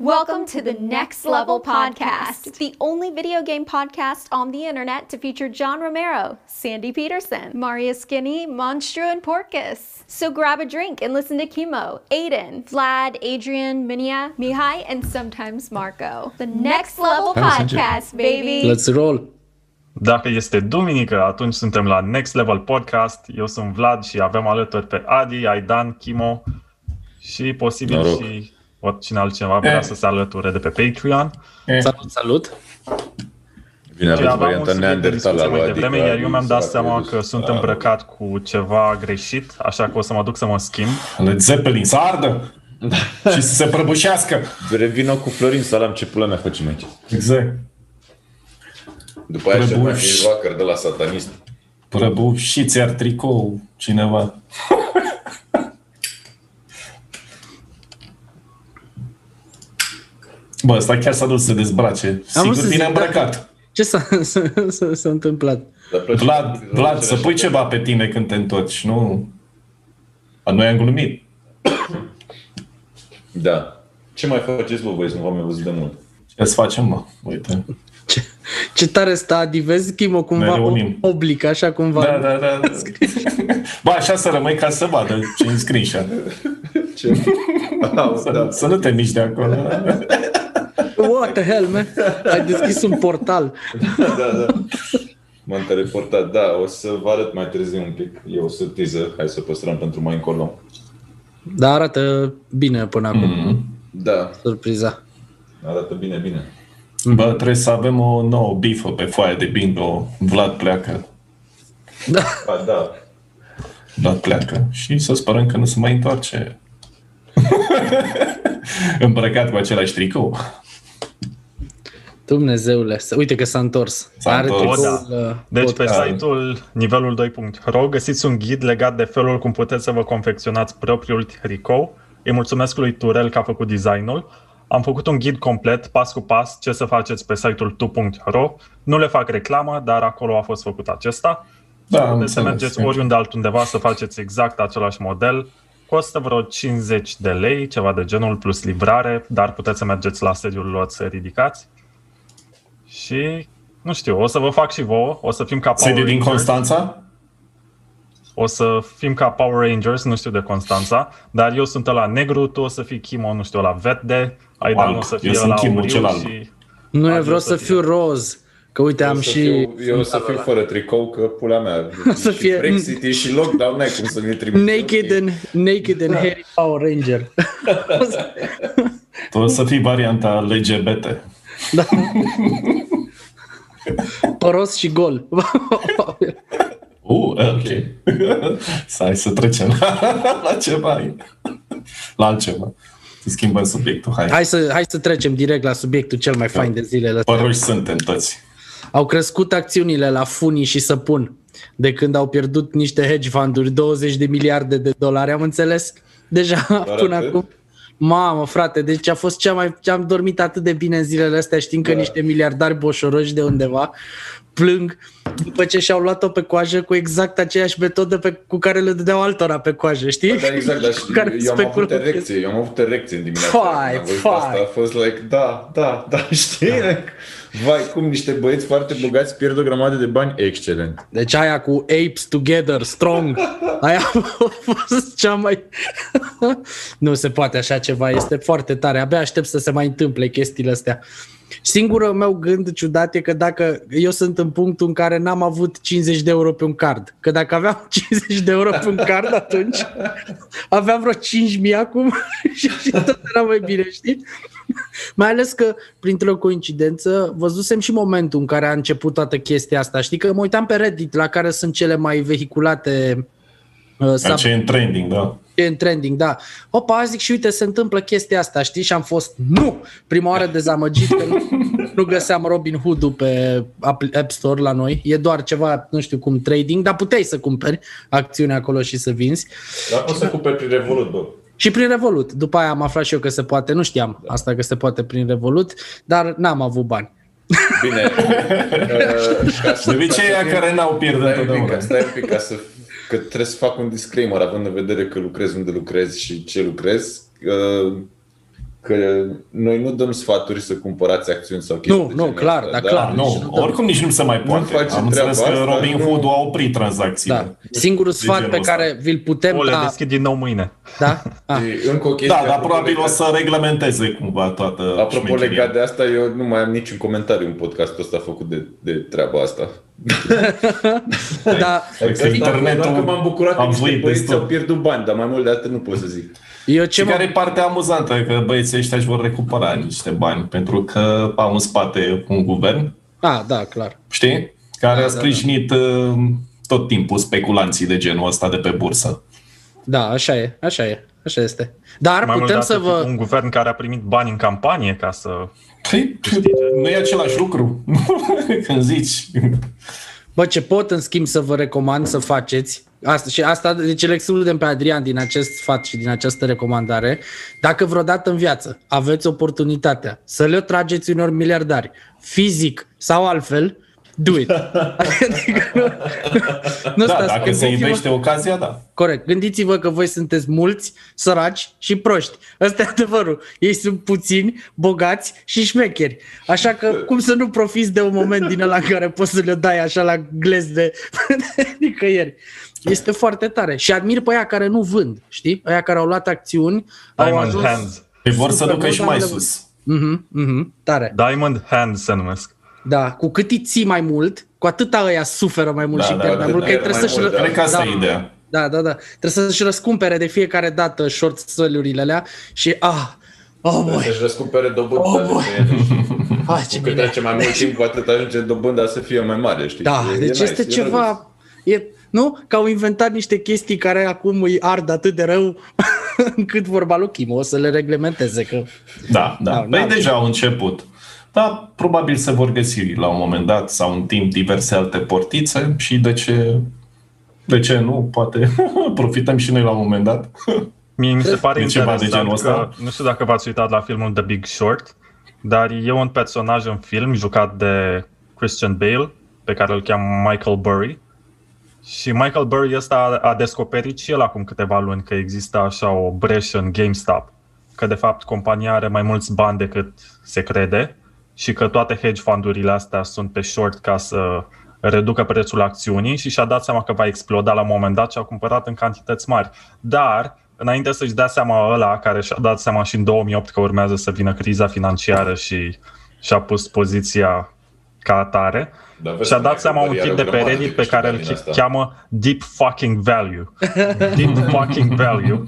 Welcome to the Next Level Podcast, the only video game podcast on the internet to feature John Romero, Sandy Peterson, Maria Skinny, Monstro, and Porcus. So grab a drink and listen to Chemo, Aiden, Vlad, Adrian, Minia, Mihai, and sometimes Marco. The Next Level Hai să Podcast, baby. Let's roll! Dacă este duminică, atunci suntem la Next Level Podcast. Eu sunt Vlad și avem alături pe Adi, Aidan, Kimo și posibil Noroc. și oricine altcineva vrea să se alăture de pe Patreon. Salut, salut! Bine, Și aveți Deci, aveam un varianta subiect de neandertală discuție a lui mai devreme, Adică iar eu mi-am dat Socrates, seama că sunt Aristotel. îmbrăcat cu ceva greșit, așa că o să mă duc să mă schimb. Led Zeppelin să ardă și să se prăbușească. Revină cu Florin Salam, ce pula mea facem aici? Exact. După aia și Prăbuș. Matei Joacă de la satanist. Prăbușiți ar tricou cineva. Bă, ăsta chiar s-a dus să se dezbrace. vrut să Sigur bine zic, da. îmbrăcat. Ce s-a, s-a, s-a, s-a întâmplat? Dar place Vlad, că- Vlad, să pui ceva pe tine când te întorci, nu? A, Noi am glumit. Da. Ce mai faceți, bă, băieți? Nu v-am mai văzut de mult. Ce să facem, mă? Uite. Ce, ce tare stă Adi, vezi Chimo Ne cumva reunim. oblică, așa cumva. Da, da, da. Bă, așa să rămâi ca să vadă ce înscrii și Ce? Să, da. să nu te miști de acolo. What the hell, man? Ai deschis un portal. da, da. M-am teleportat, da, o să vă arăt mai târziu un pic. E o surpriză, hai să o păstrăm pentru mai încolo. Dar Da, arată bine până acum, mm. Da, surpriza. arată bine, bine. Bă, trebuie să avem o nouă bifă pe foaia de bingo. Vlad pleacă. Da. Ba, da, Vlad pleacă. Și să sperăm că nu se mai întoarce. Îmbrăcat cu același tricou. Da, Dumnezeule, să- uite că s-a întors. S-a întors. tricoul, O, da. uh, Deci pe podcast. site-ul nivelul2.ro găsiți un ghid legat de felul cum puteți să vă confecționați propriul tricou. Îi mulțumesc lui Turel că a făcut designul. Am făcut un ghid complet, pas cu pas, ce să faceți pe site-ul tu.ro. Nu le fac reclamă, dar acolo a fost făcut acesta. Da, am Puteți să înțeles. mergeți oriunde altundeva să faceți exact același model. Costă vreo 50 de lei, ceva de genul, plus livrare, dar puteți să mergeți la sediul lor să ridicați. Și, nu știu, o să vă fac și vouă, o să fim ca Power Sediu din Rangers. Constanța? O să fim ca Power Rangers, nu știu de Constanța, dar eu sunt la negru, tu o să fii Chimo, nu știu, la verde, Aidan Alb. o să Eu fie sunt la Chimo, Chimo, cel alb. și... Nu, eu Adi vreau o să să fiu roz. Că uite, am O să și... Da, Fiu, eu o să fiu fără tricou, că pula mea. să și fie- Brexit e și lockdown, n-ai cum să ne trimit. Naked and, naked Da. and hairy Power Ranger. Tu o să fii varianta LGBT. Da. Păros și gol. Uh, ok. să hai să trecem la ceva. La altceva. Să schimbăm subiectul. Hai. hai, să, hai să trecem direct la subiectul cel mai fain de zilele astea. Păruși suntem toți. Au crescut acțiunile la funii și săpun de când au pierdut niște hedge funduri 20 de miliarde de dolari, am înțeles deja Doar până atât? acum. Mamă, frate, deci a fost cea mai... am dormit atât de bine în zilele astea, știind că da. niște miliardari boșoroși de undeva plâng după ce și-au luat-o pe coajă cu exact aceeași metodă pe, cu care le dădeau altora pe coajă, știi? Da, exact, dar și Cu care eu am avut speculăm erecție, eu am avut erecție în dimineața. Fai, Când am văzut fai. Asta a fost like, da, da, da, știi? Like, Vai, cum niște băieți foarte bogați pierd o grămadă de bani, excelent. Deci aia cu Apes Together, Strong, aia a fost cea mai... nu se poate așa ceva, este foarte tare. Abia aștept să se mai întâmple chestiile astea. Singurul meu gând ciudat e că dacă eu sunt în punctul în care n-am avut 50 de euro pe un card, că dacă aveam 50 de euro pe un card atunci, aveam vreo 5.000 acum și, și tot era mai bine, știi? Mai ales că, printr-o coincidență, văzusem și momentul în care a început toată chestia asta. Știi că mă uitam pe Reddit la care sunt cele mai vehiculate uh, Ca ce e în trending, da. E în trending, da. Opa, zic și uite, se întâmplă chestia asta, știi? Și am fost, nu! Prima oară dezamăgit că nu, nu găseam Robin Hood-ul pe App- App Store la noi. E doar ceva, nu știu cum, trading, dar puteai să cumperi acțiunea acolo și să vinzi. Dar poți să cumperi prin Revolut, bă. Și prin Revolut. După aia am aflat și eu că se poate, nu știam asta că se poate prin Revolut, dar n-am avut bani. Bine. uh, ca să- De obicei, ca să ea fim- care n-au pierdut Stai un întotdeauna. pic, stai un pic ca să... Că trebuie să fac un disclaimer, având în vedere că lucrez unde lucrez și ce lucrez. Uh, că noi nu dăm sfaturi să cumpărați acțiuni sau chestii Nu, de nu, genul clar, ăsta, dar da? clar. Da, nu, oricum nici nu se mai poate. face Am înțeles treaba că asta, Robin nu. Hood a oprit tranzacțiile. Da. Singurul sfat genul pe ăsta. care vi-l putem O, le da, deschid din nou mâine. da? Ah. Și încă o chestie, Da, dar apropo probabil o legat- să reglementeze cumva toată Apropo, șmecheria. legat de asta, eu nu mai am niciun comentariu în podcastul ăsta făcut de, de treaba asta. Da, că Exact. internetul Doar că Exact, m-am bucurat am că niște voit părinți destul. au pierdut bani, dar mai mult de atât nu pot să zic. eu ce Și care mă... e partea amuzantă, că băieții ăștia își vor recupera niște bani, pentru că au în spate un guvern, Ah, da, clar. știi, care a sprijinit uh, tot timpul speculanții de genul ăsta de pe bursă. Da, așa e, așa e, așa este. Dar Mai mult de putem să atât, vă... un guvern care a primit bani în campanie ca să... Păi, nu e același lucru când zici. Bă, ce pot în schimb să vă recomand să faceți, asta, și asta, deci îl excludem pe Adrian din acest sfat și din această recomandare, dacă vreodată în viață aveți oportunitatea să le trageți unor miliardari, fizic sau altfel, do it. adică nu, nu Da, stați, dacă se gândiți-vă- iubește ocazia, da. Corect. Gândiți-vă că voi sunteți mulți, săraci și proști. Ăsta e adevărul. Ei sunt puțini, bogați și șmecheri. Așa că cum să nu profiți de un moment din ăla în care poți să le dai așa la glez de de nicăieri. Este foarte tare. Și admir pe aia care nu vând, știi? Aia care au luat acțiuni, au Diamond ajuns... Hands. Ei vor să Super ducă și mult, mai dar- sus. Mhm, mhm, tare. Diamond Hands se numesc. Da. Cu cât îi ții mai mult, cu atât ăia suferă mai mult Da, și da, pierd cu mai atât mult, că ei pierd trebuie mai să-și... mult, ră- da. Cred că asta da. e ideea. Da, da, da. Trebuie să-și răscumpere de fiecare dată short urile alea și ah, Da, oh Trebuie boy, Să-și răscupere dobânda. Oh, băi. ah, ce Cu cât bine. trece mai mult timp, cu atât ajunge dobânda să fie mai mare, știi? Da, E- e deci nice, este e drăguț. ceva, e, nu? Că au inventat niște chestii care acum îi ard atât de rău încât vorba lui Chimo o să le reglementeze că Da, da. Da, Păi da. deja au început. Dar probabil se vor găsi la un moment dat sau în timp diverse alte portițe și de ce, de ce nu? Poate profităm și noi la un moment dat. Mie mi se pare E ceva de interesant genul că, ăsta? nu știu dacă v-ați uitat la filmul The Big Short, dar e un personaj în film jucat de Christian Bale, pe care îl cheamă Michael Burry. Și Michael Burry ăsta a, a descoperit și el acum câteva luni că există așa o breșă în GameStop, că de fapt compania are mai mulți bani decât se crede și că toate hedge fundurile astea sunt pe short ca să reducă prețul acțiunii și și-a dat seama că va exploda la un moment dat și a cumpărat în cantități mari. Dar, înainte să-și dea seama ăla care și-a dat seama și în 2008 că urmează să vină criza financiară și și-a pus poziția ca atare, Dar vezi și-a că dat Michael seama un Burry tip are de o pe grămadă de Reddit pe care îl câștigat din asta. cheamă Deep Fucking Value. Deep Fucking Value.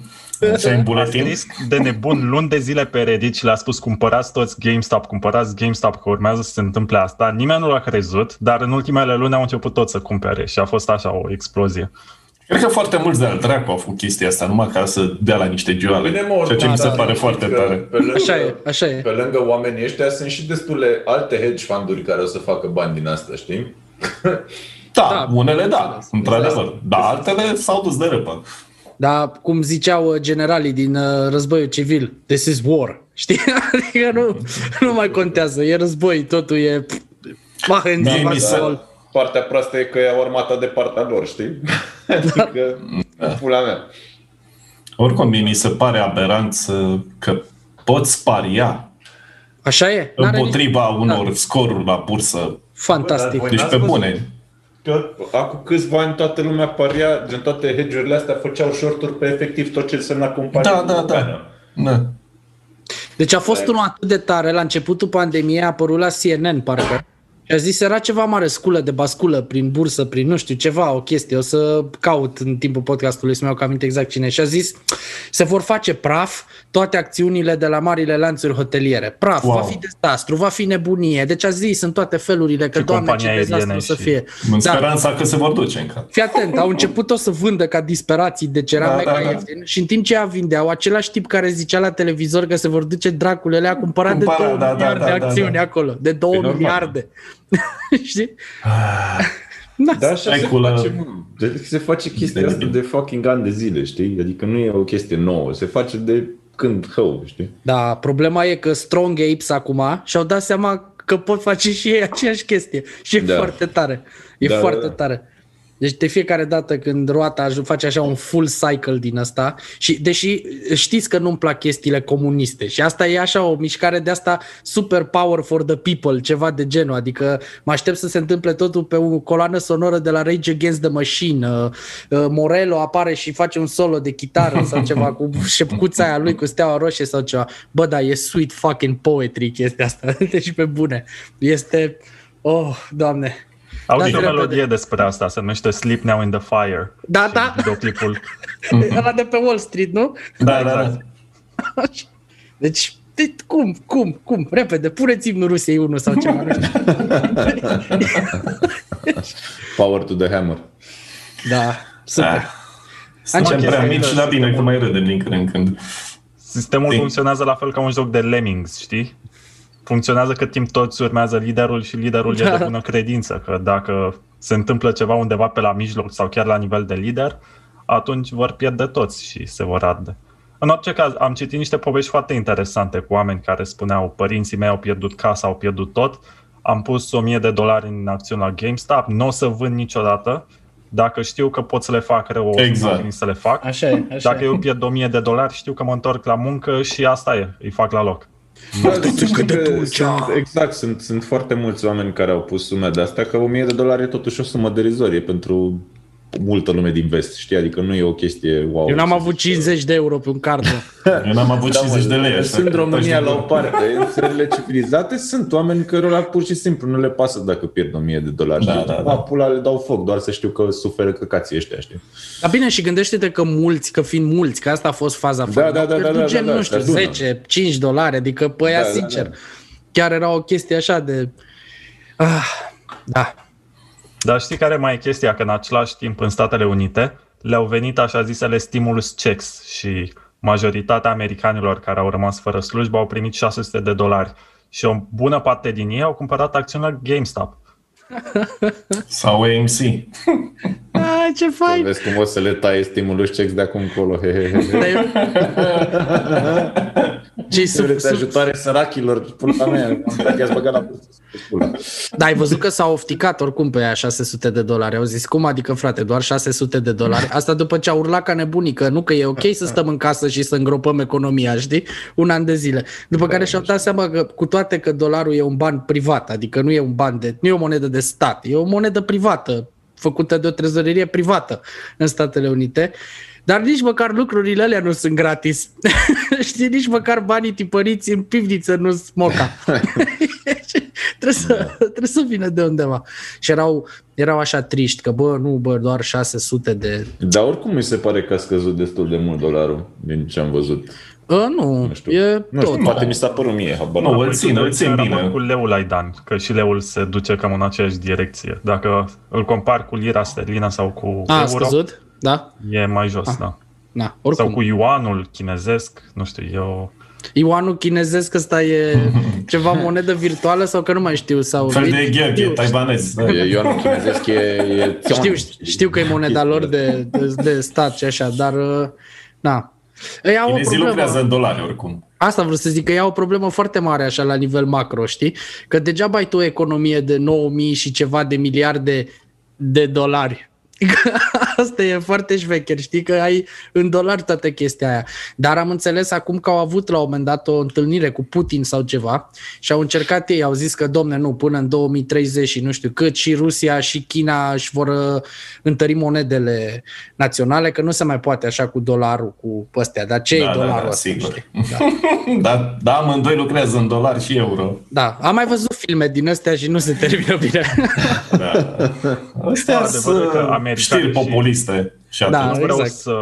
Așa în A buletin. scris de nebun luni de zile pe Reddit și le-a spus cumpărați toți GameStop, cumpărați GameStop că urmează să se întâmple asta. Nimeni nu l-a crezut, dar în ultimele luni au început toți să cumpere și a fost așa o explozie. Cred că foarte mulți de al dracu au făcut chestia asta, numai ca să dea la niște joale. Bine, mă, Ceea ce mi se da, pare știi foarte că tare. Pe lângă, Așa e, așa e. Pe lângă oamenii ăștia sunt și destule alte hedge funduri care o să facă bani din asta, știi? Da, Da, unele da, bineînțeles. într-adevăr. Dar altele s-au dus de răpă. Da, cum ziceau uh, generalii din uh, războiul civil, this is war, știi? Adică nu, nu mai contează, e război, totul e... Mah, în Mie mi se- gol. Partea proastă e că e armata de partea lor, știi? Da. Adică, pula mea. Oricum, mie mi se pare aberant să- că poți paria Așa e, n-are nici... Da. împotriva unor scoruri la bursă. Fantastic. Bă, dar voi Deci n-ați pe văzut bune. Că acum câțiva ani toată lumea paria, gen toate hedge-urile astea făceau short pe efectiv tot ce însemna compania Da, da, da. europeană. Da. Deci a fost unul atât de tare, la începutul pandemiei a apărut la CNN, parcă. Și a zis, era ceva mare sculă de basculă prin bursă, prin nu știu ceva, o chestie, o să caut în timpul podcastului să-mi iau că aminte exact cine. e. Și a zis, se vor face praf toate acțiunile de la marile lanțuri hoteliere. Praf, Wow. wow. va fi dezastru, va fi nebunie. Deci a zis în toate felurile că, Și doamne, ce companii dezastru aeriene o să și- fie. În Da. speranța că se vor duce încă. Fii atent, au început o să vândă ca disperații, deci era Da, da, mega da, da, da. ieftin. Și în timp ce ea vindeau, același tip care zicea la televizor că se vor duce draculele, le-a cumpărat Cumpăra, de 2 da, da, miliarde da, da, acțiuni da. acolo. De 2 normal. miliarde. Știi? Ah, Da, așa Hai se cu la- face, mă. Adică se face chestia asta de fucking ani de zile, știi? Adică nu e o chestie nouă, se face de când hău, știi? Da, problema e că Strong Apes acum și-au dat seama că pot face și ei aceeași chestie. Și e Da. foarte tare. E Da, da, foarte da. tare. Deci de fiecare dată când roata aj- face așa un full cycle din asta și deși știți că nu-mi plac chestiile comuniste și asta e așa o mișcare de asta super power for the people, ceva de genul, adică mă aștept să se întâmple totul pe o coloană sonoră de la Rage Against the Machine, uh, uh, Morello apare și face un solo de chitară sau ceva cu șepcuța aia lui cu steaua roșie sau ceva. Bă, da, e sweet fucking poetry chestia asta, deci pe bune. Este, oh, doamne, Au Da, și o repede. melodie despre asta, se numește Sleep Now in the Fire. Da, și da. Videoclipul. Era de pe Wall Street, nu? Da, da, da. exact. Așa. Deci, de, cum, cum, cum? Repede, puneți imnul Rusiei 1 sau ceva. nu știu. Power to the hammer. Da, super. Ah, Suntem Încerc prea să- mici, dar bine, că mai râdem din când în când. Sistemul Sim. funcționează la fel ca un joc de Lemmings, știi? Funcționează cât timp toți urmează liderul și liderul Da. e de bună credință, că dacă se întâmplă ceva undeva pe la mijloc sau chiar la nivel de lider, atunci vor pierde toți și se vor arde. În orice caz, am citit niște povești foarte interesante cu oameni care spuneau părinții mei au pierdut casa, au pierdut tot, am pus 1000 de dolari în acțiuni la GameStop, nu o să vând niciodată, dacă știu că pot să le fac rău, o să Exact. continui să le fac. Așa e, așa Dacă eu pierd 1000 de dolari, știu că mă întorc la muncă și asta e, îi fac la loc. Da, să știi că sunt, exact, sunt, sunt foarte mulți oameni care au pus sume de astea, că 1000 de dolari e totuși o sumă derizorie pentru multă lume din vest, știi? Adică nu e o chestie wow. Eu n-am să avut zici, 50 de euro pe un card. bă. Eu n-am avut Da, mă, 50 de lei. așa Sunt că România taci la de o gură. parte. În țările civilizate sunt oameni cărora pur și simplu nu le pasă dacă pierd 1000 de dolari. Da, Și, da, "Ba, da. Pula le dau foc, doar să știu că suferă căcații ăștia, știi? Dar bine, și gândește-te că mulți, că fiind mulți, că asta a fost faza. da, da, Au pierdut da, da, gen, da, nu da, știu, dar adună. 10, 5 dolari, adică pe aia, Da, da, sincer, da. chiar era o chestie așa de... Ah, da, Dar știi care mai e chestia? Că în același timp în Statele Unite le-au venit așa zisele stimulus checks și majoritatea americanilor care au rămas fără slujbă au primit 600 de dolari și o bună parte din ei au cumpărat acțiuni la GameStop. Sau AMC. ah, ce fain! Vezi cum o să le taie stimulus checks de acum încolo. He, he, he. Dar eu- Ce-i sub- Vreți sub- ajutare săracilor, pula mea, dacă i-ați băgat la bursă, pula. Da, ai văzut că s-au ofticat oricum pe aia 600 de dolari. Au zis, cum adică, frate, doar 600 de dolari? Asta după ce a urlat ca nebunii, că nu că e ok să stăm în casă și să îngropăm economia, știi? Un an de zile. După care și-au dat seama că, cu toate că dolarul e un ban privat, adică nu e un ban de, nu e o monedă de stat, e o monedă privată, făcută de o trezorerie privată în Statele Unite. Dar nici măcar lucrurile alea nu sunt gratis. Știi, nici măcar banii tipăriți în pivniță nu sunt moca. trebuie, să, trebuie să vină de undeva. Și erau, erau așa triști că, bă, nu, bă, doar 600 de... Dar oricum mi se pare că a scăzut destul de mult dolarul, din ce am văzut. A, nu, Nu știu. e nu tot. știu, poate mi s-a părut mie, habar Nu, n-am. îl țin, îl țin Rămân bine. cu leul la Dan, că și leul se duce cam în aceeași direcție. Dacă îl compar cu lira sterlina sau cu A, a euro, scăzut? Da? e mai jos, da. Na, Sau cu oricum. yuanul chinezesc, nu știu, eu... Ioanul chinezesc ăsta e ceva monedă virtuală sau că nu mai știu. Sau Un fel de gheorghe, taiwanez. da. E Ioan chinezesc, e... e Știu, știu că e moneda lor de, de, de stat și așa, dar... uh, Na. Ei au o Chinezii problemă. lucrează în dolari oricum. Asta vreau să zic, că e o problemă foarte mare așa la nivel macro, știi? Că degeaba ai tu o economie de 9000 și ceva de miliarde de dolari. Că Asta e foarte șvecher, știi că ai în dolari toată chestia aia. Dar am înțeles acum că au avut la un moment dat o întâlnire cu Putin sau ceva și au încercat ei, au zis că, domne, nu, până în 2030 și nu știu cât, și Rusia și China își vor uh, întări monedele naționale, că nu se mai poate așa cu dolarul, cu ăstea. Dar ce e Da, dolarul da, da, ăsta, sigur. Da. Da, da, amândoi lucrează în dolari și euro. Da, am mai văzut filme din astea și nu se termină bine. Da. Astea Da, adevărul sunt că americanii știri și- populiste. Și Da, atunci. Nu vreau exact. să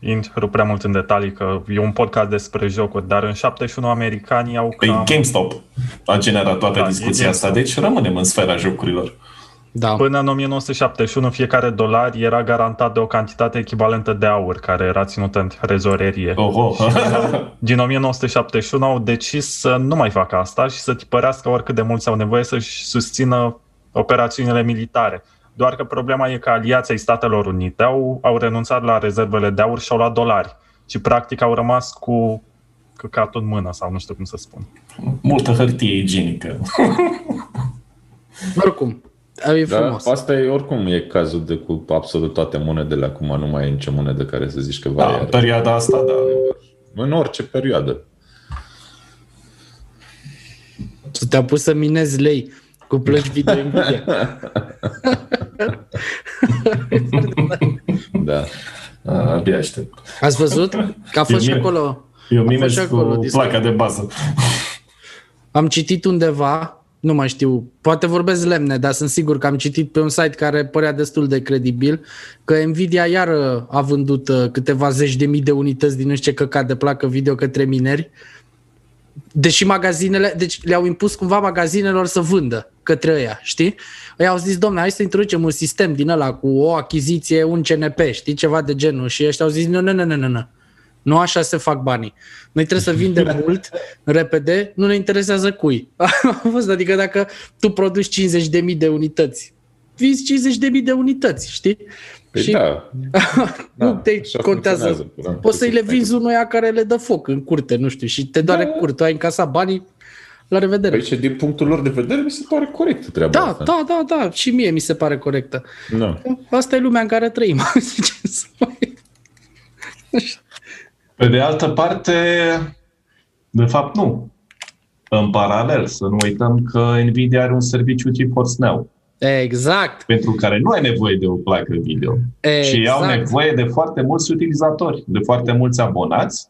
intru prea mult în detalii, că e un podcast despre jocuri, dar în 71 americanii au Păi cam... GameStop a generat toată Da, discuția e asta, deci rămânem în sfera jocurilor. Da. Până în 1971, fiecare dolar era garantat de o cantitate echivalentă de aur, care era ținută în trezorerie. Oho. Din 1971 au decis să nu mai facă asta și să tipărească oricât de mulți au nevoie să-și susțină operațiunile militare. Doar că problema e că aliații Statelor Unite au, au renunțat la rezervele de aur și au luat dolari. Și practic au rămas cu căcatul în mână, sau nu știu cum să spun. Multă hârtie igienică. Oricum, E Da, frumos. asta e oricum e cazul de cu absolut toate monedele acum, nu mai e nicio monedă care să zici că va Da, în perioada asta, da. În orice perioadă. Să te-a pus să minezi lei cu plăci video în cutie. Da. A, Abia aștept. Ați văzut că a fost și mine. acolo? Eu A fost și mimez acolo cu discuție. placa de bază. Am citit undeva, nu mai știu, poate vorbesc lemne, dar sunt sigur că am citit pe un site care părea destul de credibil că Nvidia iar uh, a vândut uh, câteva zeci de mii de unități din nu știu ce căcat de placă video către mineri. Deși magazinele, deci le-au impus cumva magazinelor să vândă către ea, știi? Ei au zis, domne, hai să introducem un sistem din ăla cu o achiziție, un CNP, știi, ceva de genul. Și ăștia au zis, nu, nu, nu, nu, nu, nu. Nu așa se fac banii. Noi trebuie să vindem mult, repede, nu ne interesează cui. A fost, adică dacă tu produci 50.000 de unități, vinzi 50.000 de unități, știi? Păi și da, nu da, te așa contează. funcționează, până la Poți să-i le urmă. vinzi unuia care le dă foc în curte, nu știu, și te doare da. curte, ai încasat banii, la revedere. Păi și din punctul lor de vedere mi se pare corect treaba da, asta. da, da, da, și mie mi se pare corectă. Da. Asta e lumea în care trăim. Ce să mai- Pe de altă parte, de fapt nu. În paralel, să nu uităm că Nvidia are un serviciu GeForce Now, Exact, pentru care nu ai nevoie de o placă video. exact, Și au nevoie de foarte mulți utilizatori, de foarte mulți abonați,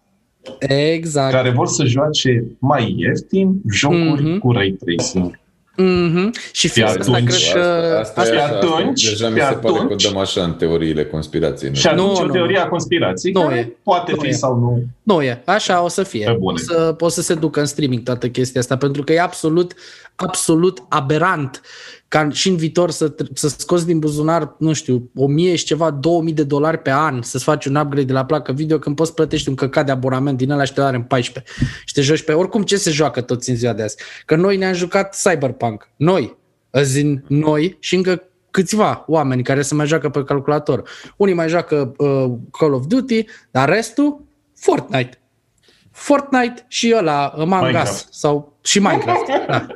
exact. care vor să joace mai ieftin jocuri Mhm. cu ray tracing. Mhm. Și fix Și asta atunci- cred că... asta, asta, și e așa, atunci- asta, e- deja mi și se pare că atunci- dăm așa în teoriile conspirației. Și Nu? atunci Nu, o nu, teorie a conspirației Nu care e. poate Nu fi e. sau nu. Nu e, așa o să Pe fie. bune. O să, o să se ducă în streaming toată chestia asta, pentru că e absolut, absolut aberant ca în- și în viitor să, tr- să scoți din buzunar, nu știu, 1000 și ceva, 2000 de dolari pe an să-ți faci un upgrade de la placă video când poți să plătești un căcat de abonament din ăla și te doare în 14 și te joci pe... Oricum, ce se joacă toți în ziua de azi? Că noi ne-am jucat Cyberpunk. Noi, zin noi și încă câțiva oameni care se mai joacă pe calculator. Unii mai joacă uh, Call of Duty, dar restul Fortnite. Fortnite și ăla, uh, Among Us, Minecraft. sau și Minecraft. da.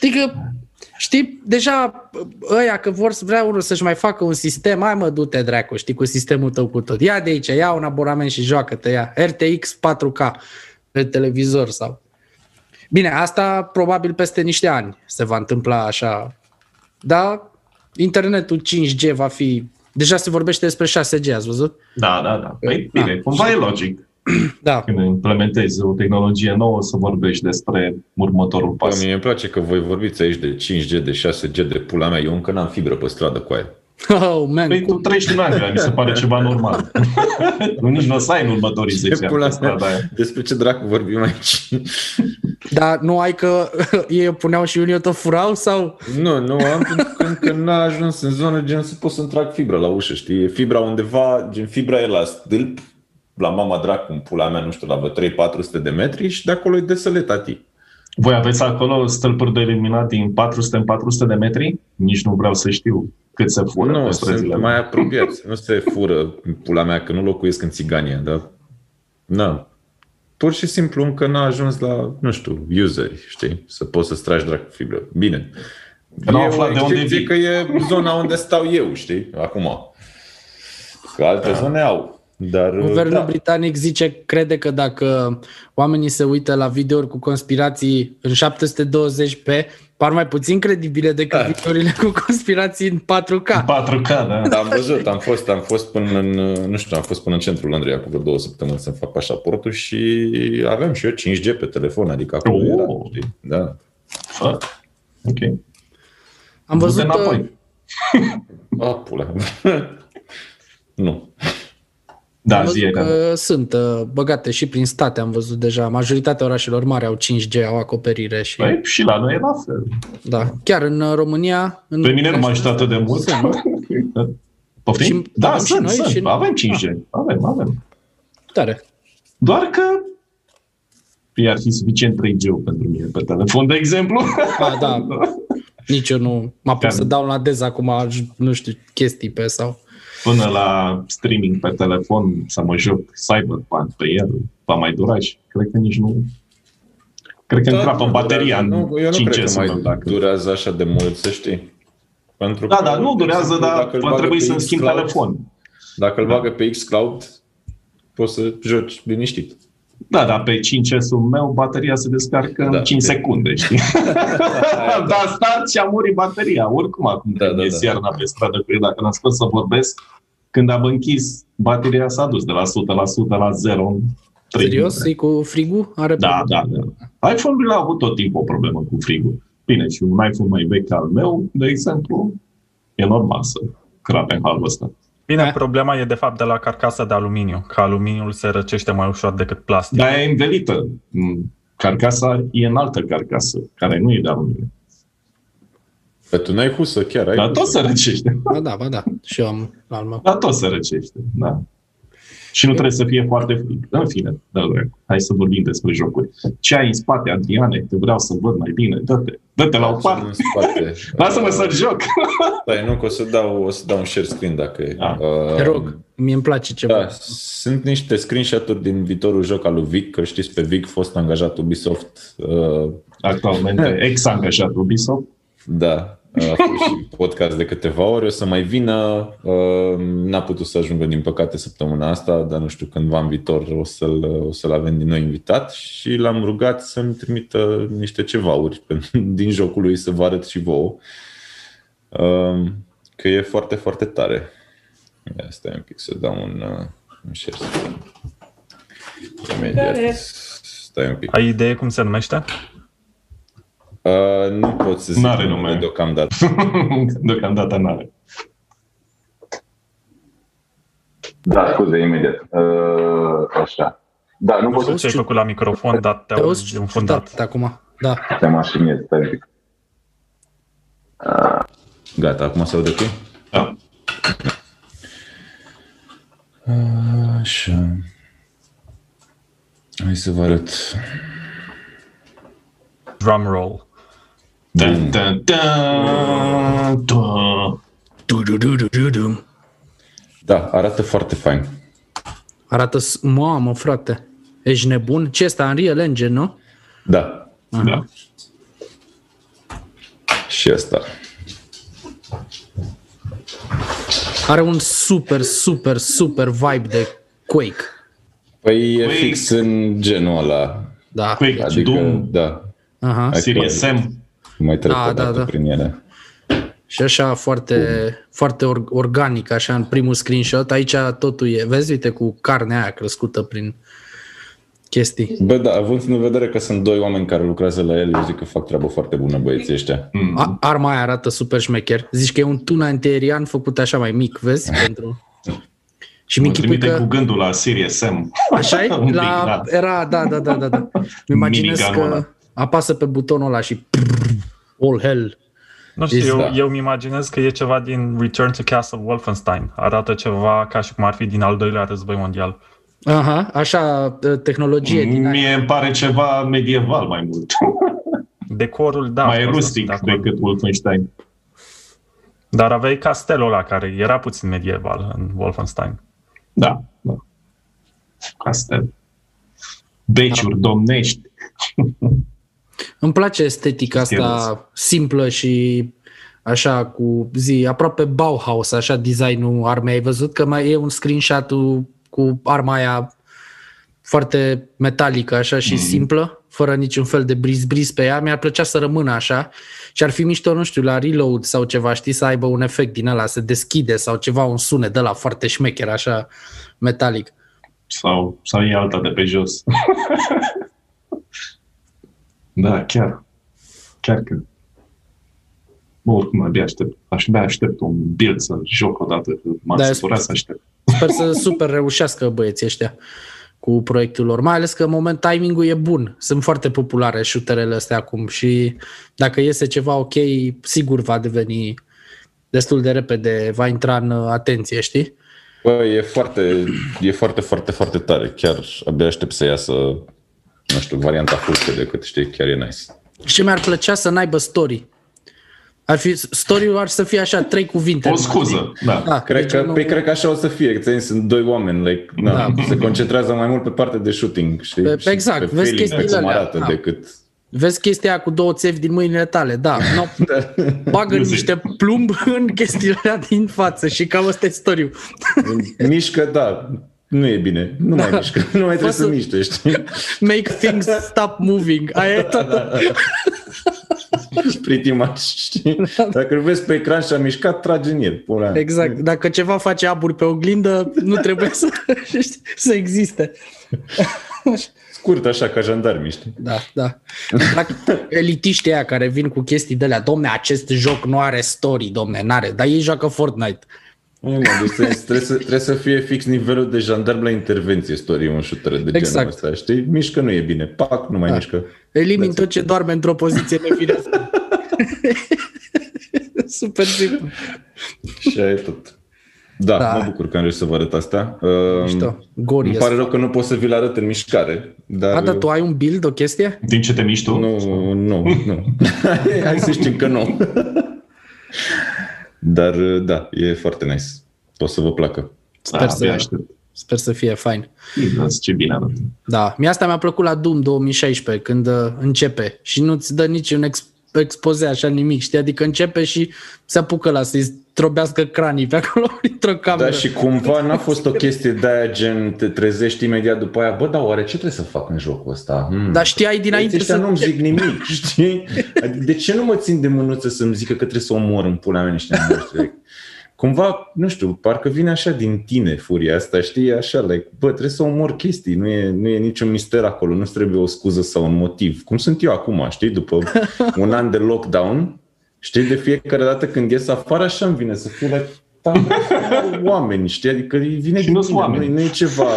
Adică, știi, deja ăia că vor să vrea unul să-și mai facă un sistem, hai mă, du-te dracu, știi, cu sistemul tău cu tot. Ia de aici, ia un abonament și joacă-te, ia RTX 4K pe televizor sau... Bine, asta probabil peste niște ani se va întâmpla așa, dar internetul 5G va fi... Deja se vorbește despre 6G, ați văzut? Da, da, da. Păi, Da. bine, cumva e logic. Da. Când implementezi o tehnologie nouă, să vorbești despre următorul Bă, pas. Păi, mie îmi place că voi vorbiți aici de 5G, de 6G, de pula mea. Eu încă n-am fibră pe stradă cu aia. Oh, man. Păi tu treci din Anglia, mi se pare ceva normal. Nu, Nici nu o să ai în următorii 10 ani pula pe mea? strada aia. da, Despre ce dracu vorbim aici? Dar nu ai că ei puneau și unii o tot furau sau... nu, nu am, pentru că încă n-a ajuns în zonă gen să pot să-mi trag fibra la ușă, știi? E Fibra undeva, gen fibra e la stâlp, la mama dracu, în pula mea, nu știu, la vreo 3-400 de metri și de acolo e desălet, tati. Voi aveți acolo stâlpuri de eliminat din 400 în 400 de metri? Nici nu vreau să știu cât se fură pe Nu, străzile. sunt mai apropiați. Nu se fură în pula mea, că nu locuiesc în Țigania, dar... Na. Pur și simplu încă n-a ajuns la, nu știu, useri, știi? Să poți să-ți tragi dracu fibră. Bine. Că n-au E o aflat de unde excepție vii. Că e zona unde stau eu, știi? Acum. Că alte Da. zone au. Dar, Guvernul da. britanic zice, crede că dacă oamenii se uită la videouri cu conspirații în 720p, par mai puțin credibile decât Da. videourile cu conspirații în 4K. 4K, da. Dar am văzut, am fost, am fost până în, nu știu, am fost până în centrul Londrei acum vreo două săptămâni să-mi fac pașaportul și aveam și eu 5G pe telefon, adică acolo Oh. era, știi? Da. Fă. Ok. Am văzut... Du-te uh, înapoi. A, pula. nu. Da, am zi văzut că... că sunt uh, băgate și prin state, am văzut deja. Majoritatea orașelor mari au 5G, au acoperire și... Păi, și la noi e la fel. Da. Chiar în uh, România... În Pe mine nu m-a ajutat atât de mult. Poftim? Și- da, avem și sunt, noi sunt. și Da. noi. Avem 5G. Avem, avem. Tare. Doar că ar fi suficient 3G pentru mine pe telefon, de exemplu. Da, da. Nici eu nu mă apuc Chiar să nu. dau la dez acum, aj- nu știu, chestii pe sau... Până la streaming pe telefon, să mă joc Cyberpunk pe el, va mai dura și cred că nici nu... Cred că îmi Da, crapă nu bateria durează, în nu, eu nu 5G cred că să mai mă dacă. durează așa de mult, să știi. Pentru Da, că, da, nu de durează, exemplu, dar dacă îl va bagă trebui pe să-mi schimb Da. xCloud, telefon. Dacă îl bagă pe xCloud, poți să joci liniștit. Da, da, pe 5S-ul meu bateria se descarcă da, Da, în 5 de- secunde, știi? da, start și a murit bateria, oricum acum da, da, da. iarna pe stradă cu el, dacă l-am scos să vorbesc, când am închis, bateria s-a dus de la 100% la 0 în trei Serios? minute. E cu frigul? Are Păi, Da, problemă? da, da. iPhone-ul a avut tot timpul o problemă cu frigul. Bine, și un iPhone mai vechi al meu, de exemplu, e normal să crape în halul ăsta. Bine, Da. problema e de fapt de la carcasa de aluminiu, că aluminiul se răcește mai ușor decât plastic. Dar e învelită. Mm, Carcasa e în altă carcasă, care nu e de aluminiu. Dar tu n-ai husă, chiar ai Dar husă. Da, tot se răcește. Ba da, ba da. Și eu am la urmă. Dar tot se răcește, da. Și nu trebuie să fie foarte frig. În fine, da, dracu, hai să vorbim despre jocuri. Ce ai în spate, Adriane? Te vreau să văd mai bine. Dă-te, dă-te la o Să nu parte. Da. în spate. Lasă-mă Uh, să joc. Stai, nu, că o să dau, o să dau un share screen dacă e. Da. Uh, Te rog, mie îmi place ceva. Da, sunt niște screenshot-uri din viitorul joc al lui Vic, că știți pe Vic, fost angajat Ubisoft, uh, Actualmente, ex-angajat Ubisoft. da, a fost și podcast de câteva ori, o să mai vină, uh, n-a putut să ajungă din păcate săptămâna asta, dar nu știu cândva în viitor o să-l, o să-l avem din nou invitat și l-am rugat să-mi trimită niște cevauri pe- din jocul lui să vă arăt și vouă, uh, că e foarte, foarte tare. Ia, stai un pic să dau un, uh, un share screen. Imediat. Stai un pic. Da. Ai idee cum se numește? Uh, nu pot să zic N-are nume. deocamdată. Deocamdată n-are. Da, scuze, imediat. Uh, așa. Da, nu Nu pot știu ce ai auzi făcut la microfon, dar Te te-au auzi înfundat. ciudat acum. Da. să te mașiniez, stai un pic. Uh. Gata, acum se aude ok? Da. Așa. Hai să vă arăt. Drum roll. Dun, dun, dun, dun. Du, du, du, du, du, du. Da, arată foarte fain. Arată... s- Mamă, frate. Ești nebun? Ce asta? Unreal Engine, nu? Da, Da. și asta. Are un super, super, super vibe de Quake. Păi e Quake. fix în genul ăla. Da. Quake, Adică, Păi, Doom, da, Aha. Serious păi- Sam. mai trec Da, da, da, da, da. prin ele. Și așa foarte, foarte or- organic, așa în primul screenshot. Aici totul e, vezi, uite, cu carnea aia crescută prin chestii. Bă, da, având în vedere că sunt doi oameni care lucrează la el, eu zic că fac treabă foarte bună băieții ăștia. A, arma aia arată super șmecher. Zici că e un tun anterian făcut așa mai mic, vezi? Pentru... Și mi Mă închipui trimite cu că... gândul la Sirius Sam. Așa Un pic, La... da. Era, da, da, da, da. da. Mi imaginez Miniganul că ăla. apasă pe butonul ăla și all hell. Nu știu, Is- eu, da. eu îmi imaginez că e ceva din Return to Castle Wolfenstein. Arată ceva ca și cum ar fi din al doilea război mondial. Aha, așa, uh, tehnologie din aia. Mie îmi pare ceva medieval mai mult. Decorul, da. pot mai să sunt rustic de acord. decât Wolfenstein. Dar aveai castelul ăla care era puțin medieval în Wolfenstein. Da, da. Asta. Beciuri domnești. Îmi place estetica Stilus. asta simplă și așa cu zi, aproape Bauhaus, așa designul armei. Ai văzut că mai e un screenshot cu arma aia foarte metalică așa și mm. simplă, fără niciun fel de briz-briz pe ea. Mi-ar plăcea să rămână așa și ar fi mișto, nu știu, la reload sau ceva, știi, să aibă un efect din ăla, să deschide sau ceva, un sunet de la foarte șmecher, așa metalic. Sau, sau e alta de pe jos. da, chiar. Chiar că. Bă, oricum abia aștept. Aș abia aștept un build să joc odată. că M-am Da, da, eu săturat să aștept. Sper să super reușească băieții ăștia cu proiectul lor, mai ales că în moment timing-ul e bun. Sunt foarte populare shooterele astea acum și dacă iese ceva ok, sigur va deveni destul de repede, va intra în uh, atenție, știi? Bă, e foarte, e foarte, foarte, foarte tare. Chiar abia aștept să iasă, nu știu, varianta full decât știi, chiar e nice. Și mi-ar plăcea să n-aibă story. Ar fi, story-ul ar să fie așa, trei cuvinte. O numai, știi? scuză, da. Da, Cred deci că, nu- Da. pe, cred că așa o să fie, că sunt doi oameni, like, na, se concentrează mai mult pe partea de shooting și, Pe- și exact, pe vezi feeling, pe chestiile cum alea, arată da. decât Vezi chestia cu două țevi din mâinile tale, da. No. Bagă Nu zic. niște plumb în chestiile alea din față și cam asta e storiu. Mișcă, da, nu e bine. Nu mai mișcă. Nu mai trebuie să, Da. să- miște, știi? Make things stop moving. Aia e tot. Pretty much, știi? Dacă îl vezi pe ecran și a mișcat, trage în el. Pula. mea. Da. Exact. Dacă ceva face aburi pe oglindă, nu trebuie să, știi, să existe. Scurt așa, ca jandarmi, știi? Da, da. Dacă elitiștii aia care vin cu chestii de alea, domne, acest joc nu are story, domne, n-are, dar ei joacă Fortnite. Nu, mă, deci trebuie, trebuie, să, trebuie să fie fix nivelul de jandarm la intervenție story un shooter de genul Exact. ăsta, știi? Mișcă nu e bine, pac, nu mai da. mișcă. Elimin tot ce doarme într-o poziție nefirească. Super simplu. Și aia e tot. Da, Da. da, mă bucur că am reușit să vă arăt asta. Uh, Mișto. Gori Îmi este. pare rău că nu pot să vi-l arăt în mișcare, dar... uh, A, dar tu ai un build, o chestie? În timp ce te miști tu? Da, Nu, nu, nu. Hai să știm că nu. Dar uh, da, e foarte nice. O să vă placă. Da, Sper, abia să, aștept. sper să fie fain. Uitați ce bine arată. Da, mi asta mi-a plăcut la Doom 2016, când uh, începe și nu-ți dă niciun ex- expoze așa nimic, știi? Adică începe și se apucă la să-i strobească cranii pe acolo dintr-o cameră. Da, și cumva n-a fost o chestie de aia gen te trezești imediat după aia, bă, dar oare ce trebuie să fac în jocul ăsta? Hmm. Dar știai Înainte dinainte ăștia să... nu-mi zic nimic, știi? Adică de ce nu mă țin de mânuță să-mi zică că trebuie să omor în pula mea niște monștri? Cumva, nu știu, parcă vine așa din tine furia asta, știi? E Așa, like, bă, trebuie să omor chestii, nu e, nu e niciun mister acolo, nu trebuie o scuză sau un motiv. Cum sunt eu acum, știi? După un an de lockdown, știi, de fiecare dată când ies afară, așa îmi vine să fiu like, da, oameni, știi? Adică îi vine Și din nu-s tine, oameni. nu e ceva,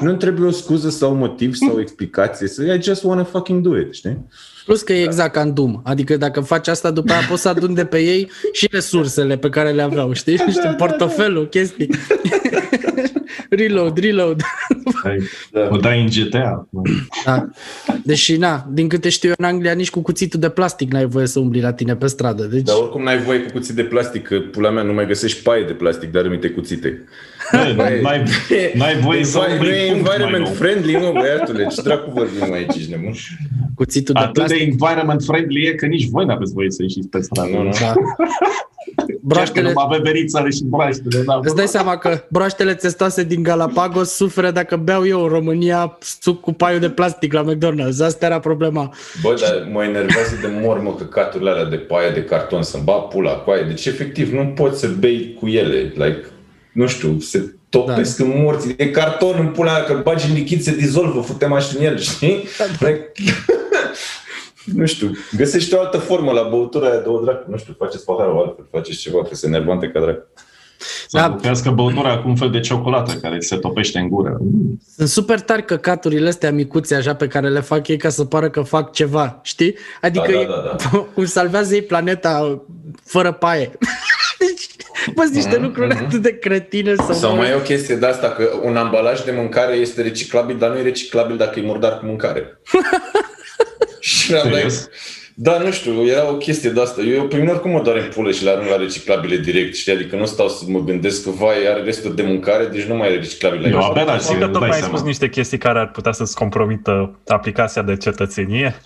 nu trebuie o scuză sau un motiv sau o explicație, să I just wanna fucking do it, știi? Plus că e exact ca în Doom. Adică dacă faci asta, după aia poți să adun de pe ei și resursele pe care le aveau, știi? Da, știi, portofelul, chestii. reload, reload. Ai- Da. O dai în GTA. mă. Da. Deși, na, din câte știu eu, în Anglia nici cu cuțitul de plastic n-ai voie să umbli la tine pe stradă. Deci, Dar oricum n-ai voie cu cuții de plastic, că pula mea nu mai găsești paie de plastic, dar rămite cuțite. Băi, N-ai n-ai voie să Envi- nu umbli e punct mai environment nou. friendly, mă, băiatule, ce dracu vorbim aici, ești nebun? cuțitul de Atât de plastic. environment friendly e că nici voi n-aveți voie să ieșiți pe stradă. Nu, nu. Da. Chiar că Broaștele, numai veverițele și braștele. Da, îți dai seama că broaștele testoase din Galapagos suferă dacă beau eu în România suc cu paiul de plastic la McDonald's. Asta era problema. Bă, dar mă enervează de mor, mă, căcaturile alea de paie de carton să-mi bag pula cu aia. Deci, efectiv, nu poți să bei cu ele. Like, nu știu, se topesc da. în morți. E carton în pula aia, că bagi în lichid, se dizolvă, fute mașini în el, știi? Like, nu știu, găsești o altă formă la băutura aia de o dracu. Nu știu, faceți paharul altfel, faceți ceva, că se enervante ca dracu. Să Da. bucrească băutura cu un fel de ciocolată care se topește în gură. Mm. Sunt super tari căcaturile astea micuțe așa pe care le fac ei ca să pară că fac ceva, știi? Adică da, ei- da, cum salvează ei planeta fără paie. deci, bă, niște lucruri atât de cretine sau, Mhm, Sau mai e o chestie de asta, că un ambalaj de mâncare este reciclabil, dar nu e reciclabil dacă e murdar cu mâncare. și am Serios? dat, da, nu știu, era o chestie de asta. Eu pe mine oricum mă doare în pulă și le arunc la reciclabile direct, știi? Adică nu stau să mă gândesc că, vai, are restul de mâncare, deci nu mai e reciclabil la E o el. Știi aberație, că îți tocmai dai ai spus seama. niște chestii care ar putea să-ți compromită aplicația de cetățenie.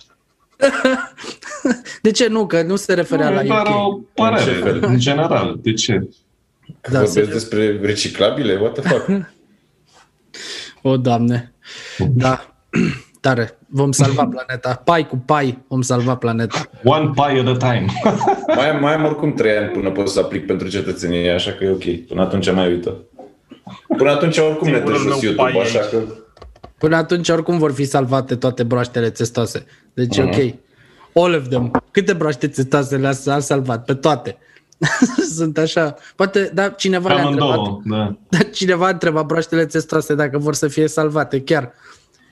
De ce nu? Că nu se referea Nu, la e doar UK. o părere, fel? în general. De ce? Că Da, Vorbesc serios. despre reciclabile? What the fuck? O, doamne. Da. Tare. Vom salva planeta. Pai cu pai vom salva planeta. One pie at a time. mai, am, mai am oricum trei ani până pot să aplic pentru cetățenie, așa că e ok. Până atunci mai uită. Până atunci oricum ne Singurul meu trebuie YouTube, pai așa aici. că... Până atunci oricum vor fi salvate toate broaștele testoase. Deci Da. e ok. All of them. Câte broaște testoase le-a a salvat? Pe toate. Sunt așa. Poate, da, cineva le-a întrebat. Amândouă, da. Dar cineva întreba broaștele testoase dacă vor să fie salvate, chiar.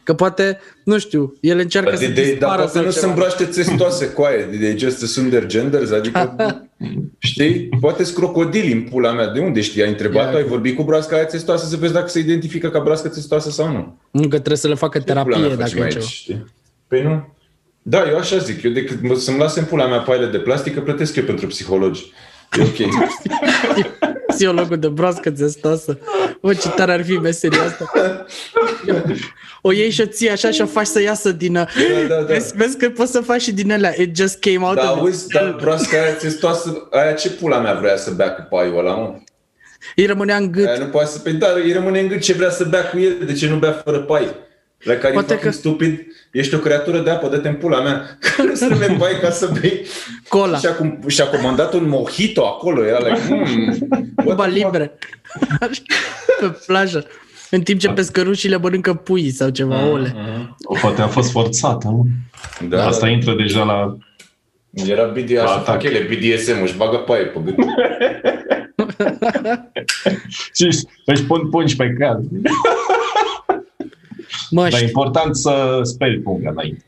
Că poate, nu știu, ele încearcă Dar, Păi de, să de, dar dispară poate sau nu ceva. sunt broaște țestoase cu aia, de just sunt their genders, adică, știi, poate sunt crocodili în pula mea, de unde știi, ai întrebat, Ia. ai vorbit cu broasca aia țestoasă să vezi dacă se identifică ca broască țestoasă sau nu. Încă trebuie să le facă Ce pula terapie mea dacă facem e aici, ceva. știi? Păi nu. Da, eu așa zic, eu decât mă- să-mi lase în pula mea paiele de plastic, că plătesc eu pentru psihologi. E ok. Psihologul de broască țestoasă. Bă, ce tare ar fi meseria asta. O iei și o ții așa și o faci să iasă din... Da, da, da. Vezi, vezi că poți să faci și din alea. It just came out Da, of... auzi, dar proastă aia testoasă, aia ce pula mea vrea să bea cu paiul ăla, mă? Îi rămânea în gât. Aia nu poate să... Păi da, îi rămâne în gât ce vrea să bea cu el, de ce nu bea fără pai? La care Poate Poate că... că- stupid, ești o creatură de apă, dă-te în pula mea, nu să bei pai ca să bei. Cola. Și-a, cum, și-a comandat un mojito acolo, era like, hmm, Cuba libre. Pe plajă. În timp ce pescărușile mănâncă pui sau ceva, ole. O, poate a fost forțată, mă. Da, Asta da. intră deja la... Era BDS, La așa atac. fac ele, BDSM, își bagă paie pe gât. Și își pun pungi pe cald. Dar e Măști. important să speli punga înainte.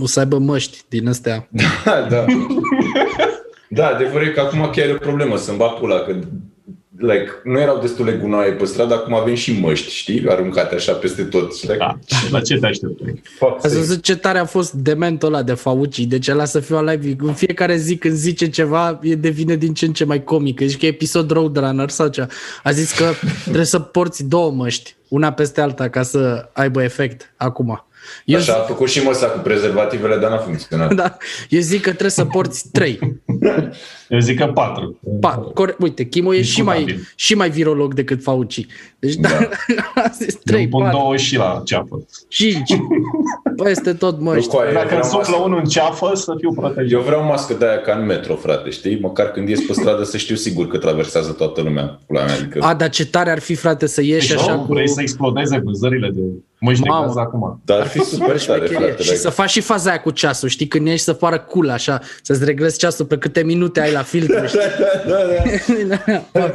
O să aibă măști din astea. da, da. da, adevărul e că acum chiar e o problemă să-mi bag pula, că like, nu erau destule gunoaie pe stradă, acum avem și măști, știi, aruncate așa peste tot. Și, like, Da. La ce te așteptai? fuck Ați sake. văzut ce tare a fost dementul ăla de Fauci, deci ăla să fiu live în fiecare zi când zice ceva, e devine din ce în ce mai comic. Zici că e episod Roadrunner sau ceva. A zis că trebuie să porți două măști, una peste alta, ca să aibă efect acum. Eu, Așa a făcut și măsa cu prezervativele, dar n-a funcționat. zic- da, eu zic că trebuie să porți trei. Eu zic că patru. Pa, core, uite, Chimo e și mai, Discutabil. și mai virolog decât Fauci. Deci da, a zis Trei, trei, pun patru, două și la ceapă. cinci. Peste tot Nu, măști. coaie, eu Dacă vreau îmi suflă mască- unul în ceafă, să fiu protejat. Eu vreau mască de aia ca în metro, frate, știi? Măcar când ies pe stradă să știu sigur că traversează toată lumea. Pula mea, adică... A, dar ce tare ar fi, frate, să ieși Deci, așa nu, cu... vrei să explodeze cu zările de mâini de Mamă. gaz acum. Dar ar fi super tare, șmecherie. frate. și să faci și faza aia cu ceasul, știi, când ești să pară cool așa, să-ți reglezi ceasul pe câte minute ai la filtru, știi? da, da.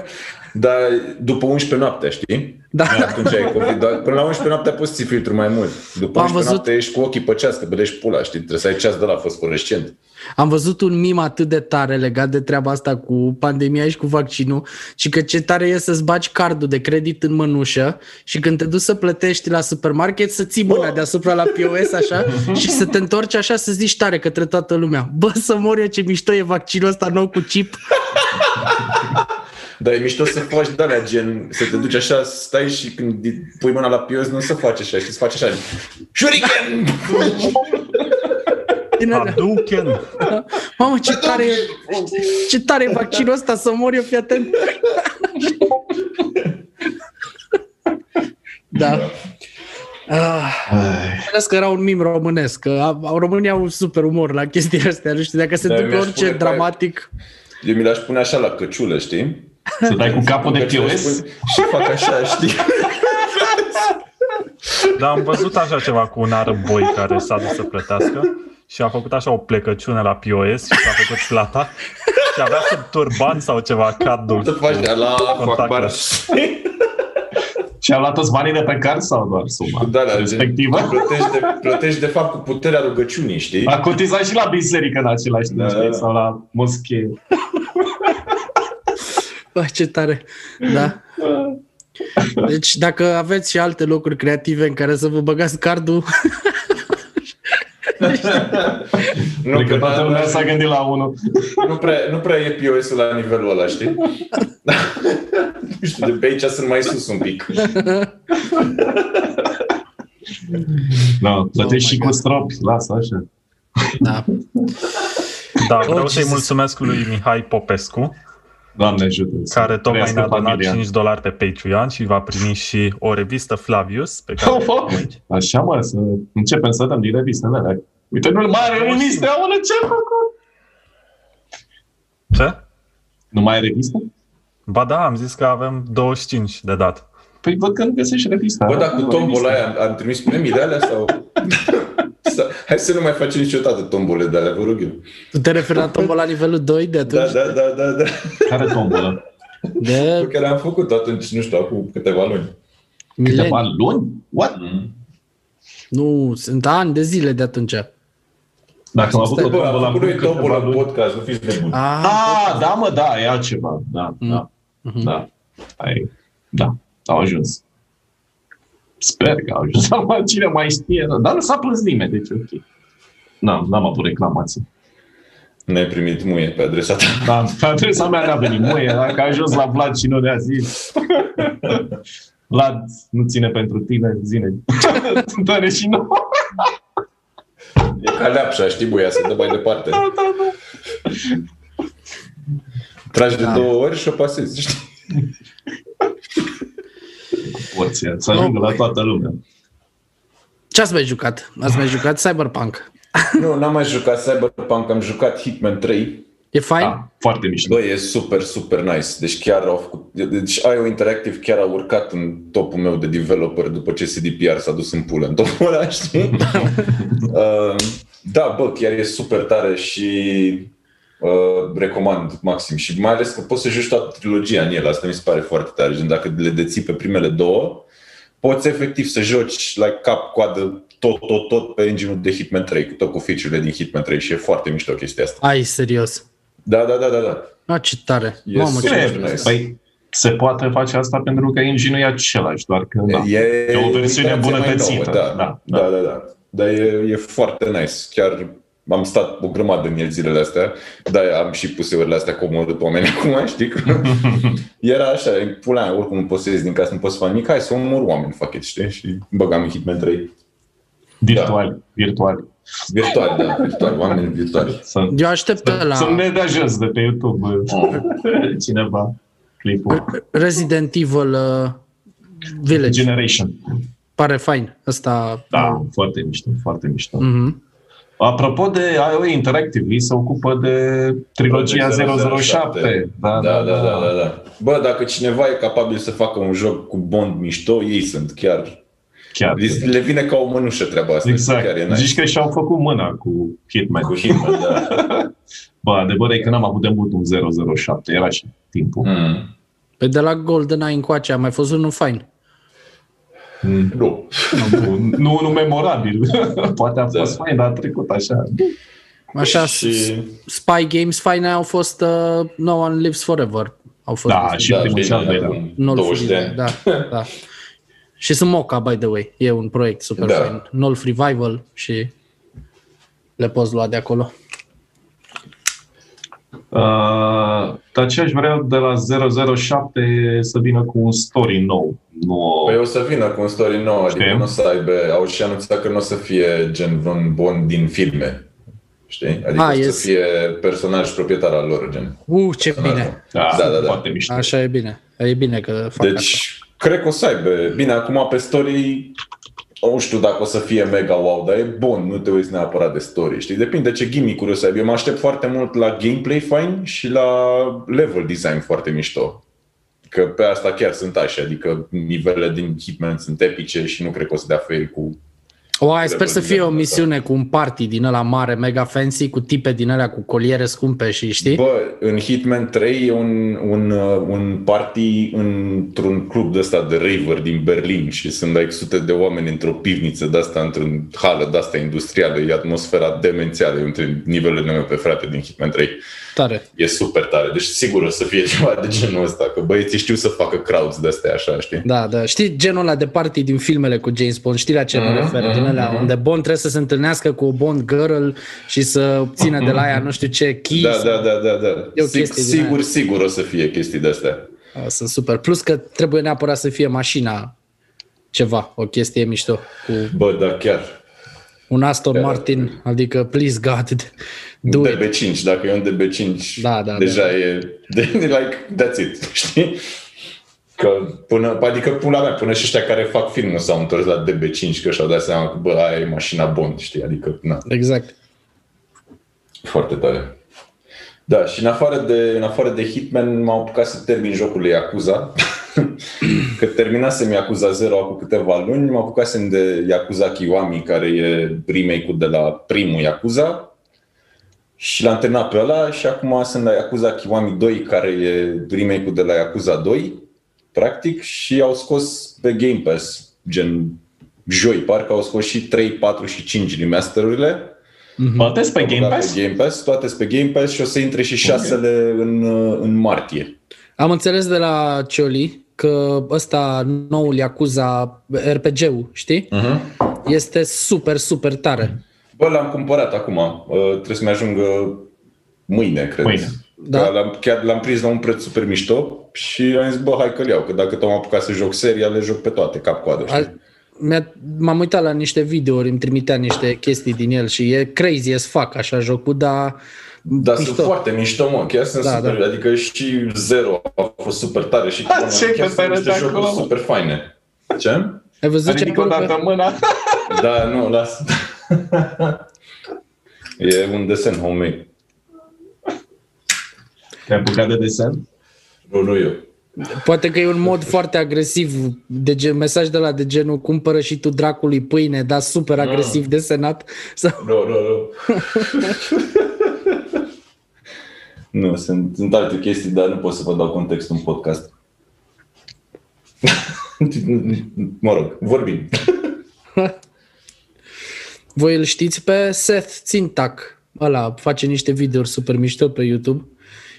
Dar după 11 noaptea, știi? Da. Atunci ai COVID. Dar până la 11 noaptea poți să ții filtru mai mult. După Am 11 văzut- noaptea ești cu ochii pe ceas, că bădești pula, știi? Trebuie să ai ceas de la fosforescent. Am văzut un mim atât de tare legat de treaba asta cu pandemia și cu vaccinul și că ce tare e să-ți bagi cardul de credit în mănușă și când te duci să plătești la supermarket să ții mâna deasupra la POS așa și să te întorci așa să zici tare către toată lumea. Bă, să mor eu ce mișto e vaccinul ăsta nou cu chip. Dar e mișto să faci de alea, gen, să te duci așa, stai și când îi pui mâna la pios, nu se face așa, știi, se face așa. Shuriken! Din alea. Hadouken! Mamă, ce tare, e- ce tare e vaccinul ăsta, să mor eu, fii atent. Da. Ah, înțeles că era un mim românesc, că a- a- România au super umor la chestiile astea, nu știu, dacă se Da, întâmplă mi-aș orice pune paie. dramatic, Eu mi l-aș pune așa la căciulă, știi? Să dai cu capul de Pe căciulă și POS? pun- Și fac așa, știi? Dar am văzut așa ceva cu un arăboi care s-a dus să plătească și a făcut așa o plecăciune la POS și s-a făcut plata și avea sub turban sau ceva cardul. Să faci de la fac Contacte. bar. Și a luat toți banii de pe card sau doar suma? Da, da, respectivă. Ah, Gen, plătești, de, plătești de fapt cu puterea rugăciunii, știi? A cotizat și la biserică în același timp, Da, da, știi? da. sau la moschee. Bă, ce tare, da. Deci dacă aveți și alte locuri creative în care să vă băgați cardul, Nu, Cred că că adică da, toată lumea nu, s-a gândit la unul. nu, prea, nu prea e POS-ul la nivelul ăla, știi? nu știu, de pe aici sunt mai sus un pic. Da, plătești Oh și my cu stropi, lasă așa. da, Da, vreau Jesus. să-i mulțumesc lui Mihai Popescu, Doamne ajută. să care tocmai trăiască ne-a donat familia. 5 dolari pe Patreon și va primi și o revistă Flavius, pe Oh. care Așa mă, să începem să dăm din revistele alea. Uite, nu mai are reviste, aolă, ce ai făcut? Ce? Nu mai ai revistă? Ba da, am zis că avem 25 de dat. Păi văd că nu găsești revista. Bă, dar cu Nu, revistă. tombola aia am, am trimis premii de alea sau... Să- Hai să nu mai facem niciodată tombole de alea, vă rog eu. tu te referi la tombola la nivelul 2 de atunci? Da, da, da, da, da. Care tombolă? De Pe care am făcut atunci, nu știu, acum câteva luni. milen. Câteva luni? What? Mm. Nu, sunt ani de zile de atunci. Dacă am avut o Bă, am tombolă, am făcut avut noi tombola câteva în luni. podcast, nu fiți nebuni. Ah, Ah, da, mă, da, e altceva. Da, da, da. Ai, da, au ajuns. Sper că au ajuns. Acum Cine mai știe? Dar nu s-a plâns nimeni, deci e ok. N-am, n-am avut reclamații. N-ai primit muie pe adresa ta. Da, pe adresa mea n-a venit muie, dacă a ajuns la Vlad și nu ne-a zis. Vlad, nu ține pentru tine, zine. Dă-ne și nouă. E ca leapșa, știi, buia, se dă mai departe. da. Tragi de două ori și o pasezi, știi? Porția, să ajungă la toată lumea. Ce ați mai jucat? Ați mai jucat Cyberpunk? Nu, n-am mai jucat Cyberpunk, am jucat Hitman 3. E fain? Da, foarte mișto. Băi, e super, super nice. Deci chiar au făcut... Deci IO Interactive chiar a urcat în topul meu de developer după ce CDPR s-a dus în pulă în topul ăla, știi? uh, da, bă, chiar e super tare și uh, recomand maxim. Și mai ales că poți să joci toată trilogia în el. Asta mi se pare foarte tare. Gen, dacă le deții pe primele două, poți efectiv să joci la like, cap-coadă tot, tot, tot pe engine de Hitman 3, cu tot cu feature-urile din Hitman 3 și e foarte mișto chestia asta. Ai, serios. Da, da, da, da, da. A, ce tare. E Mamă, ce super mișto. nice. Păi, se poate face asta pentru că engine-ul e același, doar că da, E, e, o versiune variantă mai îmbunătățită. nouă, Da, da, da, da, da. Dar e, e foarte nice. Chiar am stat o grămadă în el zilele astea, dar am și pus eu astea că omorât pe oameni acum, știi? Că era așa, pula mea, oricum nu poți să ies din casă, nu poți să faci nimic, hai să omor oameni, fuck it, știi? Și băgam în Hitman 3. Virtual, virtual. Virtual, da, virtual, oameni virtuali. Să, Eu aștept Da, la să ne dea jos de pe YouTube Oh. cineva clipul. Resident Evil uh, Village. Generation. Pare fain. Asta... Da, foarte mișto, foarte mișto. Mhm. Apropo de IO Interactive, ei se ocupă de trilogia 007. Da, da, da, da, da. Bă, dacă cineva e capabil să facă un joc cu Bond mișto, ei sunt chiar... Chiar. Le vine ca o mânușă treaba asta. Chiar e Exact. nice. Zici că și-au făcut mâna cu Hitman. Cu Hitman, da. Bă, adevărul e că n-am avut de mult un 007, era și timpul. Mm. Pe de la GoldenEye încoace a mai fost unul fain. Nu. Nu, nu unul memorabil. Poate a Da. fost fain, dar a trecut așa. Așa, Și- da, și... Spy Games faine au fost uh, No One Lives Forever. Au fost Da, și Da, primul bine, și al doilea. acum Nu-l 20 de free, ani. Da, da. Și sunt Moca, by the way. E un proiect super Da. da. fain. Nolf Revival și le poți lua de acolo. Uh, dar ce aș vrea de la 007 e să vină cu un story nou. Nu Păi o să vină cu un story nou, adică Știm. nu o să aibă, au și anunțat că nu o să fie gen vreun bond din filme. Știi? Adică Ah, o să yes. fie personaj proprietar al lor, gen. Uh, ce bine! da, Da, da, da. foarte mișto. Așa e bine. E bine că fac asta. Deci, cred că o să aibă. Bine, acum pe story, nu știu dacă o să fie mega wow, dar e bun, nu te uiți neapărat de story, știi? Depinde ce gimmick-uri o să aibă. Eu mă aștept foarte mult la gameplay fine și la level design foarte mișto. Că pe asta chiar sunt așa, adică nivelele din Hitman sunt epice și nu cred că o să dea fail cu... Oai, sper să fie o Revoluția misiune cu un party din ăla mare, mega fancy, cu tipe din alea cu coliere scumpe și știi? Bă, în Hitman 3 e un, un, uh, un party într-un club de ăsta de raver din Berlin și sunt like sute de oameni într-o pivniță de asta, într-un hală de asta industrială, e atmosfera demențială e între nivelurile mele pe frate din Hitman 3. Tare. E super tare, deci sigur o să fie ceva de genul ăsta, că băieții știu să facă crowds de astea așa, știi? Da, da. Știi genul ăla de party din filmele cu James Bond? Știi la ce Mhm, mă refer? Din alea unde Bond trebuie să se întâlnească cu o Bond girl și să obțină de la ea nu știu ce keys. Da, da, da, da, da. E o Sig- chestie din sigur, sigur o să fie chestii de astea. da. Sunt super. Plus că trebuie neapărat să fie mașina ceva, o chestie mișto. Cu Bă, da, chiar. un Da. Aston Martin, adică please God, do it. DB5, dacă e un DB5, Da, da, deja da. e, de, like, that's it, știi? Că până, adică pula mea, până și ăștia care fac filmul s-au întors la DB5, că și-au dat seama că, bă, aia e mașina Bond, știi? Adică, na, Exact. foarte tare. Da, și în afară de, în afară de Hitman m-am apucat să termin jocul lui Yakuza. că terminasem Yakuza 0 acum câteva luni, m-am apucat de Yakuza Kiwami, care e remake-ul de la primul Yakuza. Și l-am terminat pe ăla și acum sunt la Yakuza Kiwami 2, care e remake-ul de la Yakuza 2, practic, și au scos pe Game Pass, gen joi, parcă au scos și 3, 4 și 5 remasterurile. Bătesc pe Game Da, Pass? Pe Game Pass, toate sunt pe Game Pass și o să intre și șasele în, uh, în martie. Am înțeles de la Cioli că ăsta noul Yakuza RPG-ul, știi? Mhm. Este super, super tare. Bă, l-am cumpărat acum. Uh, Trebuie să-mi ajungă Mâine, cred. Mâine. Da. Da. L-am, chiar l-am prins la un preț super mișto și am zis, bă, hai că-l iau, că dacă tot am apucat să joc seria, le joc pe toate, cap-coadă, știi? A- mi-a- M-am uitat la niște videouri, îmi trimitea niște chestii din el și e crazy as fuck așa jocul, dar Dar Mișto. sunt foarte mișto, mă, chiar sunt Da, da, super, da. da. adică și Zero a fost super tare și Ha, Chrono, ce chiar sunt cătare niște de jocuri acolo, mă. super faine. Ce? ai văzut ce Ridic o acolo pe, dată mâna. Da, nu, las. e un desen homemade, Te-ai apucat de desen? nu, nu eu. poate că e un mod foarte agresiv, de gen, mesaj de la de genul cumpără și tu dracului pâine, dar super agresiv desenat sau Nu, nu, nu. nu, sunt, sunt alte chestii, dar nu pot să vă dau context în podcast. mă rog, vorbim. voi îl știți pe Seth Țintac, ăla face niște videouri super mișto pe YouTube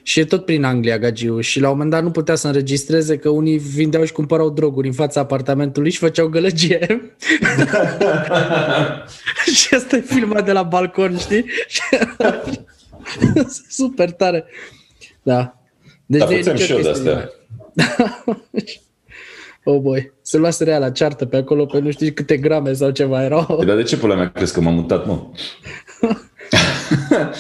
și e tot prin Anglia gagiu și la un moment dat nu putea să înregistreze că unii vindeau și cumpărau droguri în fața apartamentului și făceau gălăgie. și asta e filmat de la balcon, știi? Super tare. Da. Deci Dar nu e putem nicio și eu de chestie astea. nouă. oh boy, se luase rea la ceartă pe acolo pe nu știu câte grame sau ceva erau. Păi, Dar de ce pula mea crezi că m-am mutat, mă?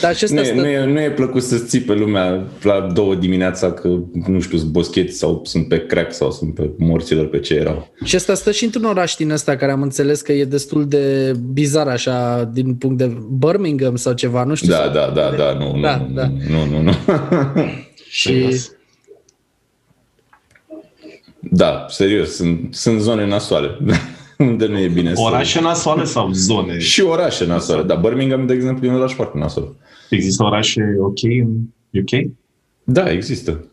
Dar și Nu asta e, nu, stă... e, nu e plăcut să ții pe lumea la două dimineața că, nu știu, sunt boscheți sau sunt pe crack sau sunt pe morților pe ce erau. Și asta stă și într-un oraș din ăsta care am înțeles că e destul de bizar așa din punct de Birmingham sau ceva, nu știu. Da, sau- da, da, da, nu, nu, Da, nu, da. nu, nu, nu. Și Da, serios, sunt, sunt zone nasoale unde nu e bine să... Orașe nasoale sau zone? Și orașe nasoale, da, Birmingham, de exemplu, e un oraș foarte nasol. Există orașe ok în UK? Da, există.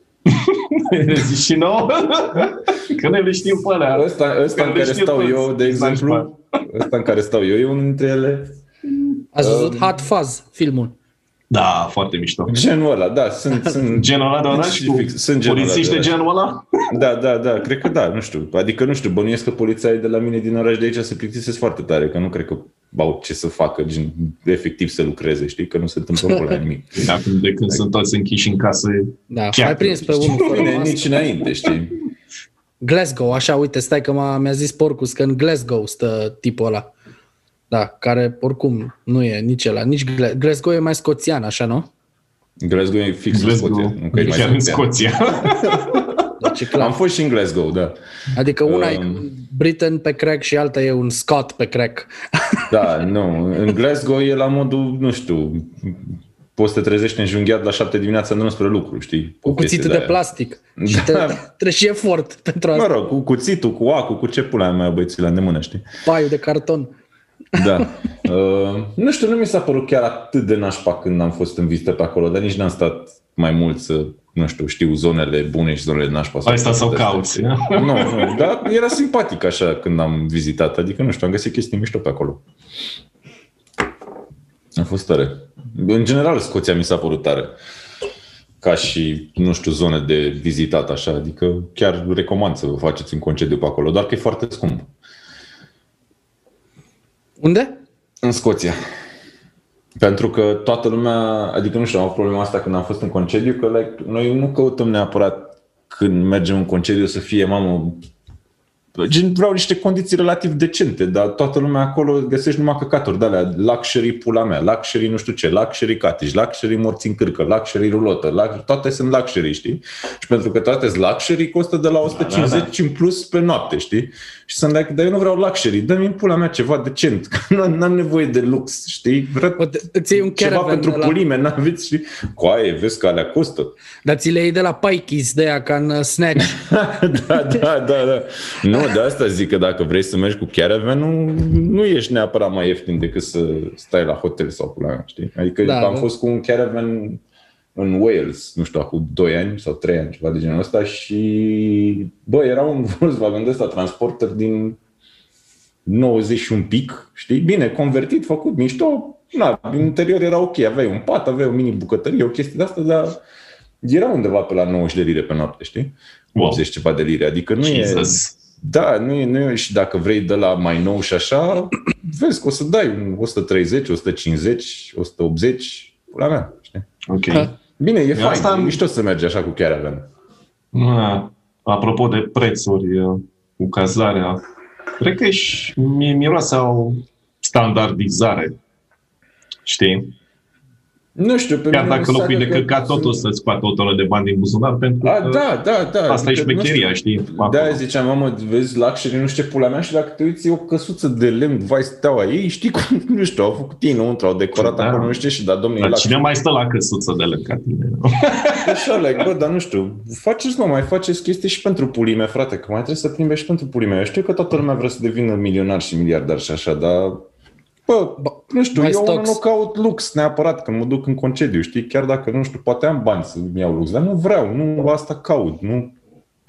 Ne zici și nouă? Că noi le știm pe alea. Ăsta, ăsta în Când le care știu stau toți. Exact. eu, de exemplu, ăsta în care stau eu e unul dintre ele. ați Um, văzut Hot Fuzz filmul. Da, foarte mișto. Genul ăla, da, sunt... sunt Genul ăla de oraș cu Fix, sunt genul ăla de polițiști de oraș. genul ăla? Da, da, da, cred că da, nu știu. Adică nu știu, bănuiesc că polițaii de la mine din oraș de aici se plictisesc foarte tare, că nu cred că au ce să facă, gen, efectiv să lucreze, știi, că nu se întâmplă pula nimic. De Păi Acum de când sunt toți închiși în casă. Da, Chiar mai prins pe unul Nu fără vine mască. nici înainte, știi? Glasgow, așa, uite, stai că m-a, mi-a zis Porcus că în Glasgow stă tipul ăla. Da, care oricum nu e nici ăla, nici Gla- Glasgow e mai scoțian, așa, nu? Glasgow e fix în Glasgow, Scoția, nu că e mai chiar în Scoția. Scoția. Deci e clar. Am fost și în Glasgow, da. Adică una e Um. Britain pe crack și alta e un Scot pe crack. Da, nu. În Glasgow e la modul, nu știu, poți să te trezești înjunghiat la șapte dimineața în drum spre lucru, știi? Cu cuțitul de plastic. plastic. Și te, Da. trebuie și efort pentru Mă asta. rog, cu cuțitul, cu acul, cu ce pula mai băieții la îndemână, știi? Paiul de carton. Da. Uh, nu știu, nu mi s-a părut chiar atât de nașpa când am fost în vizită pe acolo, dar nici n-am stat mai mult să, nu știu, știu zonele bune și zonele nașpa. Asta sau cauți. Nu, nu, dar era simpatic așa când am vizitat, adică nu știu, am găsit chestii mișto pe acolo. A fost tare. În general, Scoția mi s-a părut tare. Ca și, nu știu, zone de vizitat așa, adică chiar recomand să vă faceți un concediu pe acolo, doar că e foarte scump. Unde? În Scoția. Pentru că toată lumea, adică nu știu, am avut problema asta când am fost în concediu, că like, noi nu căutăm neapărat când mergem în concediu să fie, mamă, gen, vreau niște condiții relativ decente, dar toată lumea acolo găsești numai căcaturi de alea, luxury pula mea, luxury nu știu ce, luxury cottage, luxury morți în cârcă, luxury rulotă, lux- toate sunt luxury, știi? Și pentru că toate sunt luxury, costă de la 150 da, da, da. în plus pe noapte, știi? Și sunt like, dar eu nu vreau luxury, dă-mi în pula mea ceva decent, că n- n-am nevoie de lux, știi? Vreau O, te- Îți iei un ceva caravan pentru de la- pulime, n-aveți, știi? Coaie, vezi că alea costă. Dar ți le iei de la Pikey's de aia, ca în uh, Snatch. da, da, da, da. Nu, de asta zic că dacă vrei să mergi cu caravan nu, nu ești neapărat mai ieftin decât să stai la hotel sau pula mea, știi? Adică Da, da, am da. da. fost cu un caravan în Wales, nu știu, acum 2 ani sau 3 ani, ceva de genul ăsta și, bă, era un Volkswagen de ăsta, transporter din 90 și un pic, știi? Bine, convertit, făcut, mișto, na, în interior era ok, aveai un pat, aveai o mini bucătărie, o chestie de asta, dar era undeva pe la 90 de lire pe noapte, știi? Wow. 80 ceva de lire, adică nu e... Jesus. Da, nu e, nu e, și dacă vrei de la mai nou și așa, vezi că o să dai un 130, 150, 180, pula mea, știi? Ok. Bine, e fain, asta asta... am- e mișto să mergi așa cu caravan. Ah, Apropo de prețuri eh, cu cazarea, cred că și mi- miroase o standardizare. Știi? Nu știu, pe Chiar mine dacă mi se locui pare de că căcat, tot o să-ți scoată o tonă de bani din buzunar, pentru că A, da, da, da. asta e adică, nu șmecheria, știi? Da, Acolo. ziceam, mamă, vezi luxury, nu știu ce pula mea și dacă te uiți, e o căsuță de lemn, vai steaua ei, știi cum, nu știu, au făcut ei înăuntru, au decorat Da. acolo, nu știu ce, și da, domnule, Dar luxury. cine mai stă la căsuță de lemn ca tine? Așa, like, bă, dar nu știu, faceți, mă, mai faceți chestii și pentru pulimea, frate, că mai trebuie să plimbe și pentru pulimea. Eu știu că toată lumea vrea să devină milionar și miliardar și așa, dar... Bă, nu știu, mai eu unul stocks. nu caut lux neapărat când mă duc în concediu, știi? Chiar dacă, nu știu, poate am bani să-mi iau lux, dar nu vreau, nu asta caut, nu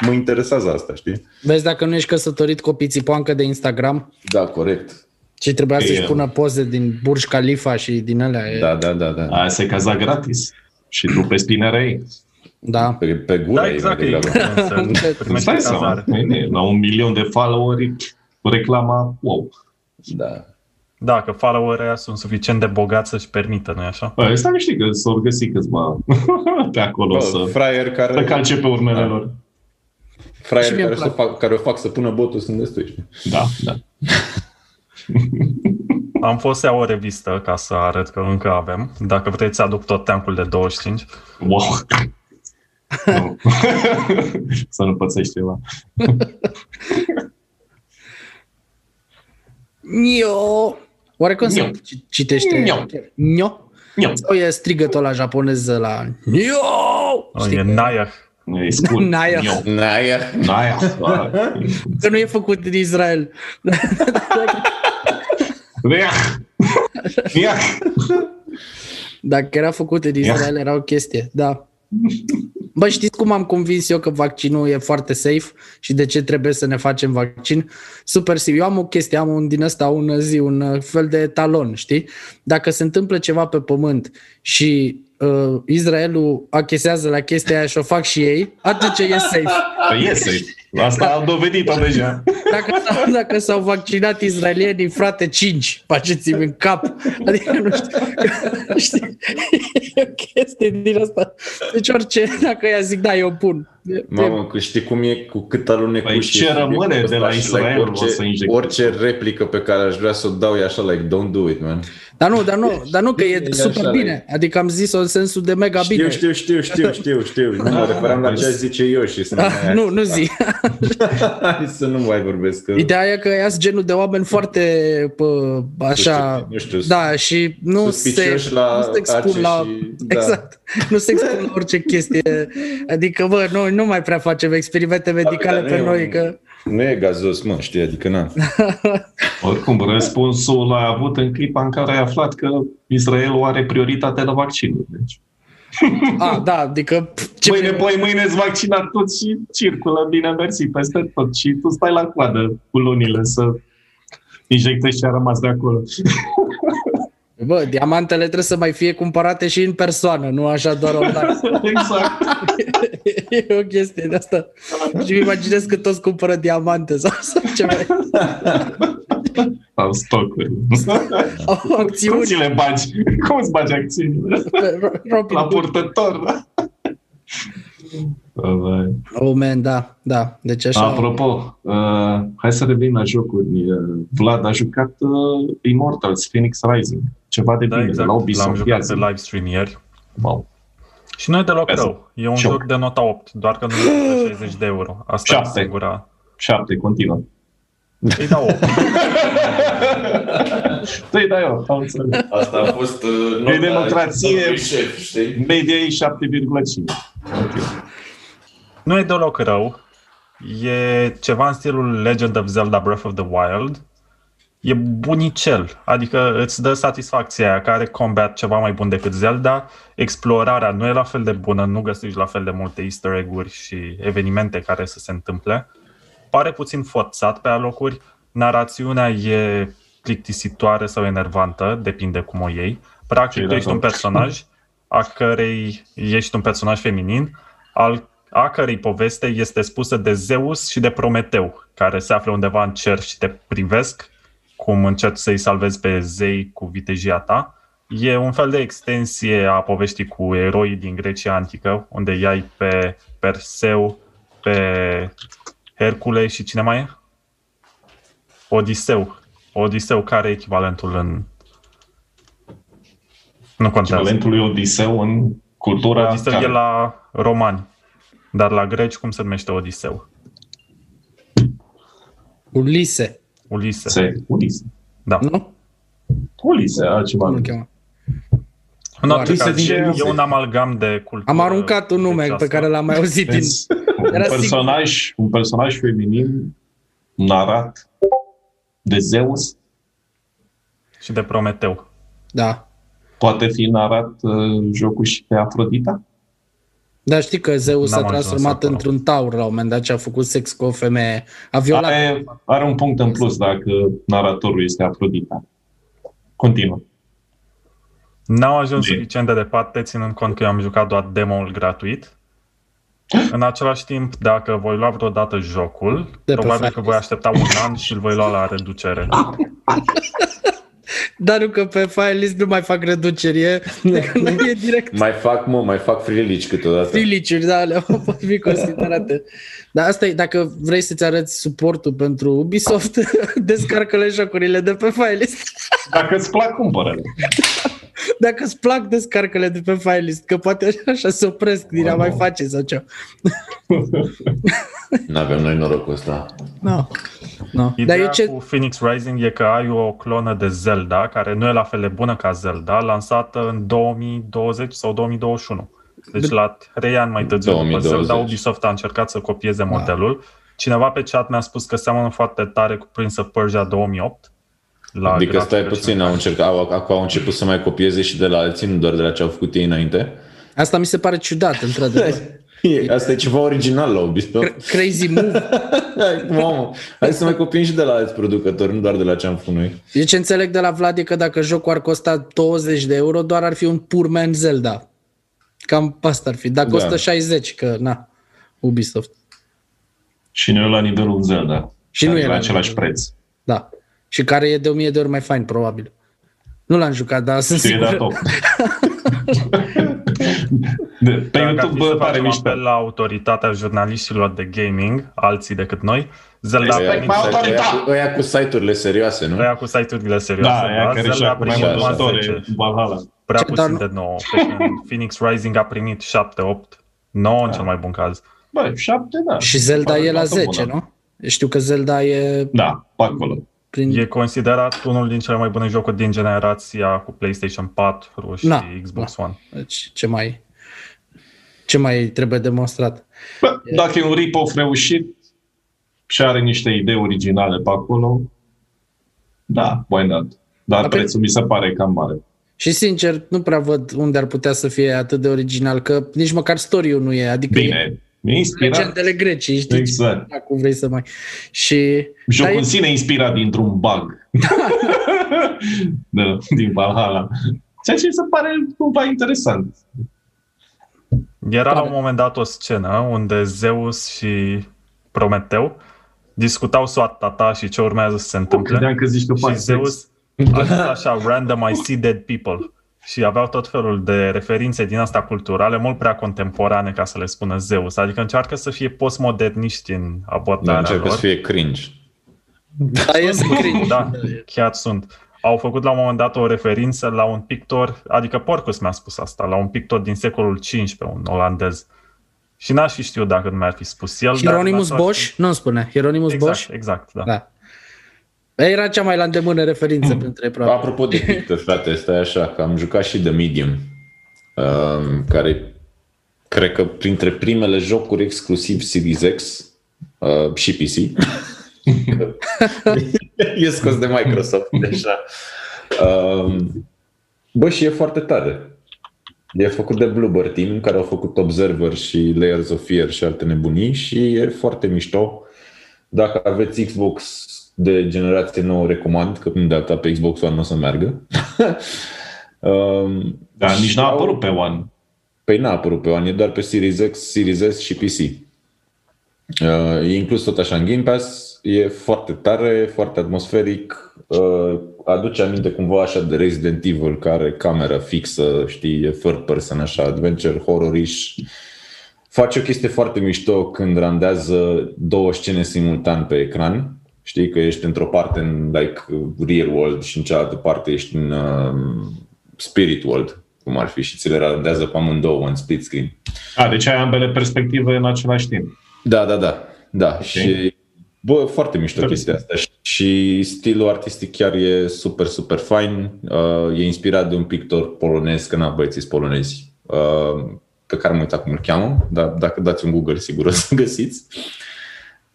mă interesează asta, știi? Vezi dacă nu ești căsătorit cu o pițipoancă de Instagram Da, corect. și trebuia să-și E- pună poze din Burj Khalifa și din alea. e- Da, da, da, da. Aia se caza gratis. Și tu pe spinere ei. da. Pe, pe gură Da, e exact. mai E, degrabă. însă, primești Stai seama, cazare. Bine, la un milion de followeri, reclama, wow. Da. Da, că follower aia sunt suficient de bogați să-și permită, nu-i așa? Bă, Stai că știi că s-au găsit câțiva pe acolo Bă, să, fraier să care, calce pe urmele Da. lor. Și fraier mie care, îmi să fac, care o fac să pună botul sunt destui, știi? Da, da. Am fost să iau o revistă ca să arăt că încă avem. Dacă vreți, să aduc tot teancul de 25. Wow. Nu. să nu pățești ceva. Nio. Oare cum se Nio. ci- citește? Nio. Nio? Ia, Sau e strigătul la japonez la Nio? Știi e Naia. îi spun. Naia. Eu. Naia. Naia. da. Că nu e făcut în Israel. Ia. Ia. Dacă era făcut în Israel, era o chestie, da. Bă, știți cum am convins eu că vaccinul e foarte safe și de ce trebuie să ne facem vaccin? Super simplu. Eu am o chestie, am un din ăsta, un zi, un uh, fel de talon, știi? Dacă se întâmplă ceva pe pământ și uh, Israelul achesează la chestia aia și o fac și ei, atunci e safe. Păi Iese. Asta am dovedit-o deja. Dacă s-au, dacă s-au vaccinat israelienii, frate, 5, faceți mi în cap. Adică nu știu, știi, e o chestie din asta. Deci orice, dacă ea zic, da, eu pun. Mamă, că știi cum e cu cât alunecul Păi ce rămâne de la Israel, orice, o să injecteze. orice replică pe care aș vrea să o dau e așa, like, don't do it, man. Dar nu, dar nu, dar nu că e, E super așa, bine. Adică am zis-o în sensul de mega Știu, bine. știu, știu, știu, știu, știu. Nu mă referam la ce zice eu și să Ah, mai- nu, nu zi. Hai să nu mai vorbesc. Că... Ideea e că ea sunt genul de oameni foarte pă, așa, Nu știu, da, și nu se, suspicioși la nu se ace expun la, și- da. exact, nu se expun la orice chestie, adică bă, nu, nu mai prea facem experimente medicale dar pe Da, nu e noi, un- că Nu e gazos, mă, știi, adică na. Oricum, răspunsul l-a avut în clipa în care ai aflat că Israelul are prioritate la vaccinuri. Deci, A, da, adică pf, ce ce mâine, poi Păi, mâine îți vaccinat tot și circulă, bine, mersi peste tot. Și tu stai la coadă cu lunile să injectezi ce a rămas de acolo. Bă, diamantele trebuie să mai fie cumpărate și în persoană, nu așa doar online. exact. e o chestie de asta. Și îmi imaginez că toți cumpără diamante sau, sau ceva. Sau stocuri. Au Cum acțiuni ți le bagi? Cum îți bagi acțiunile? pe Ro- Robin La Hood. purtător, da? Vai. Oh, man, da, da. Deci așa. Apropo, uh, hai să revenim la jocuri. Uh, Vlad a jucat uh, Immortals, Phoenix Rising. Ceva de Da, bine, de exact. la L-am Ubisoft. jucat Iar pe live stream ieri. wow. Și nu e deloc Ia-zi. rău. E un Cioc. joc de nota 8, doar că nu e 60 de euro. Asta Șapte. e singura. da, 7, continuă. Îi dau 8. Păi da, eu, am înțeles. Asta a fost... Uh, E democrație. nota lui Șef, știi? Media e 7,5. Nu e deloc rău. E ceva în stilul Legend of Zelda Breath of the Wild. E bunicel, adică îți dă satisfacția aia că are combat ceva mai bun decât Zelda, explorarea nu e la fel de bună, nu găsești la fel de multe easter egg-uri și evenimente care să se întâmple. Pare puțin forțat pe alocuri, narațiunea e plictisitoare sau enervantă, depinde cum o iei. Practic, Ce tu ești era un personaj a cărei ești un personaj feminin, al, a cărei poveste este spusă de Zeus și de Prometeu, care se află undeva în cer și te privesc, cum încerci să-i salvezi pe zei cu vitejia ta, E un fel de extensie a poveștii cu eroii din Grecia antică, unde iai pe Perseu, pe Hercule și cine mai e? Odiseu. Odiseu care e echivalentul în... Nu contează. Echivalentul lui Odiseu în cultura Odiseu care- e la romani, dar la greci cum se numește Odiseu? Ulise, Ulise. se Ulise. Da. nu? Ulise, altceva. Cum îl chema? În orice Ulise caz, din e Ulise. un amalgam de cultură. Am aruncat un nume grecească. pe care l-am mai auzit din... Deci, un, Era personaj, un personaj feminin narat de Zeus Și de Prometeu. Da. poate fi narat uh, jocul și pe Afrodita? Dar știi că Zeus N-am s-a ajuns transformat acolo. într-un taur la un moment dat și a făcut sex cu o femeie. A violat. Are, are un punct în plus dacă naratorul este Afrodita. Continuă. N-au ajuns Bine. suficient de departe, ținând cont că eu am jucat doar demo-ul gratuit. În același timp, dacă voi lua vreodată jocul, pe probabil că Fridays. voi aștepta un an și îl voi lua la reducere. Dar nu că pe file list nu mai fac reduceri, e, de când e direct Mai fac, mă, mai fac frilici câteodată. filicuri, da, le pot fi considerate. Dar asta e, dacă vrei să-ți arăți suportul pentru Ubisoft, descarcă-le jocurile de pe file list. Dacă îți plac, cumpără-le. Dacă îți plac, descarcă-le de pe file list, că poate așa, așa se opresc din a mai face sau ceva. N-avem noi norocul ăsta. No. No. Da. Dar Ideea eu ce... cu Phoenix Rising e că ai o clonă de Zelda, care nu e la fel de bună ca Zelda, lansată în 2020 sau 2021. Deci la 3 ani mai târziu după 2020. Zelda, Ubisoft a încercat să copieze Da. modelul. Cineva pe chat mi-a spus că seamănă foarte tare cu Prince of Persia 2008. Da, La Adică stai grafică și puțin, au încercat, au, acum au început să mai copieze și de la alții, nu doar de la ce au făcut ei înainte. Asta mi se pare ciudat, într-adevăr. E- Asta e ceva original la Ubisoft. Cra- Crazy move. Hai, Mamă, hai să mai copiem și de la alți producători, nu doar de la ce am făcut noi. Eu ce înțeleg de la Vlad e că dacă jocul ar costa 20 de euro, doar ar fi un pur man Zelda. Cam asta ar fi. Dacă Da. costă 60, că na, Ubisoft. Și nu e la nivelul Zelda. Și nu Dar e la la același nivelul. preț. Da. Și care e de 1000 de ori mai fain, probabil. Nu l-am jucat, dar sunt Și e dat sigur. top. De, pe Dacă ar fi YouTube să bă, pare facem mișto. apel la autoritatea jurnaliștilor de gaming, alții decât noi, Zelda Ăia primind cu mai site- autoritar. ăia cu- Ăia cu site-urile serioase, nu? aia cu site-urile serioase, Da, aia care Zelda și-a cu mai primind multe numai primit motoare 10. Valhalla. prea Ce, dar puțin nu- de 9, pe când Phoenix Rising a primit 7, 8, 9 Da. în cel mai bun caz. Bă, șapte, da. Și Zelda e la Parcă 10, bună. nu? Știu că Zelda e Da, pe acolo. prin... E considerat unul din cele mai bune jocuri din generația cu PlayStation 4 și Na, Xbox One. Deci, ce mai... Ce mai trebuie demonstrat? Bă, dacă e un rip-off reușit și are niște idei originale pe acolo, da, why not? Dar Apel- prețul mi se pare cam mare. Și sincer, nu prea văd unde ar putea să fie atât de original, că nici măcar story-ul nu e. Adică e Bine, mi-e inspirat. legendele grecii, știi? Exact. Acum vrei să mai... Și... Jocul Dar în e- sine e inspirat dintr-un bug. da, din Valhalla. Ceea ce mi se pare cumva interesant. Era la Probabil. un moment dat o scenă unde Zeus și Prometeu discutau soarta ta și ce urmează să se întâmple. Credeam că zici că Și faci Zeus. Zeus a zis așa, random I see dead people. Și aveau tot felul de referințe din asta culturale, mult prea contemporane ca să le spună Zeus. Adică încearcă să fie postmoderniști în Da, abordarea încearcă lor. să fie cringe. Da, e să cringe. Da, chiar sunt. Au făcut la un moment dat o referință la un pictor, adică Porcus mi-a spus asta, la un pictor din secolul XV, un olandez. Și n-aș fi știut dacă nu mi-ar fi spus el. dar Hieronymus da, în același Bosch? Nu-mi spune. Hieronymus timp- Exact, Bosch? exact, da. da. Da. Era cea mai la îndemână referință Mm. pentru ei, probabil. Apropo de pictor, frate, stai așa, că am jucat și The Medium, um, care cred că printre primele jocuri exclusiv Series X uh, și PC. Că e scos de Microsoft, deja. Um, bă, și e foarte tare. E făcut de Bluebird Team, care au făcut Observer și Layers of Fear și alte nebunii și e foarte mișto. Dacă aveți Xbox de generație nouă, recomand, că până data pe Xbox One nu o să meargă. um, Dar Da, nici și n-a au- apărut pe One. Păi n-a apărut pe One, e doar pe Series X, Series S și PC. Uh, e inclus tot așa în Game Pass, E foarte tare, foarte atmosferic. Uh, Aduce aminte cumva așa de Resident Evil, care are camera fixă, știi, e third person, așa, adventure, horrorish. Face o chestie foarte mișto când randează două scene simultan pe ecran. Știi că ești într-o parte în like, real world și în cealaltă parte ești în um, spirit world, cum ar fi, și ți le randează pe amândouă în split screen. A, deci ai ambele perspective în același timp. Da, da, da. Da, și bă, foarte mișto Foarte chestia asta. Și- Și stilul artistic chiar e super, super fain. Uh, e inspirat de un pictor polonez, că n-am băieții sunt polonezi, uh, pe care am uitat cum îl cheamă, dar dacă dați un Google sigur o să găsiți.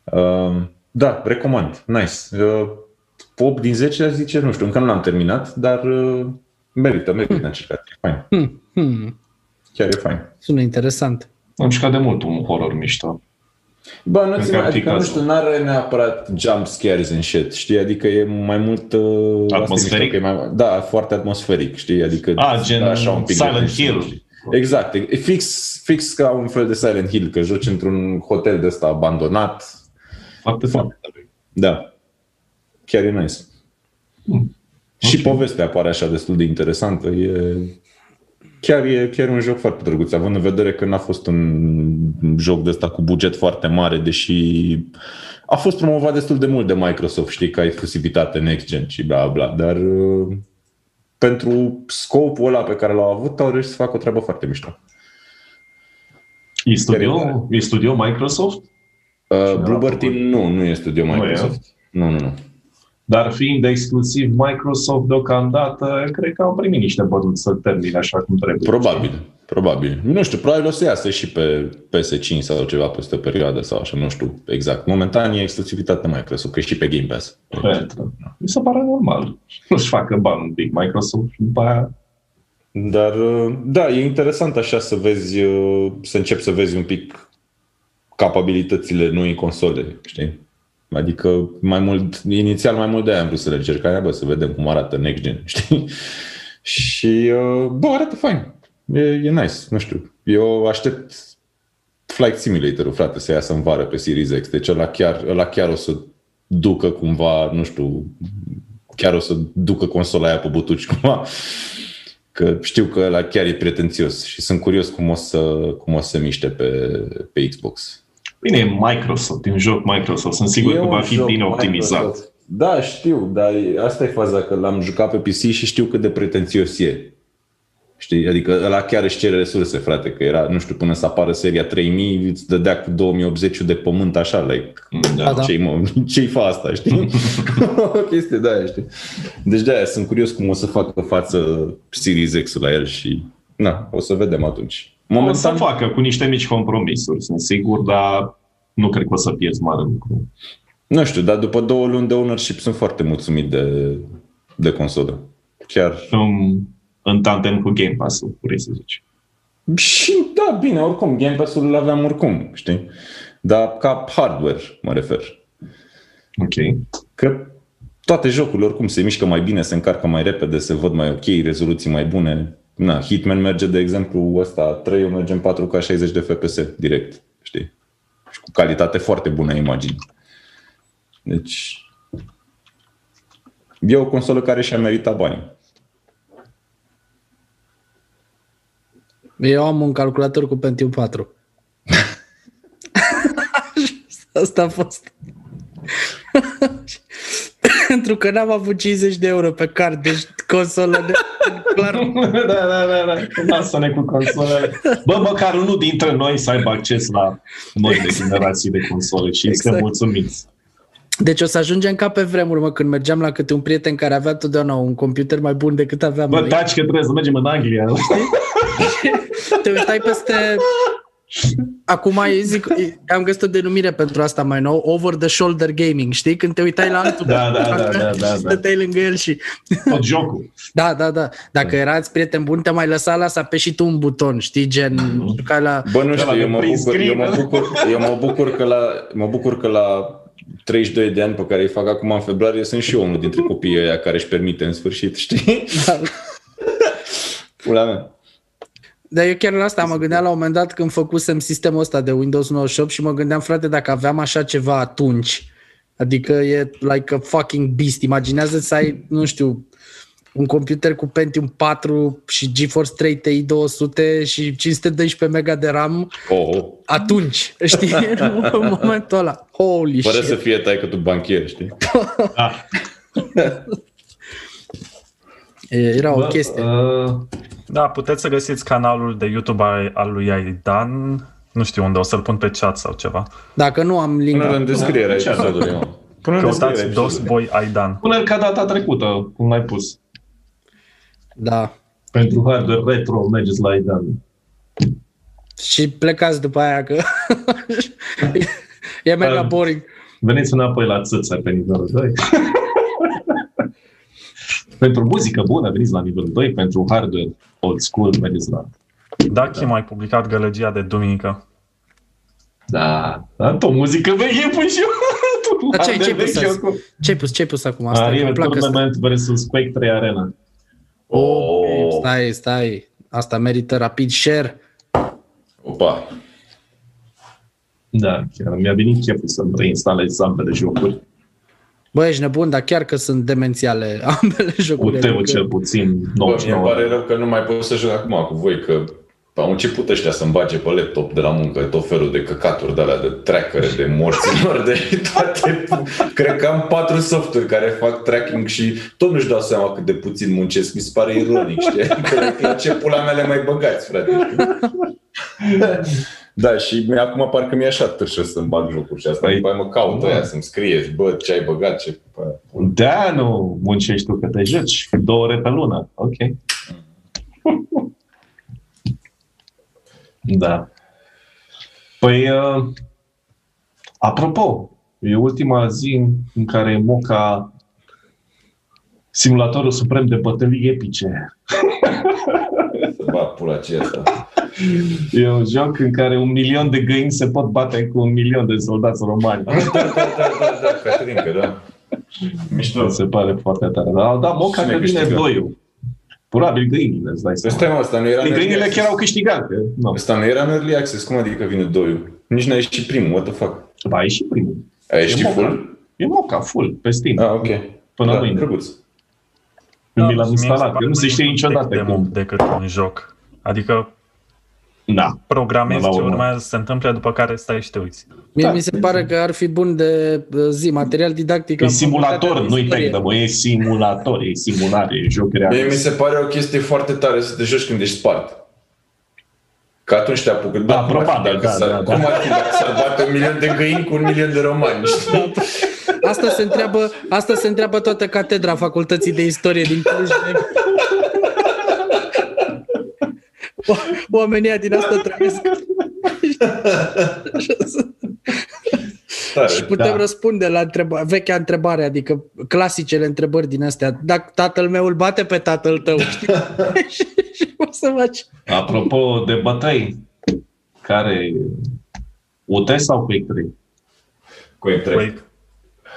Uh, da, recomand. Nice. Uh, 8 din 10 aș zice, nu știu, încă nu l-am terminat, dar uh, merită, merită de încercat. E fain. Hmm, Chiar e fain. Da. sună interesant. Am jucat de mult un horror mișto. Bă, nu Cred ți că ar fi adică, nu cazul. știu, n-are neapărat jump scares and shit, știi? Adică e mai mult... uh, asta e Atmosferic? mișto, că e mai, da, foarte atmosferic, știi? Adică A, îți gen dă de Silent tensiune, Hill. știi? Exact, e fix, fix ca un fel de Silent Hill, că joci într-un hotel de ăsta abandonat. Foarte fain. Da, chiar e nice. Hmm. Și povestea apare așa destul de interesantă. E... Chiar e chiar e un joc foarte drăguț, având în vedere că n-a fost un joc de ăsta cu buget foarte mare, deși a fost promovat destul de mult de Microsoft, știi, ca exclusivitate next gen și bla bla, dar uh, pentru scopul ăla pe care l-au avut, au reușit să facă o treabă foarte mișto. Uh, E studio, e studio Microsoft, Uh, Bluebird Team nu, nu e studio e. Microsoft. Nu, nu, nu. dar fiind exclusiv Microsoft deocamdată, cred că au primit niște bănuți să termine așa cum trebuie. Probabil, probabil. Nu știu, probabil o să iasă și pe PS5 sau ceva peste o perioadă sau așa, nu știu exact. Momentan e exclusivitate Microsoft, că e și pe Game Pass. Pentru. Mi se pare normal. Nu-și facă bani un pic Microsoft și după aia... Dar, uh, da, e interesant așa să vezi, uh, să începi să vezi un pic capabilitățile noi console, știi? Adică mai mult, inițial mai mult de aia am vrut să le încerc, că aia, bă, să vedem cum arată next gen, știi? Și, uh, bă, arată fain. E, e nice, nu știu. Eu aștept Flight Simulator-ul, frate, să iasă în vară pe Series X. Deci ăla chiar, ăla chiar o să ducă cumva, nu știu, chiar o să ducă consola aia pe butuci cumva. Că știu că la chiar e pretențios și sunt curios cum o să, cum o să se miște pe, pe Xbox. Bine, e Microsoft, e un joc Microsoft. Sunt sigur E că un va fi joc bine optimizat. Microsoft. Da, știu, dar e- asta e faza, că l-am jucat pe PC și știu cât de pretențios e. Știi? Adică ăla chiar își cere resurse, frate, că era, nu știu, până să apară seria 3000, îți dădea cu 2080 de pământ așa, like, Da. Da. ce-i, mă, ce-i fa asta, știi? o chestie de aia, știi? Deci de aia sunt curios cum o să facă față Series X-ul la el și, na, o să vedem atunci. O să facă cu niște mici compromisuri, sunt sigur, dar nu cred că o să pierzi mare lucru. Nu știu, dar după două luni de ownership sunt foarte mulțumit de, de consolă. Chiar. În, în tandem cu Game Pass-ul, vrei să zici. Și da, bine, oricum, Game Pass-ul îl aveam oricum, știi? Dar ca hardware mă refer. Ok. Că toate jocurile oricum se mișcă mai bine, se încarcă mai repede, se văd mai ok, rezoluții mai bune. Na, Hitman merge, de exemplu, ăsta, 3 eu merge în 4K 60 de FPS direct, știi? Și cu calitate foarte bună a imaginii. Deci, e o consolă care și-a meritat banii. Eu am un calculator cu Pentium 4. Asta a fost. Pentru că n-am avut 50 de euro pe card, deci consolă de... Clar, da, da, da, da. Lasă-ne cu consolele. Bă, măcar unul dintre noi să aibă acces la noi de generații de console și exact. suntem Exact. mulțumiți. Deci o să ajungem ca pe vremuri, mă, când mergeam la câte un prieten care avea totdeauna un computer mai bun decât aveam Bă, da. noi. taci că trebuie să mergem în Anglia. Te uitai peste... Acum e- zic, e- am găsit o denumire pentru asta mai nou, over the shoulder gaming, știi? Când te uitai la altul Da, da, da, da, da, da. și stăteai lângă el și... Tot jocul. Da, da, da. Dacă erați prieten bun, te mai lăsa la să apeși și tu un buton, știi? Da. Gen, ca la... Bă, nu Ăla știu, de eu mă, print bucur, eu, screen, mă ăla. bucur, eu mă bucur că la, mă bucur că la 32 de ani pe care îi fac acum în februarie sunt și eu unul dintre copiii ăia care își permite în sfârșit, știi? Da. Pula mea. Dar eu chiar la asta mă gândeam la un moment dat când făcusem sistemul ăsta de Windows 98 și mă gândeam, frate, dacă aveam așa ceva atunci, Adică e like a fucking beast. Imaginează-ți să ai, nu știu, un computer cu Pentium 4 și GeForce 3 TI 200 și 512 MB de RAM Oh, oh. atunci, știi, în momentul ăla. Holy Fără shit. să fie taică tu banchier, știi? Da. E, Era o chestie. Uh, Da, puteți să găsiți canalul de YouTube al al lui Aidan. Nu știu unde, o să-l pun pe chat sau ceva. Dacă nu am link, Până în descriere Ce episodului, mă. Până în Căutați descriere episodului. Dosboy Aidan. Pune-l ca data trecută, cum l-ai pus. da. Pentru hardware retro mergeți la Aidan. Și plecați după aia că e mega Um, boring. Veniți înapoi la țâță pe nivelul 2. pentru muzică bună veniți la nivelul 2, pentru hardware old school mergeți la... Dachi da. mai publicat gălăgia de duminică. Da, da, tot muzică veche pun și eu. Tu Dar ce- hardware ce-ai pus vechi azi? acum. Ce-ai pus, ce-ai pus acum? Asta Arrive îmi plac asta. Tournament vs. Quake 3 Arena. Oh, Stai, stai. Asta merită rapid share. opa. Da, chiar mi-a venit cheful să-mi reinstalez ambele jocuri. Bă, ești nebun, dar chiar că sunt demențiale ambele jocuri. UT-ul Adică- cel puțin Bă, mi 99. pare rău că nu mai pot să joc acum cu voi, că au început ăștia să-mi bage pe laptop de la muncă tot felul de căcaturi de alea, de trackere, de morților, de toate. Cred că am patru softuri care fac tracking și tot nu-și dau seama cât de puțin muncesc. Mi se pare ironic, știi? Că la ce pula mea le mai băgați, frate? Da, și mi- acum parcă mi-e așa târșă să-mi bag jocuri și asta. Păi, Păi, mă caut da. aia să-mi scrie, bă, ce ai băgat, ce... Păi, Da, nu muncești tu că te joci. Două ore pe lună. Ok. da. Păi, uh, apropo, e ultima zi în- în care moca simulatorul suprem de bătălii epice. Să bag pula ce e asta. E un joc în care un milion de găini se pot bate cu un milion de soldați romani. da, da, da, Caterinca, da. Mișto. Se pare foarte tare. Dar au dat moca Cine că vine câștigă? doiul. Probabil găinile, îți dai seama. Stai mă, ăsta nu era în early Găinile access. chiar au câștigat. că- Nu. Ăsta nu era în early access, cum adică vine doiul? Nici n-ai ieșit primul, what the fuck? Ba, e și primul. Ai E ieșit moca. full? E moca, full, pe Steam. Ah, ok. Până da, mâine. Drăguț. Când mi Da, și l-am mie mi se instalat, pare că nu se mai știe mult niciodată. demo cum- decât un joc. Adică Da. programezi Până la ce urmă. urmează să se întâmple, după care stai și te uiți. Mie Da. mi se pare că ar fi bun de uh, zi, material didactic. E la simulator, facultatea nu-i istorie. tech, mă, e simulator, e simulare, e joc Mie mi real. se pare o chestie foarte tare să te joci când ești spart. Că atunci te apucă. Da, cum ar fi probabil, dacă da, s-ar- da, da. Cum ar fi dacă s-ar bate un milion de găini cu un milion de romani, știi? da. Asta se, întreabă, asta se întreabă toată catedra facultății de istorie din Cluj. O- Oamenii ăia din asta trăiesc. Tare. Și putem Da. da. răspunde la întreba- vechea întrebare, adică clasicele întrebări din astea. Dacă tatăl meu îl bate pe tatăl tău, știi? și, și o să faci. Apropo de bătăi, care... UT sau Quake 3? Cu întreg. Păi,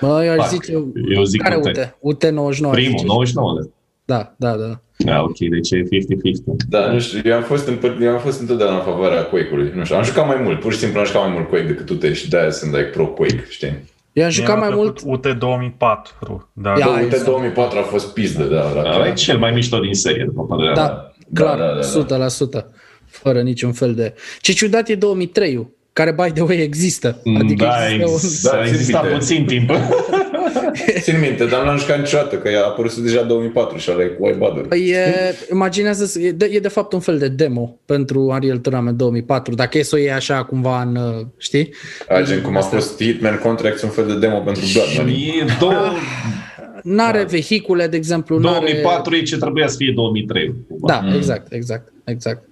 Mă, eu aș Fac. zice... Eu zic care UT. UT? UT99. Primul, 99 de. Da, da, da. Da, ok, deci e 50-50. Da, nu știu, eu am fost, în, eu am fost întotdeauna în favoarea Quake-ului. Nu știu, am jucat mai mult, pur și simplu am jucat mai mult Quake decât tu te și de-aia sunt like pro Quake, știi? Eu am mie jucat mi-a mai mult... plăcut UT 2004, dar Ia. Bă, uite, exact. 2004 a fost pizdă, da. La Ăla e cel mai mișto din serie, după părerea mea. Da, clar, da, da, da, da. 100%. Fără niciun fel de... Ce ciudat e 2003-ul, care, by the way, există. Adică da, există un... ex- da, Da, exista țin minte. puțin timp. Țin minte, dar nu l-am jucat niciodată, că a apărut deja 2004 și ăla e cu iPad-ul. Păi, E, imaginează e de, e de fapt un fel de demo pentru Unreal Tournament 2004, dacă e să o iei așa cumva în, uh, știi? A, gen cum a fost Hitman Contracts, un fel de demo pentru Bloodline. E două, Da. N-are da. vehicule, de exemplu, n-are... 2004 e ce trebuia să fie 2003. cumva. Da, exact, exact, exact.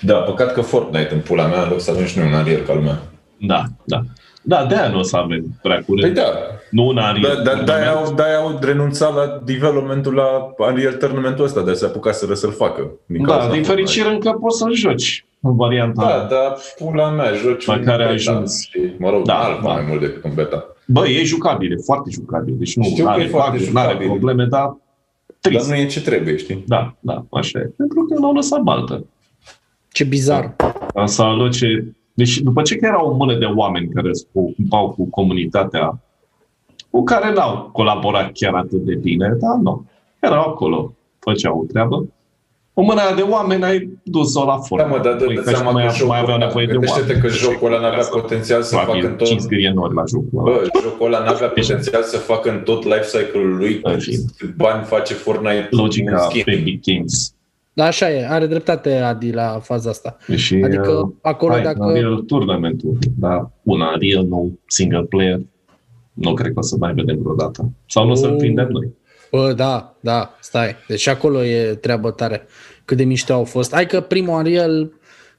Da, păcat că Fortnite în pula mea, în loc să ajungi noi un Unreal ca lumea. Da, da. Da, de-aia nu o să avem prea Păi curând. da, Nu un an. da, da, da, au, da, au renunțat la developmentul la Unreal Tournamentul ăsta, de se apucaseră să-l facă. Din da cauza din Fortnite. fericire încă poți să joci în varianta Da, da. dar pula mea, joci La un care ai beta, ajuns. știi? Mă rog, Da, da, alfa da. mai mult decât un beta. Bă, e jucabil, e foarte jucabil. Deci nu Știu că are e foarte bug, nu are jucabil. probleme, dar Dar trist. nu e ce trebuie, știi? Da, da, așa e. Pentru că l-au lăsat baltă. Ce bizar. Să aloce Deci, după ce că era o mână de oameni care se ocupau cu comunitatea, cu care n-au colaborat chiar atât de bine, dar nu. Erau acolo, făceau o treabă. O mână aia de oameni ai dus-o la Da, formă. mă, dar Păi, dă-te că și seama mai, că mai aveau nevoie de Gândește-te oameni. că jocul ăla n-avea potențial să facă Probabil tot. 5 grienori la jocul ăla. Bă, jocul ăla n-avea potențial să facă în tot life cycle-ul lui În fine. cât bani face Fortnite în Logica skin. pe Big Games. Dar așa e, are dreptate Adi la faza asta. Și, uh, Adică acolo Hai, dacă... Unreal Tournament-ul, dar un Unreal nou, single player, nu cred că o să mai vedem vreodată. Sau nu o să-l Mm. prindem noi. Bă, da, da, stai. Deci și acolo e treabă tare. Cât de mișto au fost. Hai că primul Unreal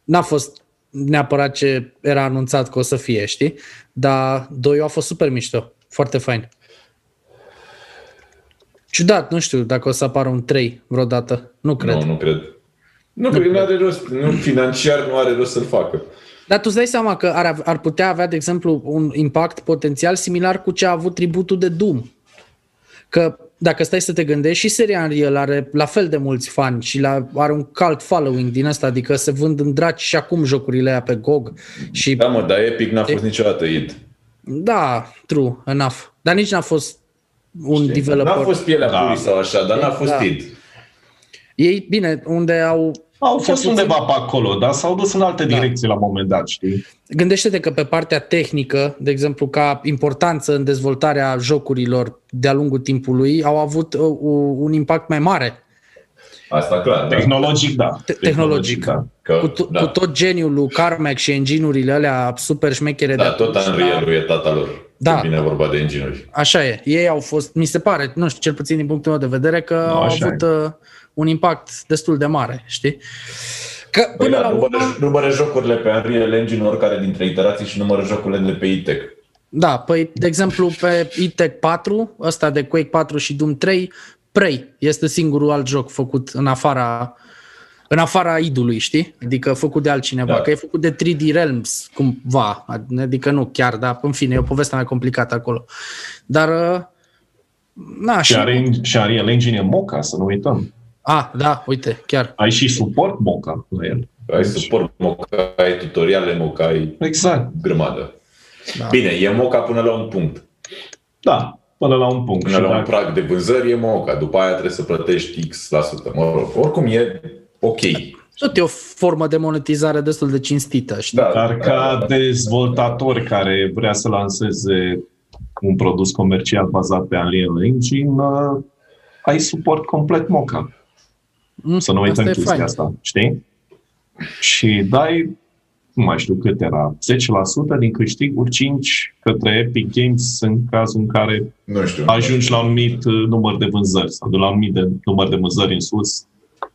n-a fost neapărat ce era anunțat că o să fie, știi? Dar doi a fost super mișto. Foarte fain. Ciudat, nu știu dacă o să apară un 3 vreodată. Nu cred. Nu, nu cred. Nu, cred, nu are rost. Nu, financiar nu are rost să-l facă. Dar tu îți dai seama că ar, ar putea avea, de exemplu, un impact potențial similar cu ce a avut tributul de Doom. Că dacă stai să te gândești, și seria Unreal are la fel de mulți fani și la, are un cult following din asta, adică se vând în draci și acum jocurile aia pe GOG. Și Da, mă, dar Epic n-a fost niciodată id. da, true, enough. Dar nici n-a fost un developer. N-a fost pielea Da. da. purii sau așa, dar n-a fost Da. id. Ei, bine, unde au Au fost puțin- Da. undeva pe acolo, dar s-au dus în alte direcții la un moment dat, știi? Gândește-te că pe partea tehnică, de exemplu, ca importanță în dezvoltarea jocurilor de-a lungul timpului, au avut uh, u- un impact mai mare Asta clar, da. Tehnologic, da. te- tehnologic. da. Că, Cu, to- da. cu tot geniul lui Carmack și engine-urile alea super șmechere da, de tot atunci, Unreal-ul e tata lor. Da. Când Vine vorba de engine Așa e. Ei au fost, mi se pare, nu știu, cel puțin din punctul meu de vedere, că Nu, au așa avut uh, un impact destul de mare, știi? Că Păi până da, la numără, urmă... numără jocurile pe Unreal Engine oricare dintre iterații și numără jocurile de pe ITEC. Da, păi, de exemplu, pe E-Tech 4, ăsta de Quake 4 și Doom 3, Prey este singurul alt joc făcut în afara în afara idului, știi? Adică făcut de altcineva, da. Da. că e făcut de 3D Realms, cumva, adică nu chiar, dar în fine, e o poveste mai complicată acolo. Dar, uh, na, și... Și are, și are el engine Moca, să nu uităm. A, da, uite, chiar. Ai și suport Moca la el. Ai suport moca, ai tutoriale moca, ai Exact. grămadă. Da. Da. Bine, e moca până la un punct. Da, până la un punct. Până și la un dacă- prag de vânzări e moca, după aia trebuie să plătești X%. la sută, Mă rog, oricum e ok. Tot e o formă de monetizare destul de cinstită, știi? Da, Dar da, ca da. dezvoltator care vrea să lanseze un produs comercial bazat pe Unreal Engine, uh, ai suport complet moca. Mm, Da. Să nu asta uităm e chestia fain. asta, știi? Și dai, nu mai știu cât era, 10% din câștiguri 5 către Epic Games în cazul în care Nu știu. ajungi la un anumit uh, număr de vânzări sau de la un anumit de, număr de vânzări în sus,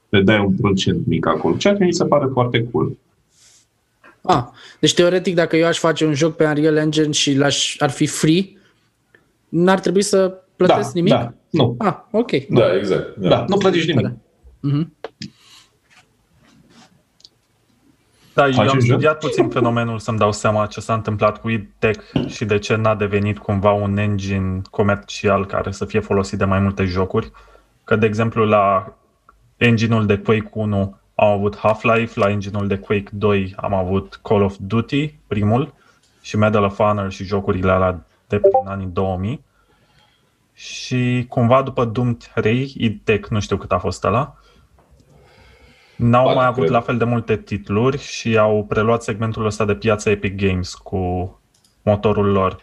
le dai un procent mic acolo, ceea ce mi se pare foarte cool. Ah, deci teoretic dacă eu aș face un joc pe Unreal Engine și l-aș, ar fi free, n-ar trebui să plătesc da, nimic? Da, nu. Ah, ok. Da, exact. Da. Da, nu plătești nimic. Da. Mhm. Da, eu Faci am un joc? studiat puțin fenomenul să-mi dau seama ce s-a întâmplat cu id Tech și de ce n-a devenit cumva un engine comercial care să fie folosit de mai multe jocuri. Că, de exemplu, la engine-ul de Quake 1 am avut Half-Life, la engine-ul de Quake 2 am avut Call of Duty, primul, și Medal of Honor și jocurile alea de prin anii 2000. Și cumva după Doom 3, id Tech, nu știu cât a fost ăla, N-au Patru, mai avut cred. la fel de multe titluri și au preluat segmentul ăsta de piață Epic Games cu motorul lor.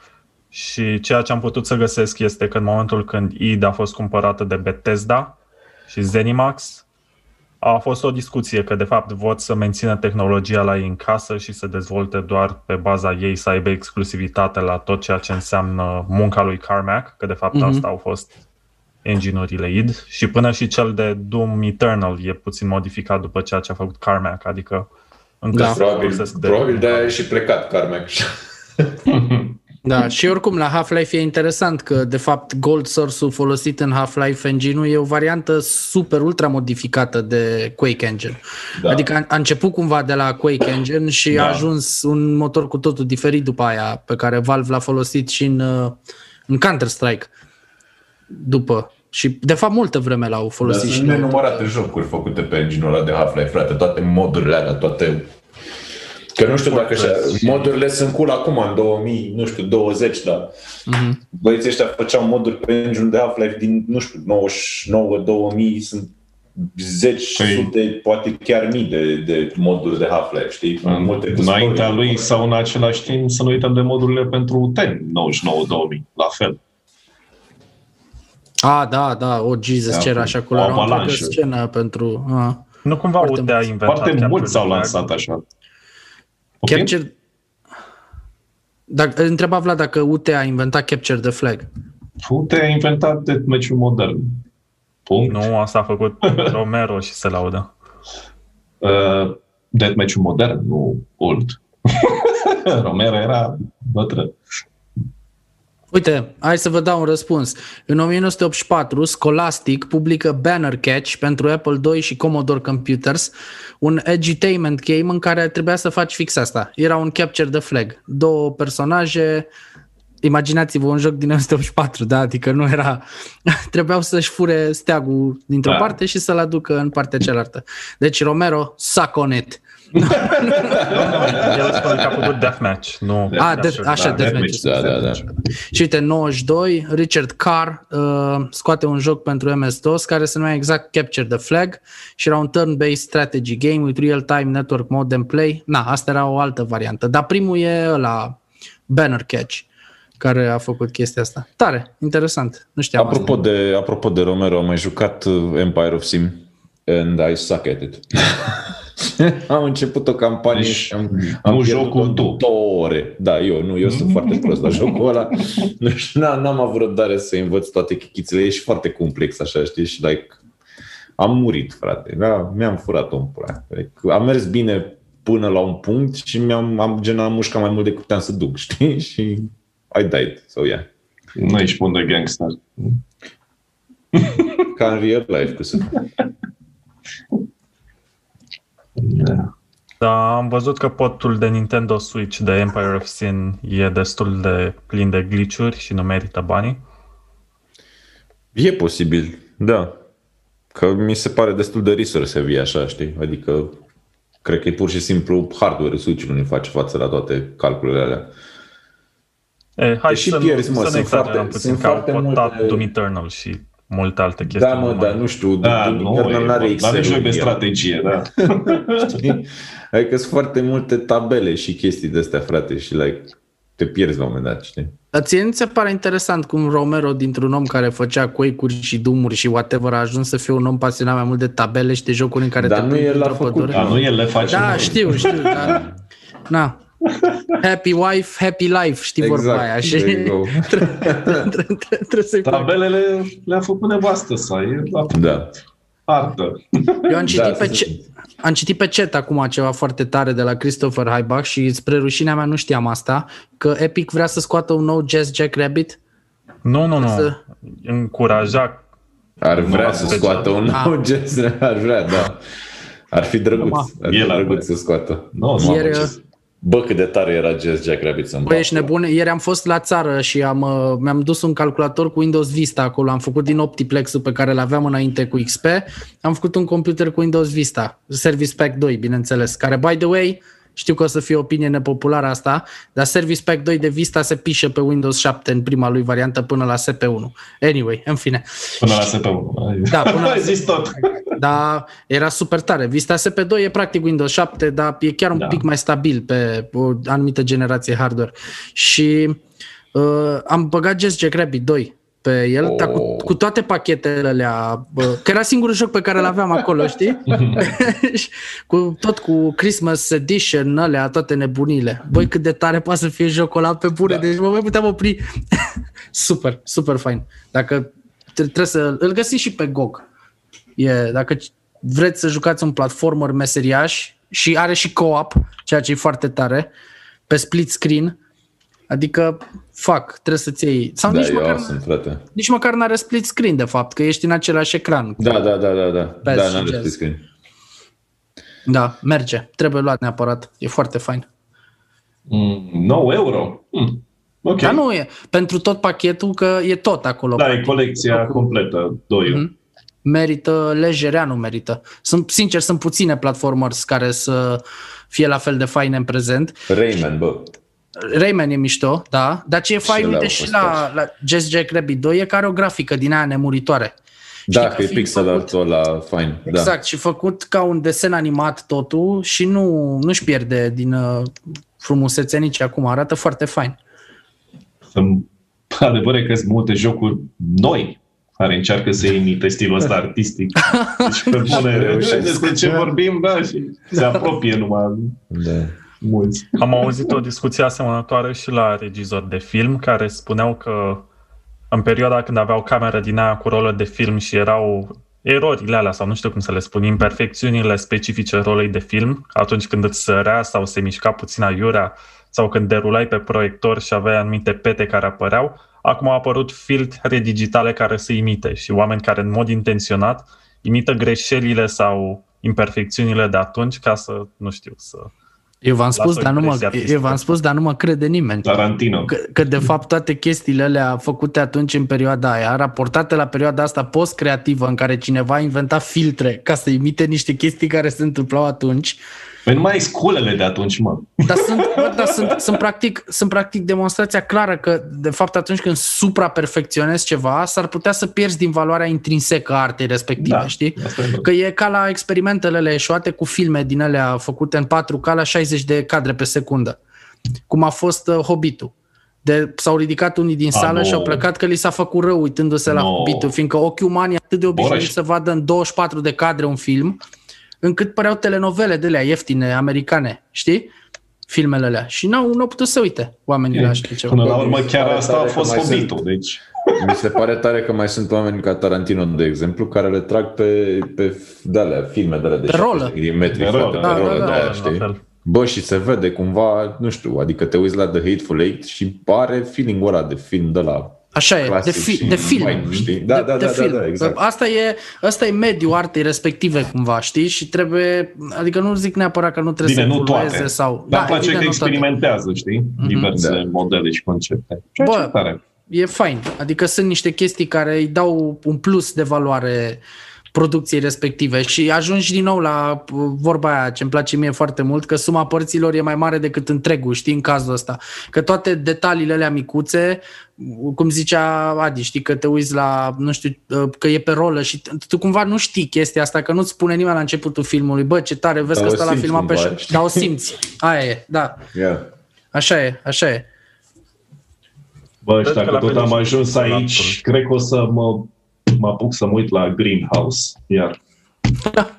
Și ceea ce am putut să găsesc este că în momentul când id a fost cumpărată de Bethesda și Zenimax, a fost o discuție că de fapt vor să mențină tehnologia la ei în casă și să dezvolte doar pe baza ei să aibă exclusivitate la tot ceea ce înseamnă munca lui Carmack, că de fapt Mhm. mm-hmm. asta au fost engine-urile id și până și cel de Doom Eternal e puțin modificat după ceea ce a făcut Carmack, adică încă Da. se Probabil, folosesc probabil de-aia e și plecat Carmack. Da, și oricum la Half-Life e interesant că de fapt Gold Source-ul folosit în Half-Life Engine e o variantă super ultra modificată de Quake Engine. Da. Da. Adică a, a început cumva de la Quake Engine și da. a Da. ajuns un motor cu totul diferit după aia pe care Valve l-a folosit și în, uh, în Counter-Strike după. Și de fapt multă vreme l-au Dar folosit și sunt la- nenumărate jocuri făcute pe engine-ul ăla de Half-Life, frate. Toate modurile alea, toate Că nu știu dacă așa, WordPress. modurile sunt cool acum, în 2000, nu știu, 20, dar Mhm. băieții ăștia făceau moduri pe engine de Half-Life din, nu știu, 99, 2000, sunt zeci, Păi- sute, poate chiar mii de, de moduri de Half-Life, știi? Multe cu Înaintea story. lui sau în același timp să nu uităm de modurile pentru TEN 99-2000, la fel. A, da, da, o oh, Jesus, Da, ce era cu- așa cu culoare, am avalanșe. scenă pentru... A. Nu cumva Foarte Ude a mulți. inventat Foarte chiar mulți s-au jocul lansat așa. Ok? Capture... Dacă, întreba Vlad dacă UT a inventat Capture the Flag. Fute a inventat deathmatch-ul modern. Punct. ăla. Nu, asta a făcut Romero și se laudă. Uh, deathmatch-ul modern, nu old. Romero era bătrân. Uite, hai să vă dau un răspuns. În 1984, Scholastic publică Banner Catch pentru Apple II și Commodore Computers, un edutainment game în care trebuia să faci fix asta. Era un capture the flag. Două personaje, imaginați-vă un joc din 1984, da? adică nu era... Trebuiau să-și fure steagul dintr-o Da. parte și să-l aducă în partea cealaltă. Deci Romero, suck on it. El spune că a făcut Deathmatch, nu... A, de- așa, da, Deathmatch. Deathmatch, Da, da, da. Și uite, 92, Richard Carr uh, scoate un joc pentru MS-DOS care se numea exact Capture the Flag și era un turn-based strategy game with real-time network mode and play. Na, asta era o altă variantă. Dar primul e la Banner Catch care a făcut chestia asta. Tare, interesant. Nu știam Apropo de, apropo de Romero, am mai jucat uh, Empire of Sim and I suck at it. am început o campanie Deci, și am, am nu pierdut jocul tu. două ore. Da, eu nu, eu sunt foarte prost la jocul ăla. Nu știu, n- n-am avut răbdare să învăț toate chichițele, e și foarte complex așa, știi, și like, am murit, frate. Da, mi-am furat un pula. Adică A mers bine până la un punct și mi-am am, gen, am mușcat mai mult decât puteam să duc, știi? Și I died, so yeah. da. Nu ești bun de gangster. Ca în real life, cum se Da. Da, am văzut că potul de Nintendo Switch de Empire of Sin e destul de plin de glitch și nu merită banii. E posibil, da. Că mi se pare destul de resource heavy așa, știi? Adică cred că e pur și simplu hardware switch-ul nu face față la toate calculele alea. E, Eh, hai Deși să, pierzi, mă, nu, să sunt ne exagerăm foarte- puțin, sunt că au foarte potat multe- Doom Eternal și multe alte chestii. Da, mă, numai- dar nu știu, Da, din nu, Eternal n-are e, bun. dar nu Excel-ul e joc de în el, strategie, da. știi? Adică sunt foarte multe tabele și chestii de astea, frate, și like, te pierzi la un moment dat, știi? Dar ție nu ți se pare interesant cum Romero, dintr-un om care făcea Quake-uri și Doom-uri și whatever, a ajuns să fie un om pasionat mai mult de tabele și de jocuri în care Dar te nu plimbi el l-a într-o făcut, pădure? Dar nu el le face. Da, noi. știu, știu, da. Na. Happy wife, happy life, știi exact, vorba aia. Și there you trebuie go. trebuie să-i fac. Tabelele le-a făcut nevastă sa, e la Da. artă. Eu am citit, Da, pe să ce, am citit pe CET acum ceva foarte tare de la Christopher Haibach și spre rușinea mea nu știam asta, că Epic vrea să scoată un nou Jazz Jack Rabbit. Nu, nu, nu. Să- Încuraja Ar vrea m-am să special. scoată un Ah. nou gest, ar vrea, da. Ar fi drăguț, ar fi El ar drăguț vrea. să scoată. Nu, Mamă, Ieri, ce- Bă, cât de tare era Jazz Jack da. Rabbit să-mi Bă, bag. ești nebun? Ieri am fost la țară și am, uh, mi-am dus un calculator cu Windows Vista acolo. Am făcut din Optiplex-ul pe care l-aveam înainte cu XP. Am făcut un computer cu Windows Vista, Service Pack 2, bineînțeles, care, by the way, știu că o să fie o opinie nepopulară asta, dar Service Pack 2 de Vista se pișe pe Windows 7 în prima lui variantă până la SP1. Anyway, în fine. Până la SP1. Da, până la Ai zis tot. Dar era super tare. Vista SP2 e practic Windows 7, dar e chiar un da. Da. pic mai stabil pe o anumită generație hardware. Și uh, am băgat Jazz Jack Rabbit 2 pe el, oh. dar cu, cu toate pachetele alea, bă, că era singurul joc pe care l-aveam acolo, știi? Mhm. Și cu, tot cu Christmas Edition, alea, toate nebunile. Băi, cât de tare poate să fie jocul ăla pe bune, da. deci mă mai puteam opri. super, super fain. Dacă tre- trebuie să îl găsiți și pe GOG. E, dacă c- vreți să jucați un platformer meseriaș și are și co-op, ceea ce e foarte tare, pe split screen, adică, fac, trebuie să-ți iei. Sau Da, nici, eu măcar, awesome, frate. nici măcar n-are split screen, de fapt, că ești în același ecran. Da, da, da, da, da. Vezi da, și n-am jazz. split screen. Da, merge. Trebuie luat neapărat. E foarte fain. Mm, 9 euro. Hmm. Ok. Mm. Dar Da. nu e. Pentru tot pachetul, că e tot acolo. Da, e colecția completă, 2 euro. Mhm. merită, Lejereanu merită. Sunt, sincer, sunt puține platformers care să fie la fel de faine în prezent. Rayman, bă. Da, Rayman e mișto, da, dar ce e fain, ăla uite, a și fost la, la Jazz Jack Rabbit 2 e care o grafică din aia nemuritoare. Da, că că e fi pixel făcut- art-ul ăla, fain. Da. Exact, și făcut ca un desen animat totul și nu, nu-și pierde din uh, frumusețe nici acum, arată foarte fain. Sunt- Adevăr e că sunt multe jocuri noi care încearcă să imite stilul ăsta artistic. Deci, pe bune, reușesc. despre ce vorbim, da, și se apropie numai Da. mulți. Am auzit o discuție asemănătoare și la regizori de film care spuneau că în perioada când aveau camera din aia cu rolă de film și erau erorile alea sau nu știu cum să le spun, imperfecțiunile specifice rolei de film, atunci când îți sărea sau se mișca puțin aiurea sau când derulai pe proiector și aveai anumite pete care apăreau, acum au apărut filtre digitale care se imite și oameni care în mod intenționat imită greșelile sau imperfecțiunile de atunci ca să, nu știu, să Eu v-am Lasă spus, o dar nu mă, impresie eu v-am spus, dar nu mă crede nimeni. Tarantino. Că, că de fapt toate chestiile alea făcute atunci în perioada aia, raportate la perioada asta post-creativă în care cineva a inventat filtre ca să imite niște chestii care se întâmplau atunci, Păi nu mai ai sculele de atunci, mă. dar sunt, bă, dar sunt, sunt, practic, sunt practic demonstrația clară că de fapt atunci când supraperfecționezi ceva, s-ar putea să pierzi din valoarea intrinsecă a artei respective, Da, știi? asta e, bă. Că e ca la experimentele eșuate cu filme din alea făcute în 4K la 60 de cadre pe secundă, cum a fost uh, Hobbitul. De, s-au ridicat unii din A, sală nu. și au plecat că li s-a făcut rău uitându-se la Nu. Hobbitul, fiindcă ochiul uman e atât de obișnuit Boraș. să vadă în 24 de cadre un film, încât păreau telenovele de alea ieftine, americane, știi? Filmele alea. Și n-au, n-au putut să uite oamenii la așa ceva. Până la Bă, urmă, mi se chiar pare asta a tare că fost mai sunt- hobitul, deci... Mi se pare tare că mai sunt oameni ca Tarantino, de exemplu, care le trag pe, pe de-alea, filme de-alea de Pe rolă. 70 de metri, Pe frate, rolă, pe da, rolă da, da. de-aia, La știi? fel. Bă, și se vede cumva, nu știu, adică te uiți la The Hateful Eight și are feeling-ul ăla de film de la Așa e, Eh, de, clasic fi, și de film. Mai, știi? Da, de, da, de da, da, film. da, exact. Asta e, asta e mediul artei respective cumva, știi? Și trebuie, adică nu zic neapărat că nu trebuie Bine, să nu evolueze toate. sau... Da, Dar îmi place evident, că nu toate. Mhm. experimentează, știi? Diverse Da. modele și concepte. Ceea Bă, ce e tare. E fain. Adică sunt niște chestii care îi dau un plus de valoare producției respective și ajungi din nou la uh, vorba aia ce îmi place mie foarte mult, că suma părților e mai mare decât întregul, știi, în cazul ăsta. Că toate detaliile alea micuțe, uh, cum zicea Adi, știi, că te uiți la, nu știu, uh, că e pe rolă și tu- tu cumva nu știi chestia asta, că nu-ți spune nimeni la începutul filmului, bă, ce tare, vezi Dar că o ăsta la simți filmat pe... cumva, ș- știi? Dar o simți. Aia e, da. Yeah. Așa e, așa e. Bă, și Cred că dacă la tot fel am și- ajuns la aici, cred că o să mă, mă apuc să mă uit la Greenhouse, iar. Da.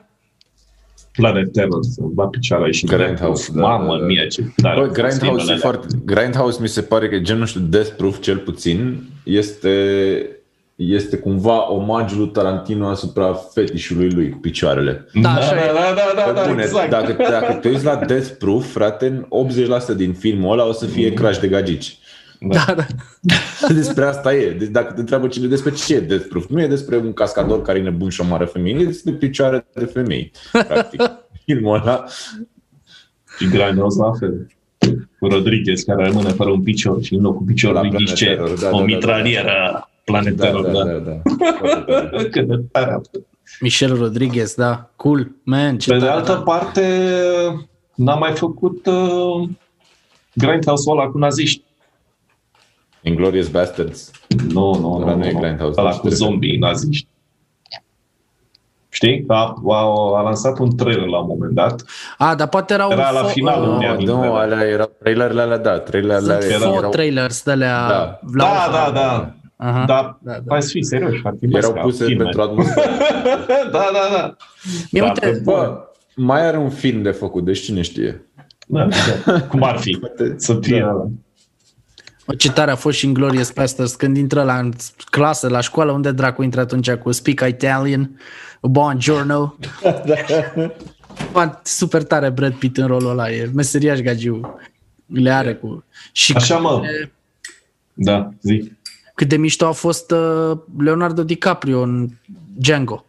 Planet Terror, să va picioare și Grindhouse, da, Mamă da, da. mie, ce tare. Bă, au fost filmele Grindhouse, e alea. foarte, Grindhouse mi se pare că genul ăsta Death Proof cel puțin este, este cumva omagiul lui Tarantino asupra fetișului lui cu picioarele. Da, Da, așa e. da, da, da, da, Pe da, bune, exact. dacă, dacă te uiți la Death Proof, frate, în 80% din filmul ăla o să Mm. fie crash de gagici. Da, da. Despre asta e. Deci dacă te întreabă cine despre ce e Death Proof, nu e despre un cascador care e nebun și omoară femei, e despre picioare de femei, practic. Filmul ăla. Și Grindhouse la fel. Cu Rodriguez, care rămâne fără un picior și în locul piciorului La Planet ghișce Terror, da, da, o da, mitralieră. Planet Da, Terror, da, da. da. da. Foarte tare. Cât de tare a fost. Michel Rodriguez, da. Cool, man. Ce Pe de tare, altă da. parte, n-am mai făcut uh, Grindhouse-ul ăla cu naziști. Inglourious Bastards. Nu, nu, Ăla nu. nu e nu. Grindhouse, Ăla nu cu știu. zombii naziști. Știi? A, a, a lansat un trailer la un moment dat. A, dar poate erau Era la fo- final, uh, nu mi-am Nu, nu, alea erau trailerele alea, da, trailerele Sunt alea erau, erau, trailers de alea Da. la Da, ora. da, da. Aha. Dar, da, da, da. da. fi serios, ar fi erau masca, puse filme. pentru atmosferă. da, da, da. Mie, Da, uite, pe- Bă, mai are un film de făcut, deci cine știe. da, da. Cum ar fi? Să fie Da. da. bă, ce tare a fost și în Glorious Pastors când intră la în clasă, la școală, unde dracu intră atunci cu Speak Italian, Buongiorno. da. Super tare Brad Pitt în rolul ăla, e meseriaș gagiu. Le are cu... Și Așa, mă. Da, zic. cât de mișto a fost uh, Leonardo DiCaprio în Django.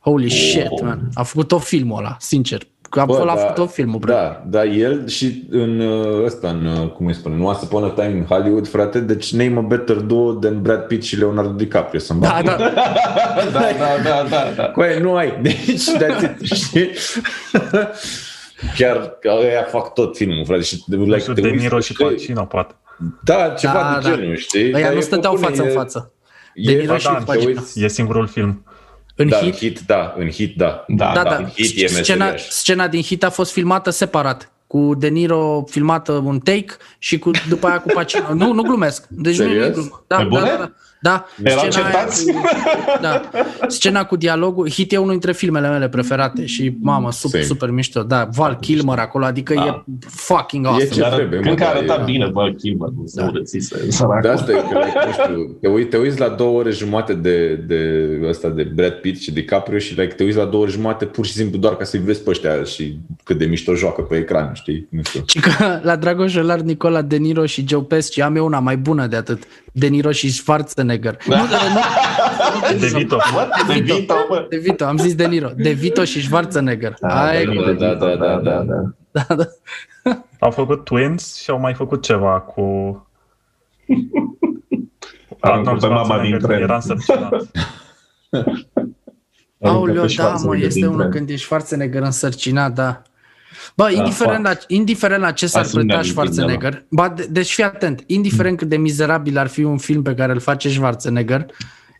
Holy oh. shit, man. A făcut tot filmul ăla, sincer. Că am fost la tot filmul. bro. Da, da, el și în uh, ăsta, în, uh, cum îi spune, în Once Upon a Time in Hollywood, frate, deci name a better duo than Brad Pitt și Leonardo DiCaprio să-mi Da, da. Da, da, da, da, da. Coaie, nu ai. Deci, that's it, știi? Chiar că ăia fac tot filmul, frate. Și, de- Nu știu, te De uiți, Niro și știi? Pacino, poate. Da, ceva Da, de da. genul, știi? Ăia Dar nu e stăteau propune, față în Păi, e- față. e- De Niro ba și da, cu te Pacino. uiți- E singurul film. În Da, în hit, hit, da, în hit, da. Da, da, în da. hit e Scena, meseriaș. scena din hit a fost filmată separat. Cu De Niro filmată un take și cu, după aia cu Pacino. Nu, nu glumesc. Deci nu, nu e Serios? glumă. Da, Pe da, bune? da, da. da. Erau Scena aia certați? cu- Da. Scena cu dialogul, Hit e unul dintre filmele mele preferate și mamă, super, Same. super mișto. Da, Val Kilmer acolo, adică Da. e fucking awesome. ce- Dar trebuie, cred mă, că da, arăta e- bine, bă, Kimber, nu se urățise, săracul. Da, asta e că, like, nu știu, te, uiți, te uiți la două ore jumate de, de, asta de Brad Pitt și DiCaprio și like, te uiți la două ore jumate pur și simplu doar ca să-i vezi pe ăștia și cât de mișto joacă pe ecran, știi? Nu știu. Și că la Dragoș Jelar, Nicola De Niro și Joe Pesci am eu una mai bună de atât. De Niro și Schwarzenegger. Nu, nu, nu, De tá Vito. De Vito, bă. De Vito, am zis De Niro. De Vito și Schwarzenegger. Aia e- Da, da, da, da, da, da. da, da. Au făcut Twins și au mai făcut ceva cu... Aruncă pe mama din tren. Era însărcinat. Aruncă Aoleo, pe da, mă, Schwarzenegger este din unul tren. când ești Schwarzenegger însărcinat, da. Bă, indiferent, la, indiferent la ce s-ar Hai să nu ne plăta amintim de la- Schwarzenegger, ba, de, deci fii atent, Mm. indiferent cât de mizerabil ar fi un film pe care îl face Schwarzenegger,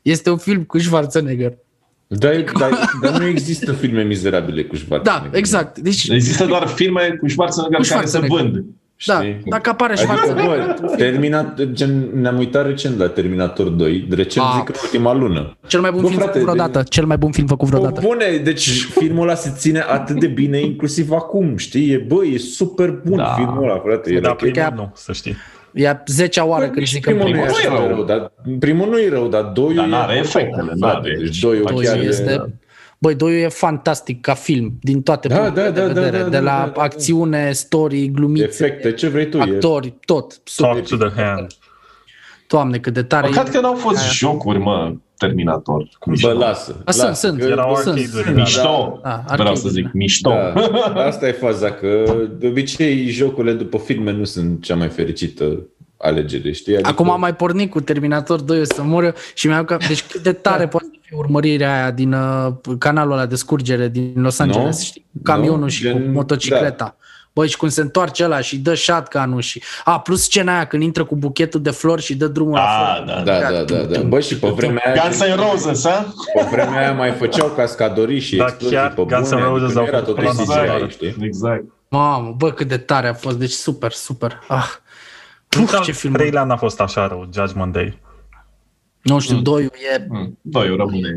este un film cu Schwarzenegger. Da, Dar, dar, dar nu există filme mizerabile cu Da, Schwarzenegger. exact. Deci, Există doar filme cu Schwarzenegger Cu care se Schwarzenegger. vând. da, știi? dacă apare Adică, Schwarzenegger, bă, terminat, gen, ne-am uitat recent la Terminator 2, recent Ah. zic în ultima lună. cel mai bun Bă, film frate, făcut vreodată. Cel mai bun film făcut O vreodată. bune, deci filmul ăla se ține atât de bine inclusiv acum, știi? E, bă, e super bun Da. filmul ăla, frate. E Da, like- primul chiar- nu, să știi. E 10 oară când zic în primul nu primul. e primul așa nu de e rău. rău, dar primul nu e rău, dar doiul Dar e- n-are efectele, Frate, n-are. Deci doiul Doiul chiar e- este... Băi, Doiul e fantastic ca film, din toate Da, punctele da, de da, da, vedere. da, da, de la da, da, da. acțiune, story, glumițe, efecte, ce vrei tu. e- actori, tot. Talk to the hand. Doamne, cât de tare Păcat e. că n-au fost jocuri, mă, Terminator. Cum Bă, se lasă. A, Ah, sunt, lasă, sunt. că- Erau sunt. arcade-uri. numește? Mișto. Da, arcade, Vreau să zic, da. mișto. Da, asta e faza, că de obicei jocurile după filme nu sunt cea mai fericită alegere, știi? Adică, Acum am mai pornit cu Terminator 2, o să mor și mi-am că deci cât de Da. tare poate fi urmărirea aia din uh, canalul ăla de scurgere din Los Nu? Angeles, știi, cu camionul Nu, și cu gen- motocicleta. Da. Băi, și cum se întoarce ăla și dă shotgun-ul și... A, plus scena aia când intră cu buchetul de flori și dă drumul la Da, flori. da, da. Da, da, da, da. Bă, și pe vremea aia, Ah, Guns N' Roses, ha? pe vremea aia mai făceau cascadorii și Da, explozii chiar pe bune, Guns N' Roses adică nu au era făcut totul planul CGI, ăla. știi? Exact. Mamă, bă, cât de tare a fost, deci super, super. Ah. Nici Puf, ce al film. bun. treilea n-a fost așa rău, Judgment Day. Nu știu, doiul e Mm, Doi, rămâne. cel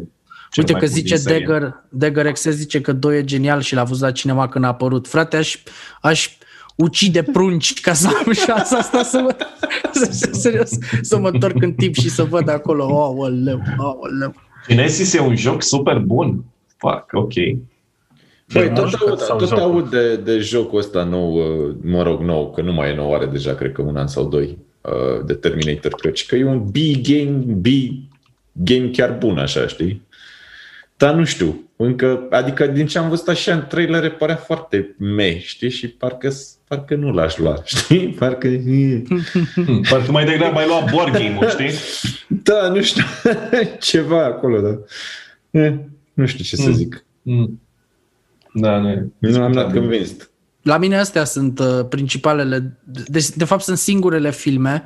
Uite mai că bun zice din serie. Degger, Degger Excel zice că 2 e genial și l-a văzut la cinema când a apărut. Frate, aș, aș ucide prunci ca să am șansa asta să mă, să, serios, să mă întorc în timp și să văd acolo. Aoleu, aoleu. Kinesis e un joc super bun. Fuck, ok. Băi, Nu tot știu cât aud, s-au tot jucat. aud de, de jocul ăsta nou, uh, mă rog, nou, că nu mai e nou, are deja, cred că un an sau doi, uh, de Terminator, cred că e un B-game, B-game chiar bun, așa, știi? Dar nu știu, încă, adică din ce am văzut așa în trailer, părea foarte me, știi? Și parcă, parcă nu l-aș lua, știi? Parcă... eh. Parcă mai degrabă mai lua board game-ul, știi? Da, nu știu, ceva acolo, da. Eh, nu știu ce să Mm. zic. Mm. Da, nu e. Nu am dat convins. La mine astea sunt uh, principalele, deci de fapt sunt singurele filme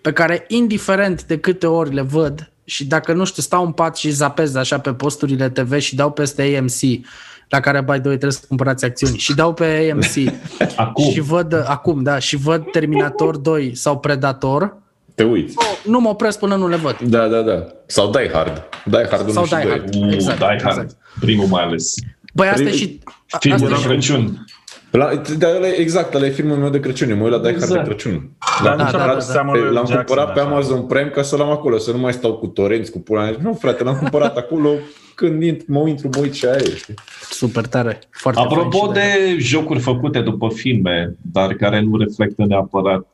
pe care indiferent de câte ori le văd și dacă nu știu, stau în pat și zapez așa pe posturile TV și dau peste AMC, la care by the way trebuie să cumpărați acțiuni și dau pe AMC Acum. și văd acum, da, și văd Terminator 2 sau Predator, Te uiți. nu mă opresc până nu le văd. Da, da, da. Sau Die Hard. Die Hard 1 Sau și Die 2. Hard. Uh, Exact, Die Hard. exact. Primul mai ales. Băi, asta e Păi, Prim- și... a- Filmul Asta e de și Crăciun. La, dar ăla e- exact, ăla e filmul meu de Crăciun. Eu Mă uit la Die Hard Exact. de Crăciun. Dar da, nici da, am da. dat seama Pe- lui L-am Jackson, cumpărat pe așa. Amazon Prime ca să-l am acolo, să nu mai stau cu torenți, cu pula mea. Nu, frate, l-am cumpărat acolo. Când int, mă intru, mă uit și aia e, știi? super tare, foarte fain Apropo și de jocuri făcute după filme, dar care nu reflectă neapărat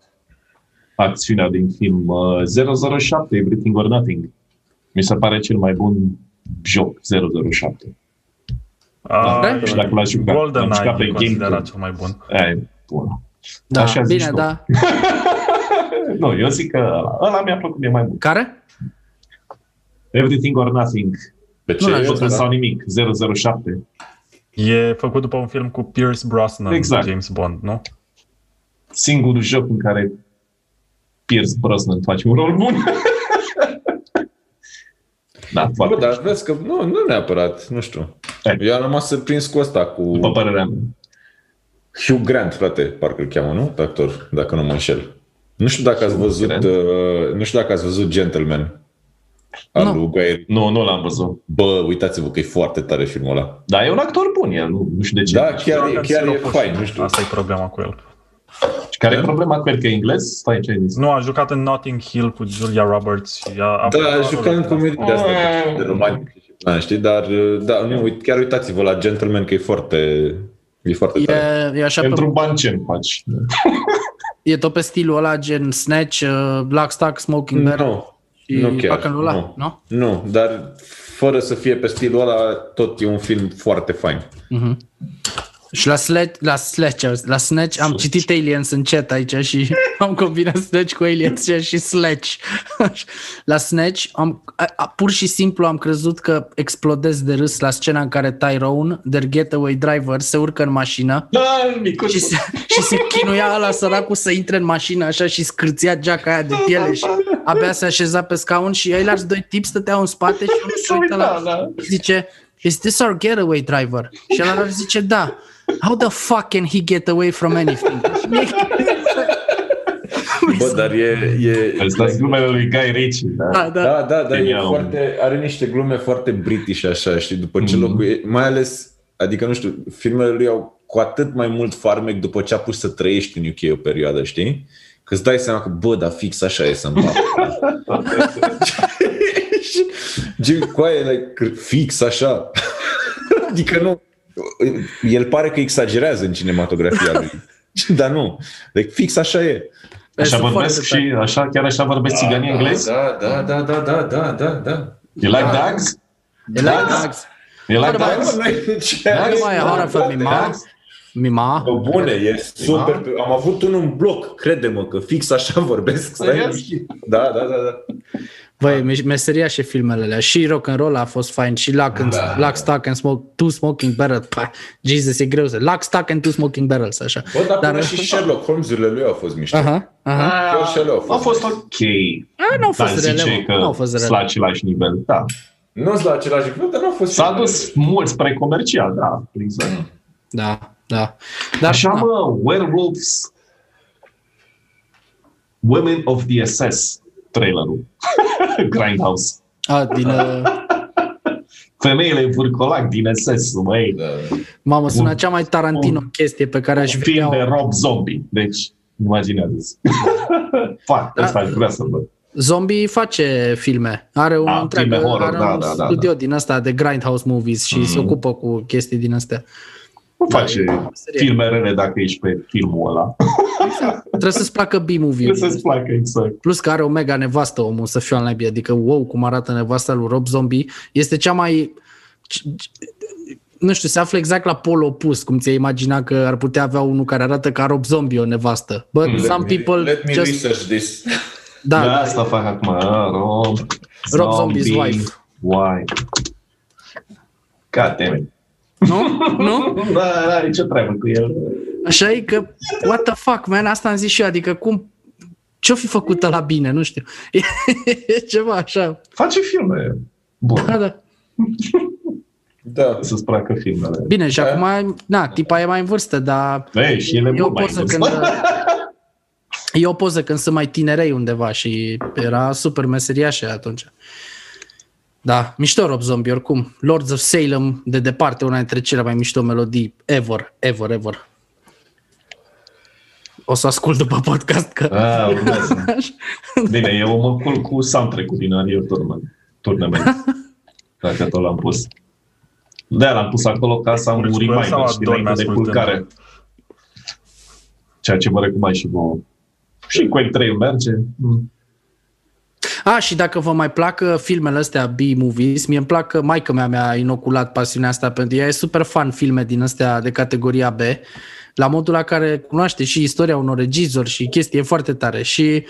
acțiunea din film, uh, 007, Everything or Nothing. Mi se pare cel mai bun joc, 007. A, Da. e- Nu știu Ah, dacă l-aș juca. Ah, Golden L-am jucat Eye e pe considerat GameCube. cel mai bun. Aia e bună. Da, Așa zici bine, tu. da. Nu, eu zic că ăla, ăla mi-a plăcut mie mai mult. Care? Everything or Nothing. Pe Nu ce? l-am e? Tot jucat. Da. sau nimic. 007. E făcut după un film cu Pierce Brosnan, Exact. James Bond, nu? Singurul joc în care Pierce Brosnan face un rol bun. da, Bă, foarte. dar vezi că nu, nu neapărat, nu știu. Hai. Eu am rămas surprins cu ăsta, cu După părerea mea. Hugh Grant, frate, parcă îl cheamă, nu? Pe actor, dacă nu mă înșel. Nu știu dacă ați văzut, Grant? uh, nu știu dacă ați văzut Gentleman. Al Nu. lui Guy- Nu, nu l-am văzut. Bă, uitați-vă că e foarte tare filmul ăla. Dar e un actor bun el, nu, nu știu de ce. Da, chiar, e- Rogan chiar e Siropos. fain, nu știu. Asta e problema cu el. Care Da. e problema cu el? Că e englez? Stai, ce ai zis? Nu, a jucat în Notting Hill cu Julia Roberts și a, a Da, a jucat în comedii Ah. de astea, de romantic. Da, știi, dar uh, da, nu, uit- chiar uitați-vă la Gentleman că e foarte, e foarte E, tare. e așa pe, Da. Pentru bani ce faci? e tot pe stilul ăla gen Snatch, uh, Black Stack, Smoking Barrel Nu, și nu chiar, Rock and Roll, nu. nu? nu, dar fără să fie pe stilul ăla, tot e un film foarte fain. Și la Sledge, la Sledge, la Snatch am citit Aliens încet aici și am combinat Snatch cu Aliens și- și Sledge. la Snatch am, a, a, pur și simplu am crezut că explodez de râs la scena în care Tyrone, their getaway driver, se urcă în mașină Da, micuț. și se, și se chinuia ăla săracul să intre în mașină așa și scârția geaca aia de piele și abia se așeza pe scaun și eilalți doi tipi stăteau în spate și unul se uită la, da. zice, is this our getaway driver? Și ăla zice, da. How the fuck can he get away from anything? Păi Bă, dar e... e Îți dați numele lui Guy Ritchie, da? da, da. da, da, da, e Genial, om. foarte, are niște glume foarte british așa, știi, după ce Mhm. locuie, mai ales, adică nu știu, filmele lui au cu atât mai mult farmec după ce a pus să trăiești în UK o perioadă, știi? Că îți dai seama că, bă, dar fix așa e să-mi fac. Și Jim Coy like, fix așa. adică nu, el pare că exagerează în cinematografia lui. Dar nu, like, fix așa e. Așa Sunt vorbesc foarte tare. și așa, chiar așa vorbesc țiganii englezi? Da, da, da, da, da, da, da, da. You like dogs? E la Dax. You like Vorba aia, dogs? Nu mai e horror for mima. Mima. Bă, bune, e super. Am avut unul în bloc, crede-mă, că fix așa vorbesc. Păi Stai. Serios? Da, da, da, da. Băi, mes- meseria și filmele alea. Și rock and roll a fost fain. Și Lock, and, Da. Lock Stock and Smoke, Two Smoking Barrels. Pa, Jesus, e greu să... Lock Stock and Two Smoking Barrels, așa. Bă, dar, până și Sherlock Holmes-urile lui au fost mișto. Aha, aha. Chiar și alea au fost. da. A fost ok. A, n-au Dar fost Da, zice rele, mă. N-au că fost sunt la rele. același nivel. Da. Nu sunt la același nivel, dar nu au fost. S-a dus mult spre comercial, da. Exact. Da, da. Dar, Așa, da. mă, Werewolves Women of the SS trailerul. Grindhouse. A, din... uh, Femeile vârcolac din SS, băi. Da. Mamă, sună Un- cea mai Tarantino un- chestie pe care aș Film de vedea Rob Zombie. Deci, imaginează-ți. Fac, Da. ăsta aș vrea să văd. Zombie face filme. Are un, Ah, întreagă, filme horror, are da, un da, da, studio din asta de Grindhouse Movies și Mm. se ocupă cu chestii din astea. Nu Da, face e o serie. filme rele dacă ești pe filmul ăla. Trebuie să-ți placă B-movie. Trebuie să-ți placă, exact. Plus că are o mega nevastă omul să fiu al naibii, adică wow cum arată nevasta lui Rob Zombie, este cea mai c- c- nu știu, se află exact la pol opus, cum ți-ai imagina că ar putea avea unul care arată ca Rob Zombie o nevastă. But Mm. some people Let me just... research this. Da, Da, da, asta fac acum. Ah, Rob, Rob Zombie's wife. Why? God damn it. nu? Nu? Da, da, e ce treabă cu el? Așa e că, what the fuck, man, asta am zis și eu, adică cum, ce-o fi făcută la bine, nu știu. E ceva așa. Face filme. Bun, Da, da. Da. să-ți placă filmele. Bine, și Da. acum, na, tipa e mai în vârstă, dar Ei, și ele e o mult mai poză vârstă. când... E o poză când sunt mai tinerei undeva și era super meseriașă atunci. Da, mișto Rob Zombie, oricum. Lords of Salem, de departe, una dintre cele mai mișto melodii ever, ever, ever. O să ascult după podcast că... Ah, urmează. Bine, eu mă culc cu adică soundtrack-ul din Ariel Tournament. Tournament. Dacă tot l-am pus. de l-am pus acolo ca să am un Deci, cu el sau reminder și adormi dinainte de ascultând? culcare. Ceea ce vă recomand și vouă. Și cu el 3 merge. Mm. A, și dacă vă mai plac filmele astea B-movies, mie îmi plac că maica mea mi-a inoculat pasiunea asta pentru ea. E super fan filme din astea de categoria B, la modul la care cunoaște și istoria unor regizori și chestii, e foarte tare. Și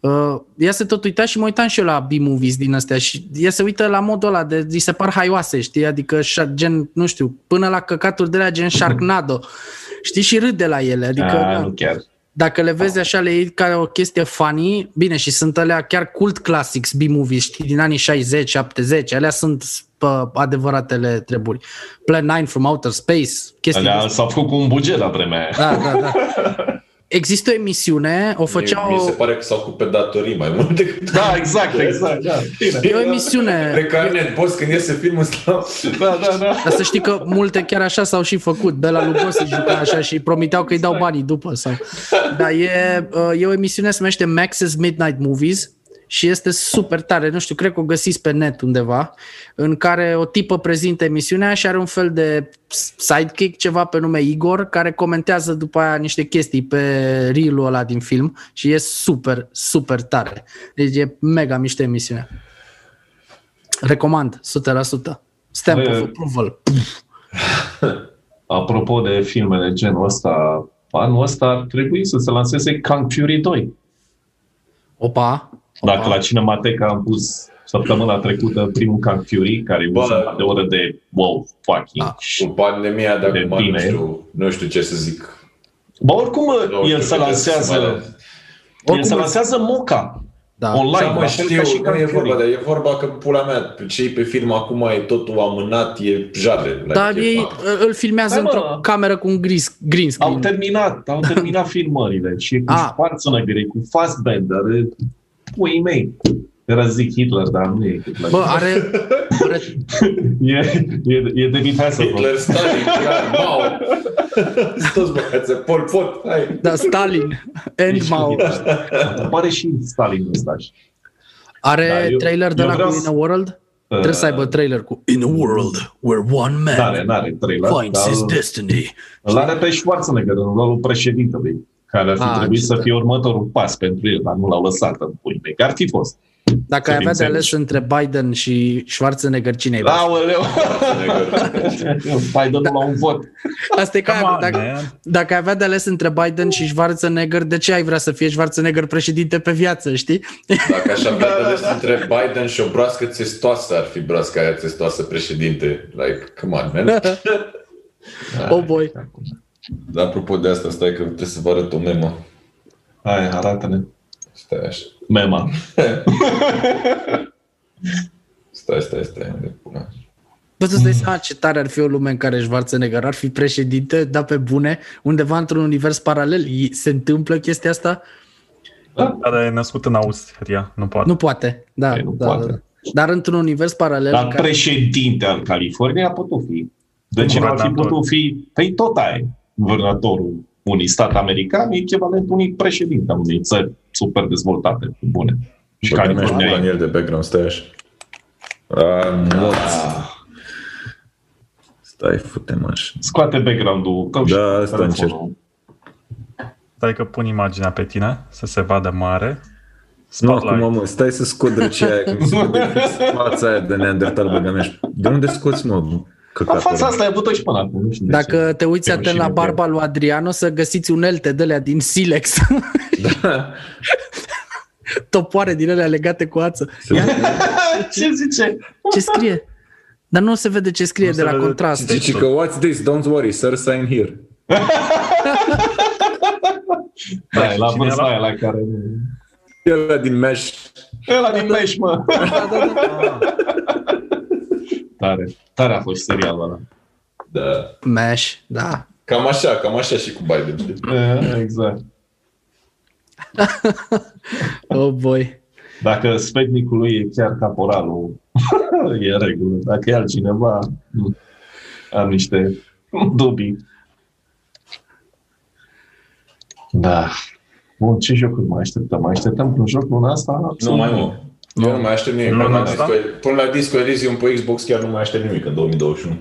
Uh, ea se tot uita și mă uitam și eu la B-movies din astea și ea se uită la modul ăla de, îi se par haioase, știi, adică șa- gen, nu știu, până la căcaturi de la gen Sharknado, știi, și râde la ele, adică A, da, Ah, nu chiar. dacă le vezi așa, le iei ca o chestie funny, bine, și sunt alea chiar cult classics B-movies, știi, din anii 60-70, alea sunt pă, adevăratele treburi. Plan 9 from Outer Space, chestii Alea de s-a făcut cu un buget la vremea aia. da, da, da. Există o emisiune, o Mi făceau... se pare că s-au cupe datorii mai mult decât... Da, exact, exact. Da. E o emisiune. Pe carnet, boss, când iese filmul ăsta... da, da, da. Dar să știi că multe chiar așa s-au și făcut. Bela Lugosi juca așa și îi promiteau că îi dau banii după. Sau... Dar e, uh, e o emisiune se numește Max's Midnight Movies și este super tare, nu știu, cred că o găsiți pe net undeva, în care o tipă prezintă emisiunea și are un fel de sidekick, ceva pe nume Igor, care comentează după aia niște chestii pe reel-ul ăla din film și e super, super tare. Deci e mega mișto emisiunea. Recomand, 100%. Stamp of Bă, approval. Apropo de filme de genul ăsta, anul ăsta ar trebui să se lanseze Kang Fury 2. Opa. Dacă la Cinemateca am pus săptămâna trecută primul Kang Fury, care e Bă. un de oră de wow, fucking Da. shit. Cu pandemia de De acum, nu bine. știu, nu știu ce să zic. Bă, oricum Nu el știu, cred se că se mai lansează, rău. el se lansează moca Da. online, Da, mă, la fel ca și știu, nu Kang e vorba, Fury. dar e vorba că pula mea, ce e pe film acum e totul amânat, e jale. Dar Like, e- ei îl filmează Hai, mă. într-o cameră cu un gris, green Au screen. terminat, au terminat filmările și e cu Mm. Ah. Schwarzenegger, e cu Fassbender, e cu puii mei. Era zic Hitler, dar nu e Hitler. Bă, are, are E, e, e de viteză. Hitler, Stalin, Iran, Mao. Toți băieți, Pol Pot, hai. da, Stalin, and Mao. Da, Apare și Stalin ăsta. și- Are Da, eu- trailer de eu la vreau cu In să- Uh, a World? Trebuie să aibă trailer cu In a World where one man N-are, n-are trailer, finds dar his îl- destiny. îl are pe Schwarzenegger în rolul președintelui, care ar fi Ah, trebuit ce să tare. fie următorul pas pentru el, dar nu l-au lăsat în pui mei, că ar fi fost. Dacă ai avea de ales între Biden și Schwarzenegger, cine ai vrea? Aoleu! Biden nu la un vot. Asta e ca Come aia, on, dacă, man. dacă ai avea de ales între Biden și Schwarzenegger, de ce ai vrea să fie Schwarzenegger președinte pe viață, știi? Dacă aș Da, avea de ales între Biden și o broască țestoasă, ar fi broasca aia țestoasă președinte. Like, come on, man. Oh boy. Dar apropo de asta, stai că trebuie să vă arăt o memă. Hai, arată-ne. Stai așa. Mema. Stai, stai, stai. de pula. Bă, tu dai seama ce tare ar fi o lume în care Schwarzenegger ar fi președinte, da pe bune, undeva într-un univers paralel. I- Se întâmplă chestia asta? Care e născut în Austria, nu poate. Nu poate. Da, Păi nu da, poate. da, da. Dar într-un univers paralel Dar în care... președinte al Californiei a putut fi. De ce nu ar fi Guvernator. putut fi? Păi tot aia e. guvernatorul unui stat american e echivalent unui președinte al unei țări super dezvoltate, bune. Și Bă, primești California e. Daniel de background, stai așa. Ah, moț. Stai, fute-mă așa. Scoate background-ul. Că Da, asta Stai că pun imaginea pe tine, să se vadă mare. Nu, Spotlight. acum, mă, stai să scot răcea aia, că mi se vede fix fața aia de neandertal băgămeș. De unde scoți, mă, În căcatul fața ăla? asta ai avut-o și până acum. Nu știu de ce. Dacă te uiți E atent la rușine, barba lui Adriano, să găsiți unelte de alea din silex. Topoare din alea legate cu ață. Se vede? Ce zice? Ce scrie? Dar nu se vede ce scrie Nu de se la vede. contrast. Zice că, what's this? Don't worry, sir, sign here. Da, e la Cine vârsta era? aia la care... E ăla din mesh. Ăla din Mesh, mă! Da, da, da. Tare. Tare a fost serialul ăla. Da. Mesh, da. Cam așa, cam așa și cu Biden, știi? Da. E, Exact. Oh boy. Dacă sfetnicul lui e chiar caporalul, e în regulă. Dacă e altcineva, nu. am niște dubii. Da. Bun, ce jocuri mai așteptăm? Mai așteptăm un joc luna asta? Nu Absolut. mai mă. Eu nu mai aștept nimic. Nu, Până la, nu, Disco, până la Disco Elysium pe Xbox chiar nu mai aștept nimic în 2021.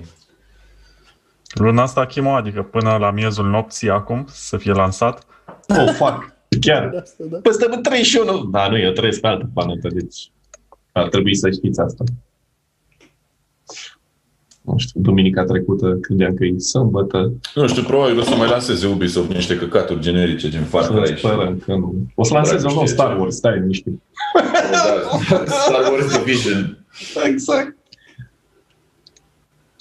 Luna asta, Chimo, adică până la miezul nopții acum, să fie lansat. Oh, fuck. chiar. Păi suntem în 31. Da, nu, eu trăiesc pe altă planetă, deci ar trebui să știți asta. Nu știu, duminica trecută credeam că e sâmbătă. Nu știu, probabil o să mai lanseze Ubisoft niște căcaturi generice, gen Far Cry. și- Sperăm că nu. O să lansez un nou Star Wars, stai niște. Da, Star Wars Division. Exact.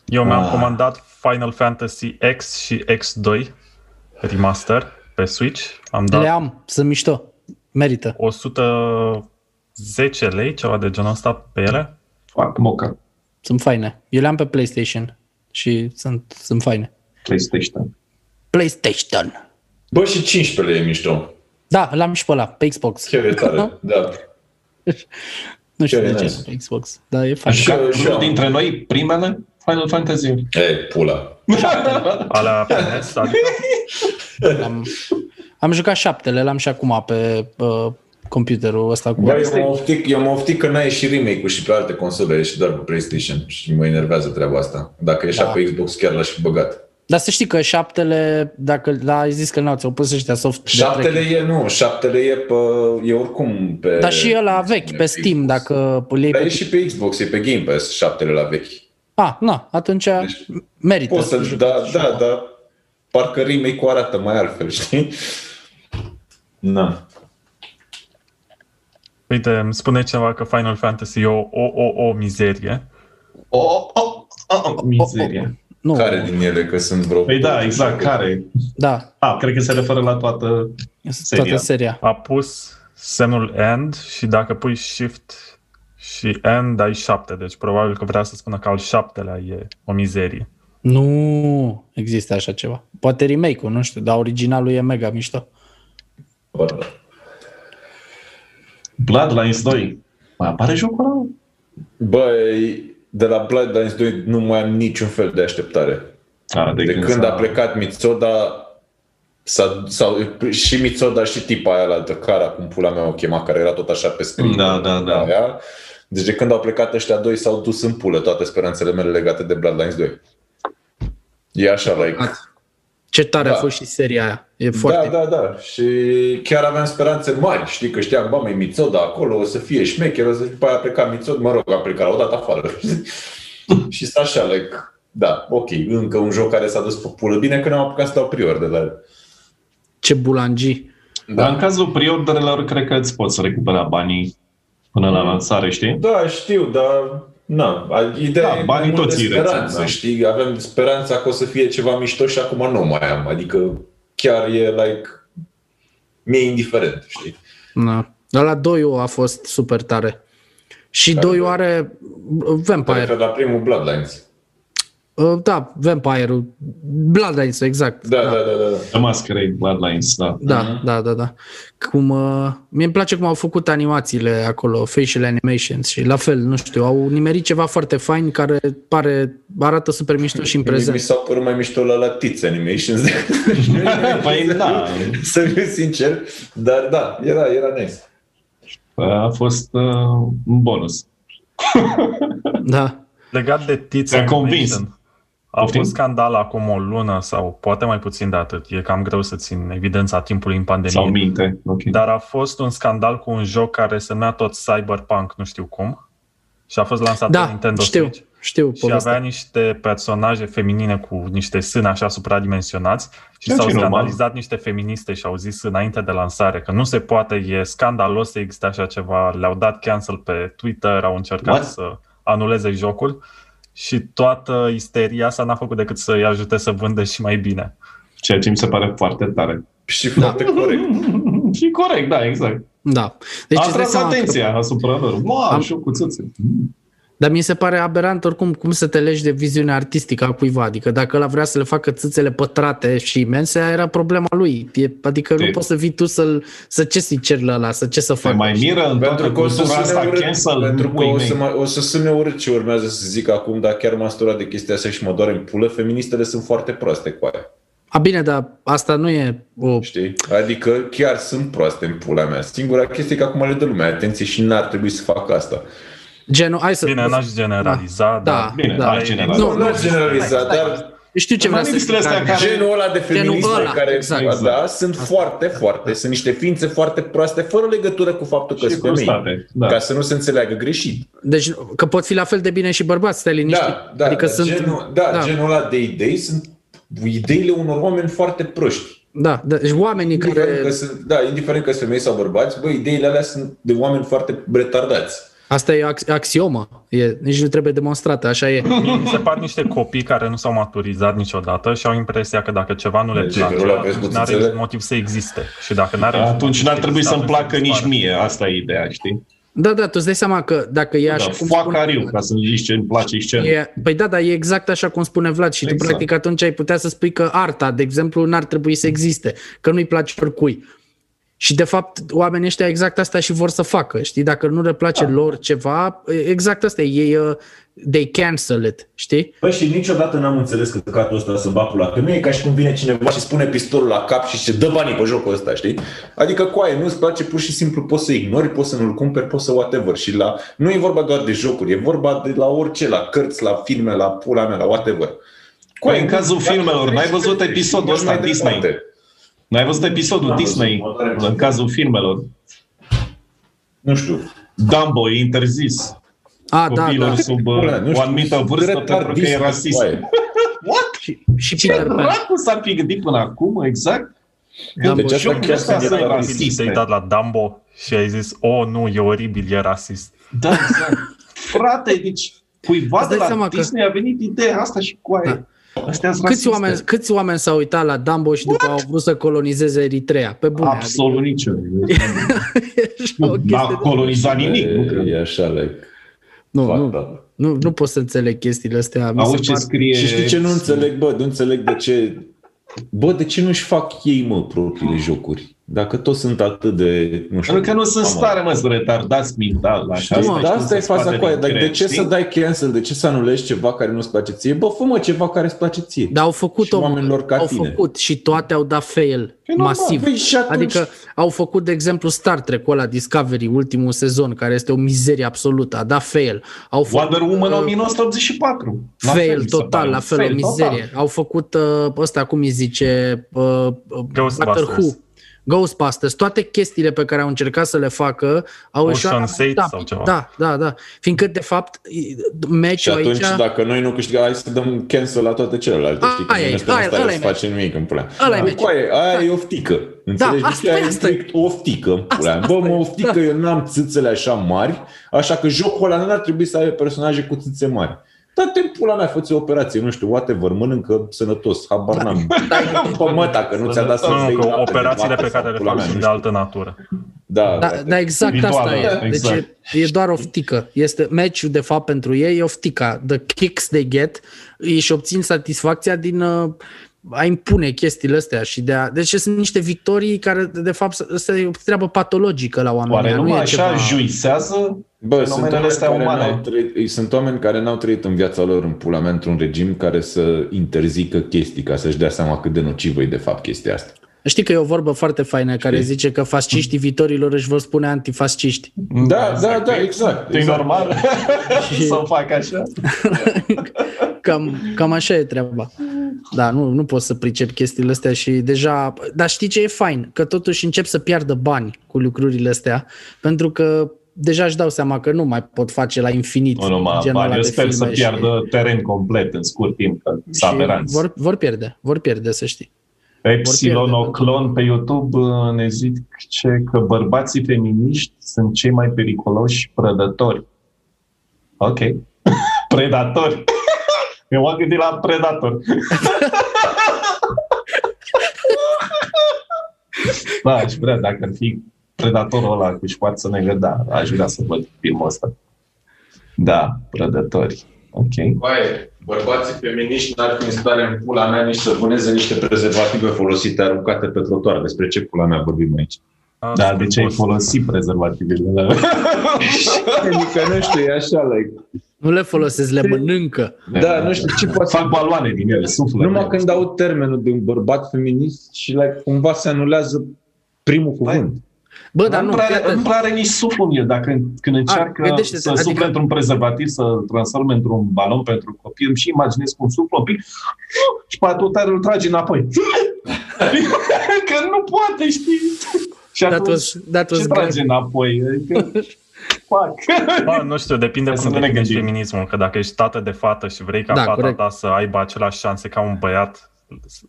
Eu mi-am Ah. comandat Final Fantasy X și X2 Remaster pe Switch. Am Da. dat Le am, sunt mișto. Merită. 110 lei, ceva de genul ăsta pe ele. Fac moca. Sunt faine. Eu le-am pe PlayStation și sunt, sunt faine. PlayStation. PlayStation. Bă, și 15 lei e mișto. Da, l-am și pe ăla, pe Xbox. Chiar e tare, da. Nu știu chiar e de ce, nice. pe Xbox. Da, e fain. Și eu, și Unul eu. dintre noi, primele, Final Fantasy. E, pula. Alea pe NES, adică Am, am jucat șaptele, l-am și acum pe uh, computerul ăsta cu... Bă, Păi eu mă, oftic, eu mă oftic că n-a ieșit remake-ul și pe alte console, a ieșit doar pe PlayStation și mă enervează treaba asta. Dacă ieșea Da. pe Xbox chiar l-aș fi băgat. Dar să știi că șaptele, dacă da, ai zis că n-au, ți-au pus ăștia soft de Șaptele tracking. e, nu, șaptele e, pe, e oricum pe... Dar și ăla vechi, pe Steam, Xbox. dacă îl iei Dar e pe... și pe Xbox, e pe Game Pass, șaptele la vechi. A, na, atunci Deci, merită. Poți să, da, da, da, parcă remake-ul arată mai altfel, știi? Na. Uite, îmi spune cineva că Final Fantasy e o, o, o, o mizerie. Oh, oh, oh, oh, mizerie. Nu, Care din ele, că sunt vreo... Păi da, exact, care? da, A, cred că se referă la toată... Seria. toată seria. A pus semnul end și dacă pui shift și end, ai șapte. Deci probabil că vrea să spună că al șaptelea e o mizerie. Nu există așa ceva. Poate remake-ul, nu știu, dar originalul e mega mișto. Bloodlines 2. Mai apare jocul ăla? Băi, de la Bloodlines 2 nu mai am niciun fel de așteptare. A, De, când, Ah, s-a- a plecat Mitsoda, s-a, sau, și Mitsoda și tipa aia la Cara, cum pula mea o chema, care era tot așa pe screen. Da, da, da. Aia. Deci de când au plecat ăștia doi s-au dus în pulă toate speranțele mele legate de Bloodlines 2. E așa, like, Ce tare da. a Da. fost și seria aia. E foarte... Da, da, da. Și chiar aveam speranțe mari, știi, că știam, bă, mai Mitsoda acolo, o să fie șmecher, o să după aia a plecat Mitsoda, mă rog, a plecat, l-au dat afară. și stă așa, like, da, ok, încă un joc care s-a dus pe pulă. Bine că n-am apucat să dau prior de la el. Ce bulangii. Dar în cazul preorderelor, cred că îți poți recupera banii până la lansare, știi? Da, știu, dar na, a- ideea Da, e banii mai mult toți de îi rețin, speranță, da. știi? Avem speranța că o să fie ceva mișto și acum nu mai am. Adică chiar e, like, mi-e indiferent, știi? Da. Dar la 2 a fost super tare. Și 2 are Vampire. Pe la primul Bloodlines. Uh, Da, Vampire-ul. Bloodlines, exact. Da, da, Mhm. da, da. da. The Masquerade Bloodlines, da. Da, da, da, da. Cum, uh, mie îmi place cum au făcut animațiile acolo, facial animations și la fel, nu știu, au nimerit ceva foarte fain care pare, arată super mișto și în Mi prezent. s-a părut mai mișto la latiți animations decât Păi da, să fiu sincer, dar da, era, era nice. a fost uh, un bonus. Da. Legat de Tits Te-a convins. Animation, A Poftim? fost scandal acum o lună sau poate mai puțin de atât. E cam greu să țin evidența timpului în pandemie. Sau minte. Okay. Dar a fost un scandal cu un joc care se numea tot Cyberpunk, nu știu cum. Și a fost lansat pe Da, Nintendo știu, Switch. știu Și avea povestea. niște personaje feminine cu niște sâni așa supradimensionați și Deci Ceea s-au ce e normal. scandalizat niște feministe și au zis înainte de lansare că nu se poate, e scandalos să existe așa ceva. Le-au dat cancel pe Twitter, au încercat What? să anuleze jocul și toată isteria asta n-a făcut decât să-i ajute să vândă și mai bine. Ceea ce mi se pare foarte tare. Și foarte corect. Și corect, da, exact. Da. Deci Deci a îți dai tras seama că atenția asupra lor. Wow, Am- am... și cu țâțe. Dar mi se pare aberant oricum cum să te legi de viziunea artistică a cuiva. Adică dacă ăla vrea să le facă țâțele pătrate și imense, aia era problema lui. E, adică nu Te- poți să vii tu să-l, să ce să-i ceri la ăla, să ce să Te facă. Păi mai miră în toată Pentru că o să cultura asta sune cancel. urât, pentru că pui o să, mei. mă, o să sune urât ce urmează să zic acum, dar chiar m-am sturat de chestia asta și mă doare în pulă, feministele sunt foarte proaste cu aia. A, bine, dar asta nu e o... Știi? Adică chiar sunt proaste în pula mea. Singura chestie e că acum le dă lumea atenție și n-ar trebui să facă asta. Genul, hai să... Bine, n-aș generaliza, Da, dar Bine, da. da, general. Nu, Nu, nu generaliza, dar Știu ce vreau să Manifestele zic. astea Andrei. care- Genul ăla de feministe ăla, care exact. da, sunt foarte, foarte, sunt niște ființe foarte proaste, fără legătură cu faptul că Și sunt femei. prostate, da. Ca să nu se înțeleagă greșit. Deci că pot fi la fel de bine și bărbați, stai liniștit. Da, da, adică da, sunt... genul, da, da, da, genul ăla de idei sunt ideile unor oameni foarte proști. da, deci oamenii Indiferent care... că sunt, da, indiferent că sunt femei sau bărbați, bă, ideile alea sunt de oameni foarte retardați. Asta e ax- axiomă, e, nici nu trebuie demonstrată, așa e. Mi se par niște copii care nu s-au maturizat niciodată și au impresia că dacă ceva nu le Deci, nu place, le-a atunci crescut nu are înțelept. niciun motiv să existe. Și dacă nu are Da, Atunci n-ar trebui să-mi placă nici mie, asta e ideea, știi? Da, da, tu îți dai seama că dacă e Da, așa cum foacariu, ca să-mi zici ce îmi place și ce nu. E, păi da, dar e exact așa cum spune Vlad și tu Exact. practic atunci ai putea să spui că arta, de exemplu, n-ar trebui să existe, că nu-i place oricui. Și de fapt oamenii ăștia exact asta și vor să facă, știi? Dacă nu le place da. lor ceva, e- exact asta e, ei, uh, they cancel it, știi? Bă, și niciodată n-am înțeles că căcatul ăsta să bapul la că nu e ca și cum vine cineva și spune pistolul la cap și se dă banii pe jocul ăsta, știi? Adică coaie, nu-ți place, pur și simplu poți să ignori, poți să nu-l cumperi, poți să whatever. Și la... nu e vorba doar de jocuri, e vorba de la orice, la cărți, la filme, la pula mea, la whatever. Păi, în cazul filmelor, n-ai văzut episodul ăsta Disney? N-ai văzut episodul Disney în cazul filmelor? Nu știu. Dumbo e interzis A, da, copiilor da. sub uh, Pula, nu o știu. anumită vârstă Retard pentru că e Disney, rasist. coaie. What? Și, și Ce Peter Pan. dracu s-ar fi gândit până acum, exact? Da, Deci asta Jocurile chiar astea sunt sunt retard Și rasiste. te-ai dat la Dumbo și ai zis, oh, nu, e oribil, e rasist. Da, exact. Frate, deci cuiva Îți de dai la seama că- Da. Disney a venit ideea asta și cu aia. Astea Câți sunt rasiste. oameni, câți oameni s-au uitat la Dumbo și după au vrut să colonizeze Eritrea? Pe bune. Absolut nicio. Adică, e așa o N-a chestie de- colonizat nimic. nu cred. E așa, like, nu, nu, fucked up. nu, nu pot să înțeleg chestiile astea. Mi Auzi se ce par... scrie... Și știi ce nu înțeleg, bă? Nu înțeleg de ce... Bă, de ce nu-și fac ei, mă, propriile jocuri? Dacă toți sunt atât de... Nu știu. Pentru că nu sunt Mamă. stare, mă, sunt retardați mental. La Știi, mă, da, asta e faza cu aia. Dar de ce să dai? dai cancel? De ce să anulezi ceva care nu-ți place ție? Bă, fă mă ceva care îți place ție. Dar au făcut Și oamenilor ca au tine. făcut și toate au dat fail normal, masiv. păi și atunci- Adică au făcut, de exemplu, Star Trek-ul ăla, Discovery, ultimul sezon, care este o mizerie absolută, a dat fail. Au făcut, Wonder Woman uh, 1984. La fail mi se total, pare. la fel, o Fail mizerie. total. Au făcut uh, ăsta, cum îi zice, uh, uh, Ghostbusters. Doctor Who. Ghostbusters, toate chestiile pe care au încercat să le facă au Ocean's ieșit la Eight da, sau ceva. Da, da, da. Fiindcă, de fapt, Și meciul atunci, aici... aici... dacă noi nu câștigăm, hai să dăm cancel la toate celelalte. Știi că Aia e, nimeni ăsta aia- nu ăla e stare să meci. face nimic în pula. Ăla e Păi, meci. coaie, Aia e oftică. Înțelegi? asta Deci aia e, e asta e. strict oftică în pula. Bă, mă, oftică, da. eu n-am țâțele așa mari, așa că jocul ăla n-ar trebui să aibă personaje cu țâțe mari. Dar te pula mea, fă-ți o operație, nu știu, whatever, mănâncă sănătos, Da. habar n-am. Pă mă, dacă nu ți-a dat să Nu, iei că lapte de operațiile vacă pe sau care le pula fac mea, nu sunt de știu. altă natură. Da, Da, da, exact Virtuală, asta e. da, Deci exact. e, e doar oftică. Este meciul de fapt pentru ei, e oftica. The kicks they get, ei își obțin satisfacția din uh, a impune chestiile astea și de a... Deci sunt niște victorii care de fapt se e o treabă patologică la oameni. Oare nu numai e așa ceva... juisează Bă, sunt fenomenele oameni, astea care n-au umane? trăit, sunt oameni care n-au trăit în viața lor în pula mea într-un regim care să interzică chestii ca să-și dea seama cât de nocivă e de fapt chestia asta. Știi că e o vorbă foarte faină care zice că fasciștii viitorilor își vor spune antifasciști. Da, da, da, exact. E exact. normal să fac așa? Cam, cam așa e treaba. Da, nu, nu pot să pricep chestiile astea și deja... Dar știi ce e fain? Că totuși încep să piardă bani cu lucrurile astea, pentru că deja își dau seama că nu mai pot face la infinit Nu numai genul bani, ăla eu de sper să filme piardă teren complet în scurt timp, că și, s-a și vor, vor pierde, vor pierde, să știi. Epsilonoclon pe YouTube uh, ne zic ce, că bărbații feminiști sunt cei mai periculoși prădători. Ok. Predatori. Eu m-am gândit la predator. da, aș vrea, dacă ar fi predatorul ăla cu Schwarzenegger, da, aș vrea să văd filmul ăsta. Da, prădători. Ok. Băi, bărbații feministi n-ar fi în stare în pula mea nici să puneze niște prezervative folosite aruncate pe trotuar. Despre ce pula mea vorbim aici? Da, de ce ai folosit prezervativele? Adică nu știu, e așa, like. Nu le folosesc, le mănâncă. Da, nu știu ce poate Fac baloane din ele, suflă. Numai când aud termenul de un bărbat feminist și like, cumva se anulează primul cuvânt. Bă, dar Dar nu nu, prea, fii are, atent. nu prea are nici suflu el. Dacă când încearcă A, gândește-te, să adică- adică... sufle într-un prezervativ, să transforme într-un balon pentru copii, îmi și imaginez cum suflă un pic și pe atunci îl trage înapoi. că nu poate, știi? Și That atunci was, that was ce great. trage înapoi? Adică, fac. Ba, nu știu, depinde Hai cum să ne definești gândim. feminismul, că dacă ești tată de fată și vrei ca Da, da, fata corect. corect. ta să aibă aceleași șanse ca un băiat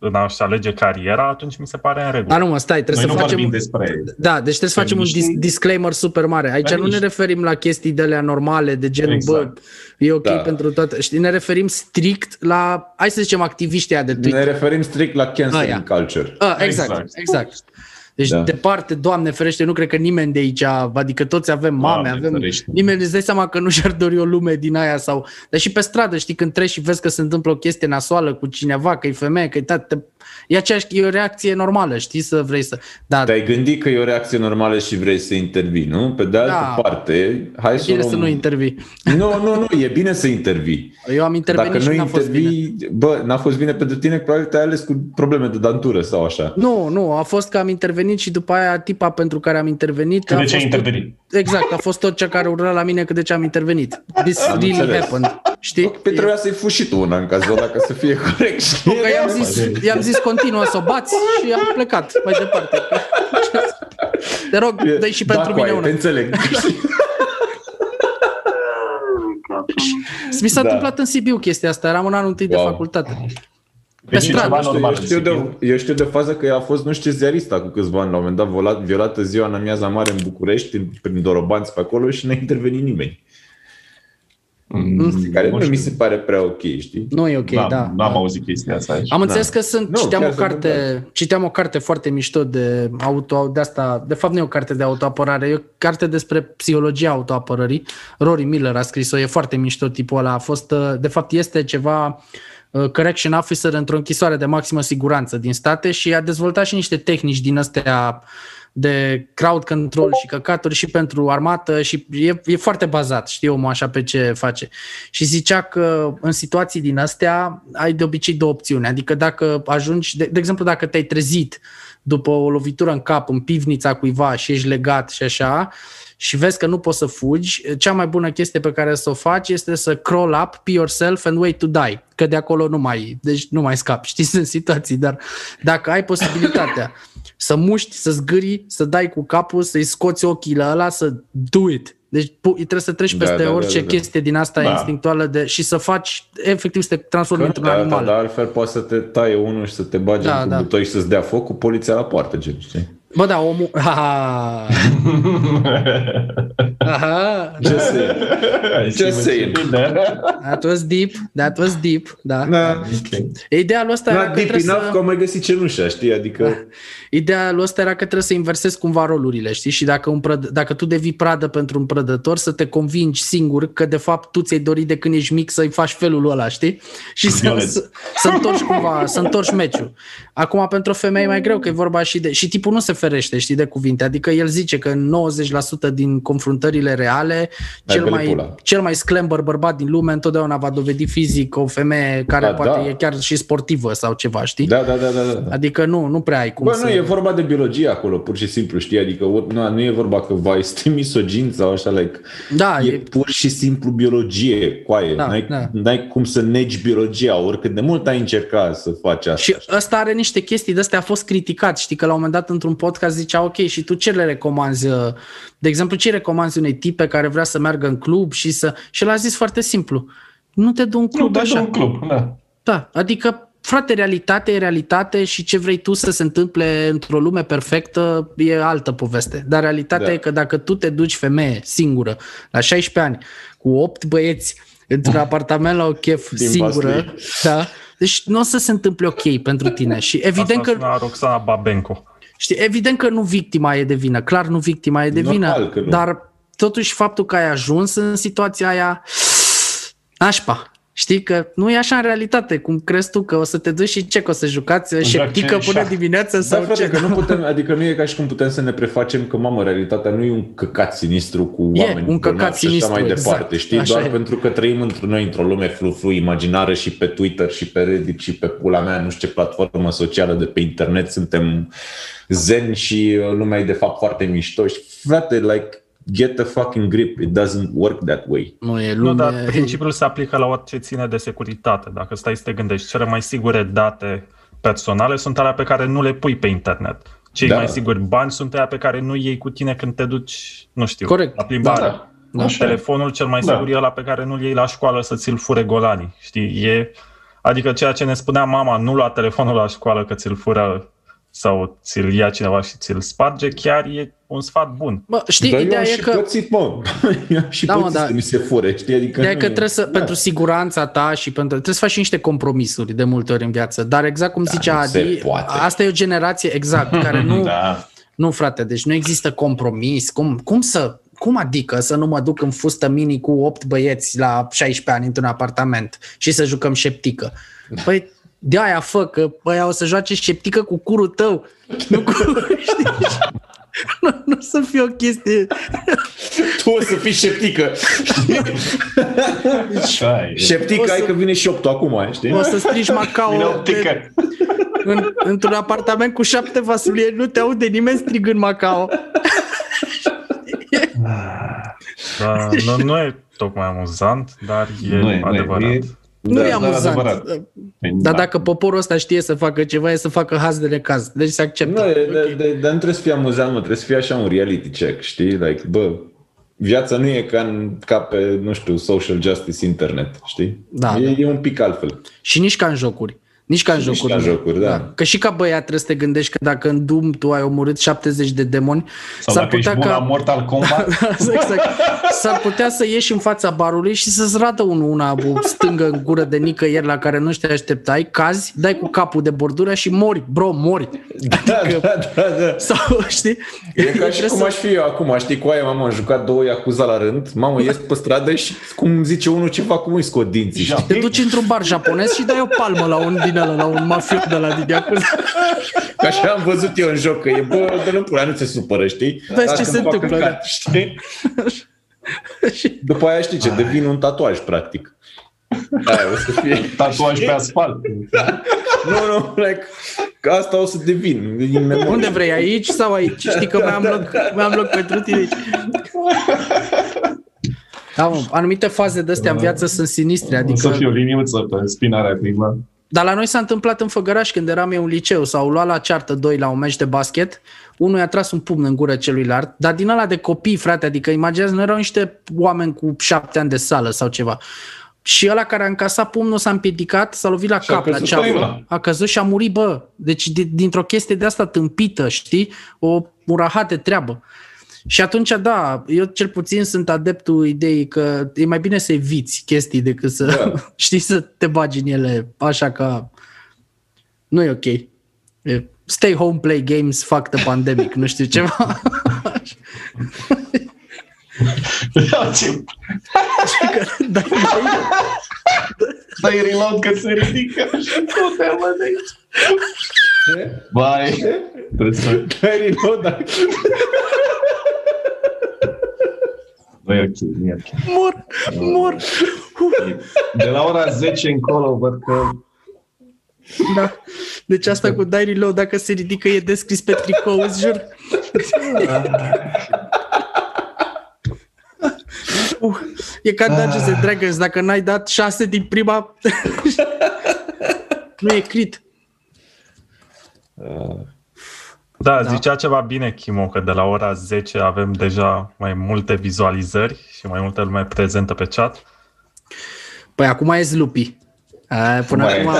în a-și alege cariera, atunci mi se pare în regulă. Dar nu mă, stai, Noi trebuie nu să vorbim facem... despre Da, deci trebuie să facem un dis- Feminiști. disclaimer super mare. Aici nu Feminiști. ne referim la chestii de alea normale, de genul, exact. Exact. bă, e ok da. Da. pentru toată. Știi, ne referim strict la, hai să zicem, activiștii aia de Twitter. Ne referim strict la canceling Aia. culture. A, exact, exact. Exact. exact. Deci, da. Da. departe, Doamne ferește, nu cred că nimeni de aici, adică toți avem mame, Doamne avem... ferește. Nimeni îți dai seama că nu și-ar dori o lume din aia sau... Dar și pe stradă, știi, când treci și vezi că se întâmplă o chestie nasoală cu cineva, că e femeie, că e tată, e aceeași, e o reacție normală, știi, să vrei să... Da, Te-ai gândit că e o reacție normală și vrei să intervii, nu? Pe de altă Da. parte, hai e bine luăm- să nu intervii. Nu, nu, nu, e bine să intervii. Eu am intervenit Dacă și nu n-a fost bine. intervii, bă, n-a fost bine pentru tine, probabil te-ai ales cu probleme de dantură sau așa. Nu, nu, a fost că am intervenit și după aia tipa pentru care am intervenit... a de ce ai Da, fost- intervenit. Exact, a fost tot cea care urla la mine că de ce am intervenit. This Am really înțeles. happened. Știi? Pe trebuia să-i fuși tu una în cazul ăla, ca să fie corect. știi? Că i-am zis, i-am zis continuă să o bați și am plecat mai departe. Te rog, dă și Da, pentru coaie, mine te una. înțeleg. Mi s-a Da. întâmplat în Sibiu chestia asta, eram în anul întâi de Wow. facultate. Pe Pe stradă, cineva Nu știu, Deci eu, normal. știu de, eu știu de faza că a fost, nu știu ce ziarist acum câțiva ani, la un moment dat violat, violată ziua în amiaza mare în București, în- prin Dorobanți pe acolo și n-a intervenit nimeni. Mm, Care nu, mi se pare prea ok, știi? Nu e ok, da. Mm. da, da. N-am auzit chestia asta aici. Am înțeles că sunt, Da. Nu, citeam, o chiar sunt carte, citeam o carte foarte mișto de auto, de asta, de fapt nu e o carte de autoapărare, e o carte despre psihologia autoapărării. Rory Miller a scris-o, e foarte mișto tipul ăla, a fost, uh, de fapt este ceva uh, correction officer într-o închisoare de maximă siguranță din state și a dezvoltat și niște tehnici din astea de crowd control și căcaturi și pentru armată și e, e foarte bazat, știi omul așa pe ce face. Și zicea că în situații din astea ai de obicei două opțiuni, adică dacă ajungi, de, de exemplu dacă te-ai trezit după o lovitură în cap, în pivnița cuiva și ești legat și așa și vezi că nu poți să fugi, cea mai bună chestie pe care să o faci este să crawl up, pee yourself and wait to die, că de acolo nu mai, deci nu mai scapi, știi, sunt situații, dar dacă ai posibilitatea să muști, să zgârii, să dai cu capul, să-i scoți ochii la ăla, să do it. Deci pu- trebuie să treci Da, peste da, da, orice da, da. chestie din asta da. Da. instinctuală de, și să faci, efectiv, să te transformi Că, într-un da, da, animal. dar altfel poate să te taie unul și să te bage Da, da, în da. da. butoi și să-ți dea foc cu poliția la poartă, gen, știi? Bă, da, omul... Aha. Aha. Ce să Simon saying? Schindler. That was deep. That was deep. Da. Da. Idealul ăsta era Not că deep trebuie enough să... că au mai găsit cenușa, știi? Adică, Idealul ăsta era că trebuie să inversezi cumva rolurile, știi? Și dacă, un prăd- dacă tu devii pradă pentru un prădător, să te convingi singur că de fapt tu ți-ai dorit de când ești mic să-i faci felul ăla, știi? Și să, Violență. să, să întorci cumva, să întorci meciul. Acum pentru o femeie e mai greu că e vorba și de... Și tipul nu se ferește, știi, de cuvinte. Adică el zice că în 90% din confruntările reale, Hai cel pe-le mai, pula. cel mai sclember bărbat din lume întotdeauna va dovedi fizic o femeie care Ba poate da. e chiar și sportivă sau ceva, știi? da, da, da, da, da. Adică nu, nu prea ai cum Bă, să... nu, e vorba de biologie acolo, pur și simplu, știi? Adică or- nu, nu e vorba că vai, este misogin sau așa, like, Da, e e, pur și simplu biologie, coaie. Da, Da, n-ai, da. da. n-ai cum să negi biologia, oricât de mult ai încercat să faci asta. și Și... ăsta are niște chestii, de astea a fost criticat, știi că la un moment dat într-un podcast zicea, ok, și tu ce le recomanzi, uh, de exemplu, ce recomanzi unei tipe care vrea să meargă în club și să... Și l-a zis foarte simplu, nu te du în Nu, club dar și așa. un club, da. Da, adică, frate, realitatea e realitate și ce vrei tu să se întâmple într-o lume perfectă e altă poveste. Dar realitatea da. Da. e că dacă tu te duci femeie singură, la 16 ani, cu 8 băieți, într-un apartament la o chef Din singură, Vaslui. da, deci nu o să se întâmple ok pentru tine și evident că, Asta sună Roxana Babenco. știi, evident că nu victima e de vină, clar nu victima e de vină, Normal că nu. dar totuși faptul că ai ajuns în situația aia, așpa, Știi că nu e așa în realitate, cum crezi tu că o să te duci și ce, că o să jucați șeptică ce- până șah. dimineața Da, sau frate, ce? că nu putem, adică nu e ca și cum putem să ne prefacem că, mamă, realitatea nu e un căcat sinistru cu E oameni un căcat bolnavi și sinistru, așa mai exact. departe, știi? Așa Doar e. pentru că trăim într noi într-o lume flu-flu imaginară și pe Twitter și pe Reddit și pe pula mea, nu știu ce platformă socială de pe internet, suntem zen și uh, lumea e de fapt foarte mișto și, frate, like, get the fucking grip, it doesn't work that way. Nu e Nu, lume. dar principiul se aplică la orice ține de securitate. Dacă stai să te gândești, cele mai sigure date personale sunt alea pe care nu le pui pe internet. Cei Da. da. mai siguri bani sunt aia pe care nu iei cu tine când te duci, nu știu, Corect. la plimbare. Da, da. Da. Așa e. Telefonul cel mai Da. sigur e ăla pe care nu-l iei la școală să ți-l fure golanii. Știi, e... Adică ceea ce ne spunea mama, nu lua telefonul la școală că ți-l fură sau ți-l ia cineva și ți-l sparge, chiar e un sfat bun. Bă, știi, Dar eu ideea am e și că... pățit, mă. Eu am și Da, mă, pățit dar- să mi se fure, știi? Adică Ideea e nu că e- trebuie să, Da. pentru siguranța ta și pentru... Trebuie să faci și niște compromisuri de multe ori în viață. Dar exact cum zicea Da, nu se Adi, poate. asta e o generație exact, care nu... Da. Nu, frate, deci nu există compromis. Cum, cum să... Cum adică să nu mă duc în fustă mini cu 8 băieți la 16 ani într-un apartament și să jucăm șeptică? Păi, de aia fă, că băia o să joace șeptică cu curul tău, nu cu... Știi? Nu, nu să fie o chestie... Tu o să fii șeptică. Așa e. O Șeptic, să- ai că vine și optul acum, știi? O să strigi Macao Vine pe, optică. în, într-un apartament cu șapte vasulie, nu te aude nimeni strigând Macao. Da, nu, nu e tocmai amuzant, dar e Nu e, nu e, adevărat. e- Nu Da, e dar amuzant. adevărat. Păi da. Dar dacă poporul ăsta știe să facă ceva, e să facă haz de necaz. Deci se acceptă. Nu, e- de- de- dar nu trebuie să fii amuzant, mă, trebuie să fie așa un reality check, știi? Like, bă, viața nu e ca, în, ca pe, nu știu, social justice internet, știi? Da, e, e un pic altfel. Și nici ca în jocuri. Nici ca în Și nici jocuri. ca în jocuri, da. Că și ca băiat trebuie să te gândești că dacă în Doom tu ai omorât 70 de demoni, Sau s-ar dacă ești putea bun la ca... Mortal Kombat, exact. S-ar putea să ieși în fața barului și să-ți radă unul una o stângă în gură de nicăieri la care nu te așteptai, cazi, dai cu capul de bordură și mori, bro, mori. Da, da, da, da. Sau, știi? E ca și Trebuie cum să- aș fi eu acum, știi, cu aia, mamă, am jucat două iacuza la rând, mamă, ies pe stradă și cum zice unul ceva, cum îi scot dinții, știi? Te duci într-un bar japonez și dai o palmă la un din ăla, la un mafiot de la din Yakuza. Că așa am văzut eu în joc, că e, bă, de nu pula, nu se supără, știi? Vezi Dacă ce se îmi fac întâmplă, da. căcat, știi? După aia știi ce, devin un tatuaj, practic. Da, Aia o să fie. tatuaj pe asfalt. Nu, nu, like, că asta o să devin. din memorie. Unde vrei, aici sau aici? Știi că mai am loc, mai am loc pentru tine aici. Da, mă, anumite faze de astea în viață sunt sinistre, Adică... Să adică... fie o liniuță pe spinarea cuiva. Dar la noi s-a întâmplat în Făgăraș când eram eu în liceu, s-au luat la ceartă doi la un meci de basket, unul i-a tras un pumn în gură celuilalt, dar din ăla de copii, frate, adică imaginează, nu erau niște oameni cu șapte ani de sală sau ceva. Și ăla care a încasat pumnul s-a împiedicat, s-a lovit la a cap, la căzut ceapă, prima. a căzut și a murit, bă. Deci di- dintr-o chestie de asta tâmpită, știi, o un rahat de treabă. Și atunci, da, eu cel puțin sunt adeptul ideii că e mai bine să eviți chestii decât să, da. Da. știi, să te bagi în ele așa ca... Nu e ok. E, Stay home, play games, fuck the pandemic, nu știu ceva. Ce- Dar Dai reload că se ridică. Nu te mă de aici. Ce? Vai, trebuie să... Harry, nu, dar- Nu e ok, nu e ok. mor, mor. De la ora 10 încolo văd că Da. Deci asta cu Diary Low, dacă se ridică, e descris pe tricou, îți jur. Uh, e ca Dungeons and Dragons, dacă n-ai dat șase din prima, nu e crit. Da, Da. da, zicea ceva bine, Chimo, că de la ora 10 avem deja mai multe vizualizări și mai multă lume prezentă pe chat. Păi acum e Slupi. A, Până Băi. acum,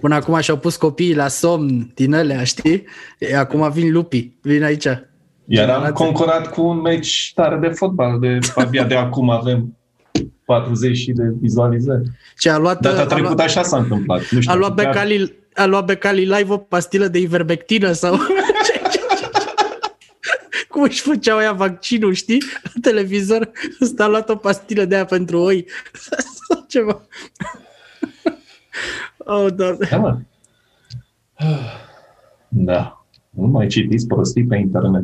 până acum și-au pus copiii la somn din alea, știi? E, Acum vin lupii, vin aici. eram Generație. concurat cu un meci tare de fotbal. De, abia de acum avem 40 și de vizualizări. Ce a luat... Data Da, a luat- trecută așa s-a întâmplat. Nu știu, A luat chiar- Becali, a luat Becali live o pastilă de ivermectină sau ce, ce, ce, ce. Cum cum își făceau ea vaccinul, știi? La televizor ăsta a luat o pastilă de aia pentru oi. Sau ceva. Oh, doamne. Da, mă. Da. Nu mai citiți prostii pe internet.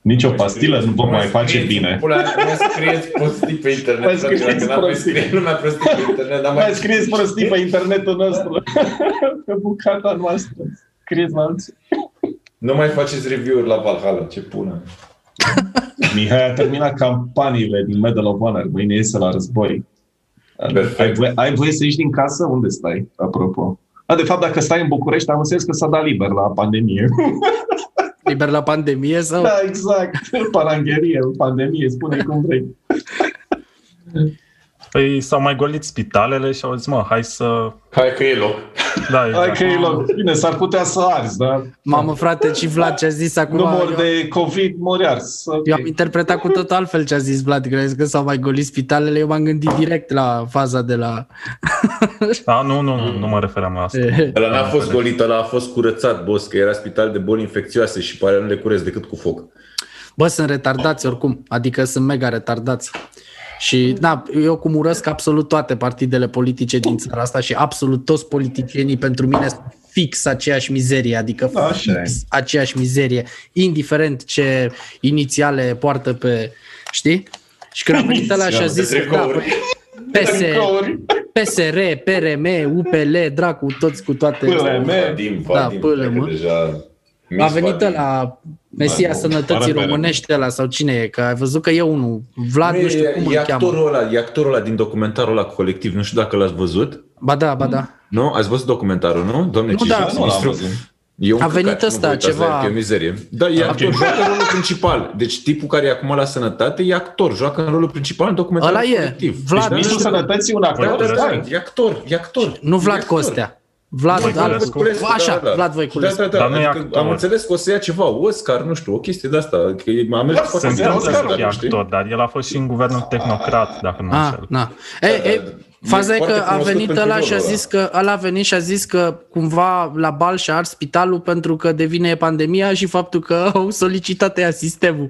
Nici o pastilă nu vă mai face bine. Păi, Pula, mă scrieți prostii pe Mai Păi, internet. frate, Dacă scrieți n-am mai prostii. scrie lumea prostii pe internet, n-am Mai scrieți prostii pe internetul nostru. pe bucata noastră. Scrieți la alții. Nu mai faceți review-uri la Valhalla, ce pună. Mihai a terminat campaniile din Medal of Honor. Mâine iese la război. Perfect. Ai voie, ai voie să ieși din casă? Unde stai, apropo? A, de fapt, dacă stai în București, am înțeles că s-a dat liber la pandemie. Liber la pandemie sau? Da, exact. Parangherie, pandemie, spune cum vrei. Păi s-au mai golit spitalele și au zis, mă, hai să... Hai că e loc. Da, Hai exact. că e loc. Bine, s-ar putea să arzi, dar Mamă, frate, și Vlad ce a zis acum. număr Da, eu, de COVID mori ars. Ok. eu am interpretat cu tot altfel ce a zis Vlad, crezi că s-au mai golit spitalele, eu m-am gândit direct la faza de la... Da, nu, nu, nu, nu mă referam la asta. Ăla n-a fost golit, ăla a fost curățat, boss, că era spital de boli infecțioase și pare nu le curăț decât cu foc. Bă, sunt retardați oricum, adică sunt mega retardați. Și da, eu cum urăsc absolut toate partidele politice din țara asta și absolut toți politicienii pentru mine sunt fix aceeași mizerie, adică Da, așa e. fix aceeași mizerie, indiferent ce inițiale poartă pe, știi? Și când a venit ăla și a zis, De da, tricouri. păi, PS, Tricouri. Da, PSR, PRM, UPL, dracu, toți cu toate. PLM. Vadim, Vadim, Da, pâlă, cred că mă. deja... A Miss venit Vadim. la Mesia Mai, Sănătății arată-ne. Românești ăla sau cine e, că ai văzut că e unul, Vlad, nu știu e, cum e îl cheamă. actorul ăla, e actorul ăla din documentarul ăla cu colectiv, nu știu dacă l-ați văzut. Ba da, ba da. Nu? Ați văzut documentarul, nu? Doamne, Nu, ce da. jurnalist Nu l-am mistru. văzut. E un A căcat, venit nu ăsta, vă uitați la el, ceva- că E o mizerie. Da, e actor, joacă rolul principal. Deci tipul care e acum la sănătate e actor, joacă în rolul principal în documentarul Ăla e. colectiv. Vlad, deci, Ministrul da, Sănătății, un da, actor? Păi, da, da, Da, e actor, e actor. Nu E Vlad actor. Costea. Vlad, Voi Vlad Voiculescu. Voiculescu. Așa, Vlad Voiculescu. Da, da, da. Dar nu e Adică actor. Am înțeles că o să ia ceva, Oscar, nu știu, o chestie de asta. Că e- m-a mers foarte Da, Sunt bine la convins că Oscar, e știi? Ah. actor, dar el a fost și în guvernul tehnocrat, dacă nu mă Ah, înșel. na. E, e, da. faza E e că foarte a cunoscut venit pentru ăla și a rolul zis că ăla a venit și a zis că cumva la bal și-a ars spitalul pentru că devine pandemia și faptul că au solicitat ea sistemul.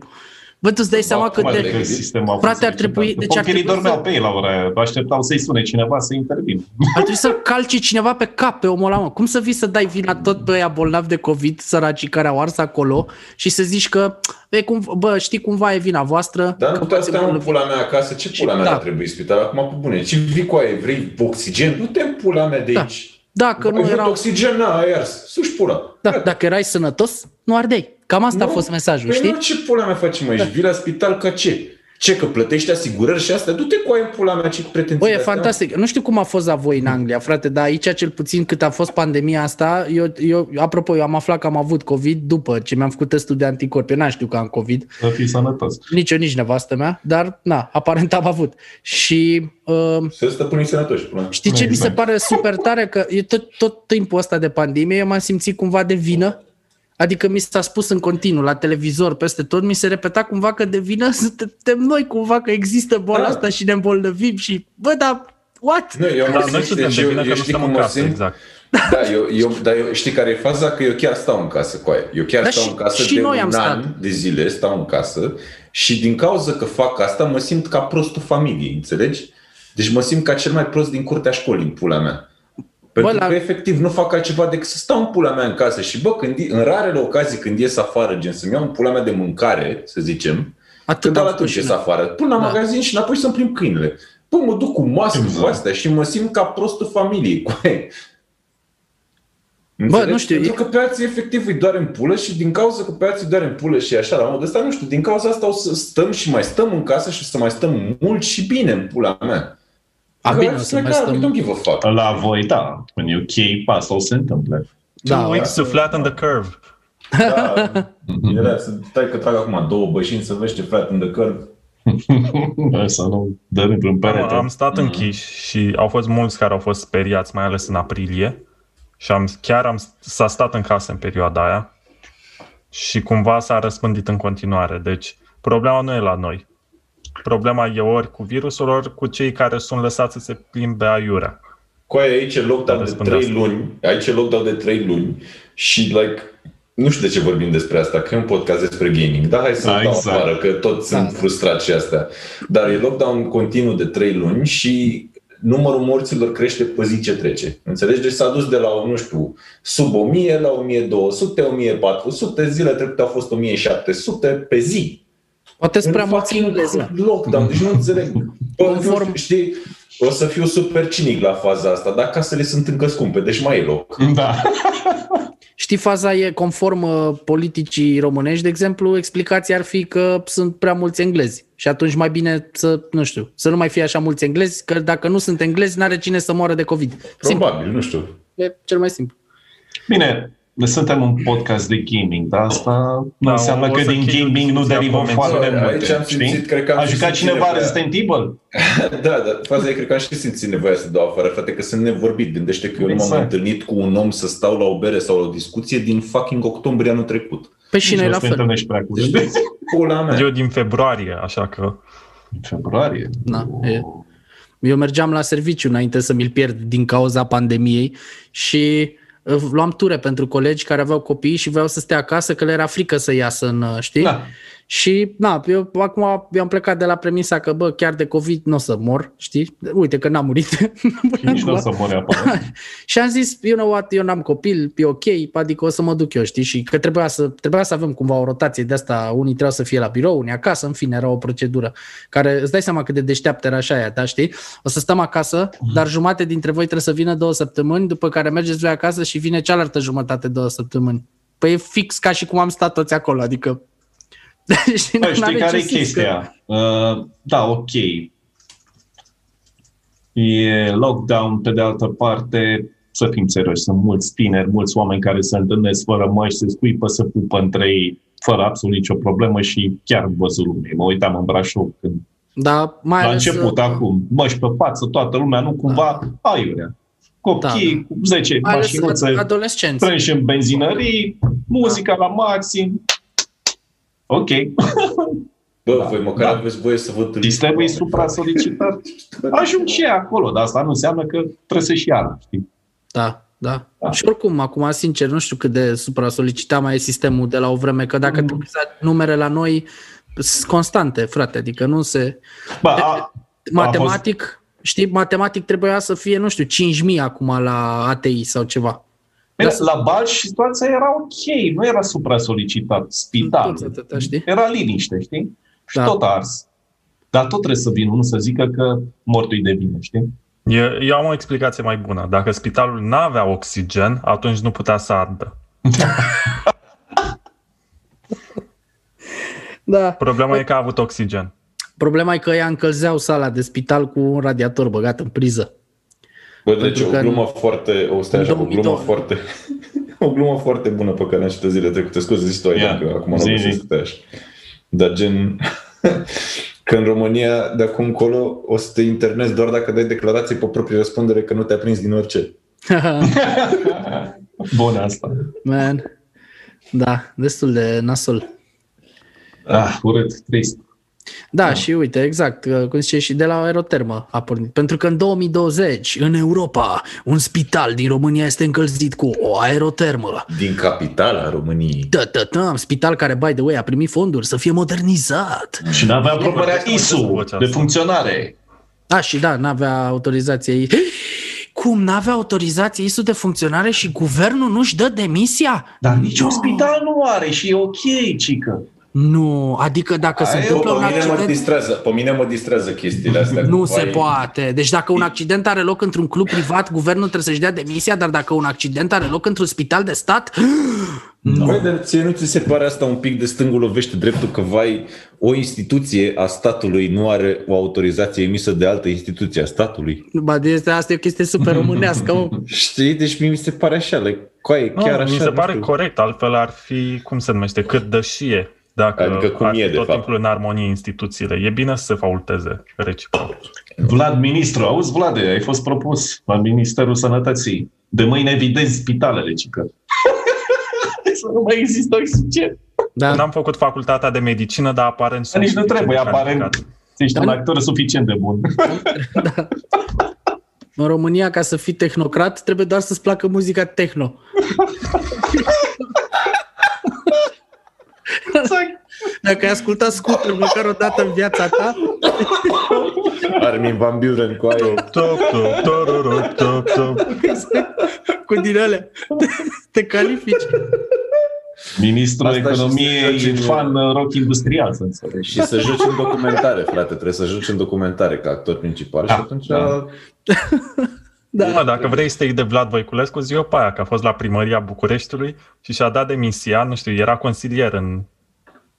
Bă, tu îți dai seama că acum de, de- adică sistemul Frate, ar trebui- deci ar Pocherii trebui dormeau să- pe ei la ora aia. Așteptau să-i sune cineva să intervină. Ar trebui să-l calce cineva pe cap pe omul ăla, mă. Cum să vii să dai vina tot pe aia bolnavi de COVID, săracii care au ars acolo și să zici că, e, cum, bă, știi cumva e vina voastră? Dar că Da, nu putea v-ați să stai în îmbolnăvit. pula mea acasă, ce pula mea Da. da. trebuie spital acum pe bune? Ce vii cu aia? Vrei oxigen? Nu te în pula mea de Da. aici. Da, că Ai nu vrut erau, oxigen, na, ai ars. Suși pula. da, dacă erai sănătos, nu ardeai. Cam asta a Nu. fost mesajul, Păi nu, știi? Da. ce pula mea faci, mă? Ești vii la spital ca ce? Ce, că plătești asigurări și astea? Du-te cu aia în pula mea, ce pretenții Băi, e de-astea? fantastic. Nu știu cum a fost la voi în Anglia, frate, dar aici cel puțin cât a fost pandemia asta, eu, eu apropo, eu am aflat că am avut COVID după ce mi-am făcut testul de anticorpi. Eu n-am știut că am COVID. Să fii sănătos. Nici eu, nici nevastă mea, dar na, aparent am avut. Și uh, Să stăpânii sănătoși, pula mea. știi ce Mai- mi se mai- pare super tare? Că e tot, tot timpul ăsta de pandemie eu m-am simțit cumva de vină. Adică mi s-a spus în continuu, la televizor, peste tot, mi se repeta cumva că de vină suntem noi cumva că există boala Da. asta și ne îmbolnăvim și bă, dar what? Nu, eu am Dar Da, noi simțit, suntem deci de eu- bine eu că nu știi stăm cum în mă casă, simt? exact. Da, eu, eu, dar eu, știi care e faza? Că eu chiar stau în casă cu aia. Eu chiar Da, da, stau și- în casă și de noi un am an stat. de zile, stau în casă și din cauza că fac asta mă simt ca prostul familiei, înțelegi? Deci mă simt ca cel mai prost din curtea școlii, în pula mea. Pentru Bă, bă, la- că efectiv nu fac altceva decât să stau în pula mea în casă și bă, când, în rarele ocazii când ies afară, gen să-mi iau în pula mea de mâncare, să zicem, Atât când am am făcut atunci și ies noi. afară, până la Da. magazin și înapoi să-mi plimb câinele. Bă, mă duc cu masă exact. cu Exact. astea și mă simt ca prostul familiei. cu aia. Bă, nu Înțelegi? știu, Pentru e- că pe alții efectiv îi doare în pulă și din cauza că pe alții îi doare în pulă și așa, la modul ăsta, nu știu, din cauza asta o să stăm și mai stăm în casă și o să mai stăm mult și bine în pula mea. Adică A, Că bine, alții o să mai pleacă, stăm- "We Don't give a fuck. La voi, da. În UK, asta o să se întâmple. Da, Two weeks to flatten the curve. Da, era să stai că trag acum două bășini să vezi ce frate în curve. Să nu dăm într-un Am, perete. am stat închiși și au fost mulți care au fost speriați, mai ales în aprilie. Și am, chiar am, s-a stat în casă în perioada aia. Și cumva s-a răspândit în continuare. Deci problema nu e la noi. Problema e ori cu virusul, ori cu cei care sunt lăsați să se plimbe aiurea. Coaie, aici e lockdown de Răspunde 3 asta. luni, aici e lockdown de 3 luni și like Nu știu de ce vorbim despre asta, că e un podcast despre gaming, dar hai să Da, da, dau exact. afară, că tot sunt da. frustrat și astea. Dar e lockdown continuu de 3 luni și numărul morților crește pe zi ce trece. Înțelegi? Deci s-a dus de la, nu știu, sub 1000 la 1200, 1400, zile trecute au fost 1700 pe zi. Poate sunt prea În mulți fucking englezi, mă. Lockdown, deci nu înțeleg. Bă, Conform- nu știu, știi, o să fiu super cinic la faza asta, dar casele sunt încă scumpe, deci mai e loc. Da. Știi, faza e conform uh, politicii românești, de exemplu, explicația ar fi că sunt prea mulți englezi. Și atunci mai bine să, nu știu, să nu mai fie așa mulți englezi, că dacă nu sunt englezi, n-are cine să moară de COVID. Simplu, Probabil, nu știu. e cel mai simplu. Bine, ne suntem un podcast de gaming, dar asta nu Da, înseamnă o că să din chei gaming nu discuția derivă cu foarte oamenii. multe, Aici am simțit, știi? cred că am A jucat simțit cineva nevoia. Resident Evil? Da, dar faza e, cred că am și simțit nevoia să dau afară, frate, că sunt nevorbit. Gândește că eu nu m-am Exact. întâlnit cu un om să stau la o bere sau la o discuție din fucking octombrie anul trecut. Pe și noi Nu la te fel. întâlnești prea cu Deci, știi? pula mea. Eu din februarie, așa că... În februarie. Na, e. Eu mergeam la serviciu înainte să mi-l pierd din cauza pandemiei și uh, luam ture pentru colegi care aveau copii și voiau să stea acasă că le era frică să iasă în, uh, știi? Da. Și, na, eu acum am plecat de la premisa că, bă, chiar de COVID nu o să mor, știi? Uite că n-am murit. Până Nici nu o acum. să mori apare. și am zis, you know what, eu n-am copil, e ok, adică o să mă duc eu, știi? Și că trebuia să, trebuia să avem cumva o rotație de asta, unii trebuia să fie la birou, unii acasă, în fine, era o procedură care, îți dai seama cât de deșteaptă era așa aia, da, știi? O să stăm acasă, Mhm. dar jumate dintre voi trebuie să vină două săptămâni, după care mergeți voi acasă și vine cealaltă jumătate două săptămâni. Păi e fix ca și cum am stat toți acolo, adică... știi, Păi, știi n-are ce care e sens că- chestia? Uh, da, ok. E lockdown, pe de altă parte, să fim serioși, sunt mulți tineri, mulți oameni care se întâlnesc fără măști, se scuipă, se pupă între ei, fără absolut nicio problemă și chiar am văzut lume. Mă uitam în Brașov când Da, mai la ales... început, acum, măști pe față, toată lumea, nu cumva, aiurea. Copii, cu 10 Da, mai ales mașinuțe, adolescenți. strânși în benzinării, muzica la maxim. Ok, Bă, Da, voi măcar da. aveți voie să vă întâlniți. Deci trebuie supra-solicitat. Ajung și acolo, dar asta nu înseamnă că trebuie să și ia. Știi? Da, da. Da. Și oricum, acum, sincer, nu știu cât de supra-solicitat mai e sistemul de la o vreme, că dacă Mm. mm. te uiți la numere la noi, sunt constante, frate, adică nu se... Bă, a, Matematic, știi, matematic trebuia să fie, nu știu, 5.000 acum la ATI sau ceva. Da. era, la Balș situația era ok, nu era supra-solicitat spital. Toți atâta, știi? Era liniște, știi? Și Da. tot ars. Dar tot trebuie să vină unul să zică că mortul e de vină, știi? Eu, eu am o explicație mai bună. Dacă spitalul n-avea oxigen, atunci nu putea să ardă. Da. Problema e că a avut oxigen. Problema e că ea încălzeau sala de spital cu un radiator băgat în priză. Bă, deci Pentru o că- glumă foarte, o, stai În așa, o glumă 2002. foarte, o glumă foarte bună pe care am citit zile trecute. Scuze, zici tu, Ia, Aidan, că acum nu zi, zi. găsesc câte așa. Dar gen, că în România de acum încolo o să te internezi doar dacă dai declarații pe proprie răspundere că nu te-a prins din orice. Bună asta. Man. Da, destul de nasol. Ah, urât, trist. Da, și uite, exact, că, cum zice, și de la aerotermă a pornit. Pentru că în 2020, în Europa, un spital din România este încălzit cu o aerotermă. Din capitala României. Tătătăm, spital care, by the way, a primit fonduri să fie modernizat. Și n-avea aprobarea vorbesc, vorbesc cu ISU vocea de asta. funcționare. A, și da, n-avea autorizație. Cum n-avea autorizație ISU de funcționare și guvernul nu-și dă demisia? Dar niciun spital nu are și e ok, cică. Nu, adică dacă se Aia, întâmplă bă, un pe mine mă accident... distrează, pe mine mă distrează chestiile astea. Nu cu, se vai, poate. Deci dacă un accident are loc într-un club privat, guvernul trebuie să-și dea demisia, dar dacă un accident are loc într-un spital de stat, Băi, dar ție nu ți se pare asta un pic de stângul lovește dreptul că, vai, o instituție a statului nu are o autorizație emisă de altă instituție a statului? bă, de- este, asta e o chestie super românească. mă. Știi? Deci mie mi se pare așa, like, coaie, Nu, chiar așa. Ah, mi se nu pare știu. corect, altfel ar fi, cum se numește, cât dășie. Dacă Adică cum ar fi e, de tot fapt. timpul în armonie instituțiile. E bine să se faulteze reciproc. Vlad Ministru, auzi, Vlad, ai fost propus la Ministerul Sănătății. De mâine videzi spitalele, cică. Să nu mai există oxigen. Da. N-am făcut facultatea de medicină, dar aparent sunt Dar nici nu suficient trebuie, de calificat. aparent. Ești un Da. actor suficient de bun. În România, ca să fii tehnocrat, trebuie doar să-ți placă muzica techno. Dacă ai ascultat Scooter măcar o dată în viața ta, Armin Van Buren cu aia. Top, top, top, top, top. cu din alea, te, te califici. Ministrul Asta și Economiei să e joci în- fan uh, rock industrial, să înțelegi. Și să joci în documentare, frate, trebuie să joci în documentare ca actor principal și Da, atunci da. Da. Mă, dacă vrei să te iei de Vlad Voiculescu, zi-o pe aia, că a fost la primăria Bucureștiului și și-a dat demisia, nu știu, era consilier în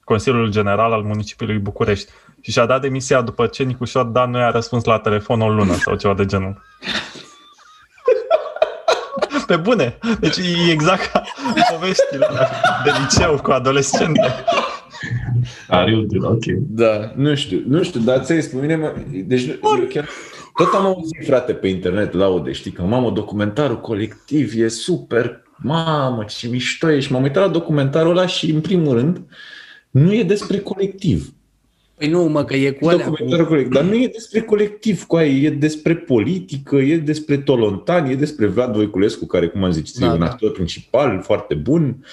Consiliul General al Municipiului București și și-a dat demisia după ce Nicușor Dan nu i-a răspuns la telefon o lună sau ceva de genul. Pe bune! Deci e exact ca poveștile alea de liceu cu adolescente. Are util, ok. Da, nu știu, nu știu, dar ți-ai spus, mine, mă, deci nu- eu chiar, tot am auzit, frate, pe internet laude, știi, că mamă, documentarul colectiv e super, mamă, ce mișto e și m-am uitat la documentarul ăla și, în primul rând, nu e despre colectiv. Păi nu, mă, că e cu alea. Documentarul colectiv, dar nu e despre colectiv, cu aia, e despre politică, e despre Tolontan, e despre Vlad Voiculescu, care, cum am zis, da, Da, e un da. actor principal, foarte bun.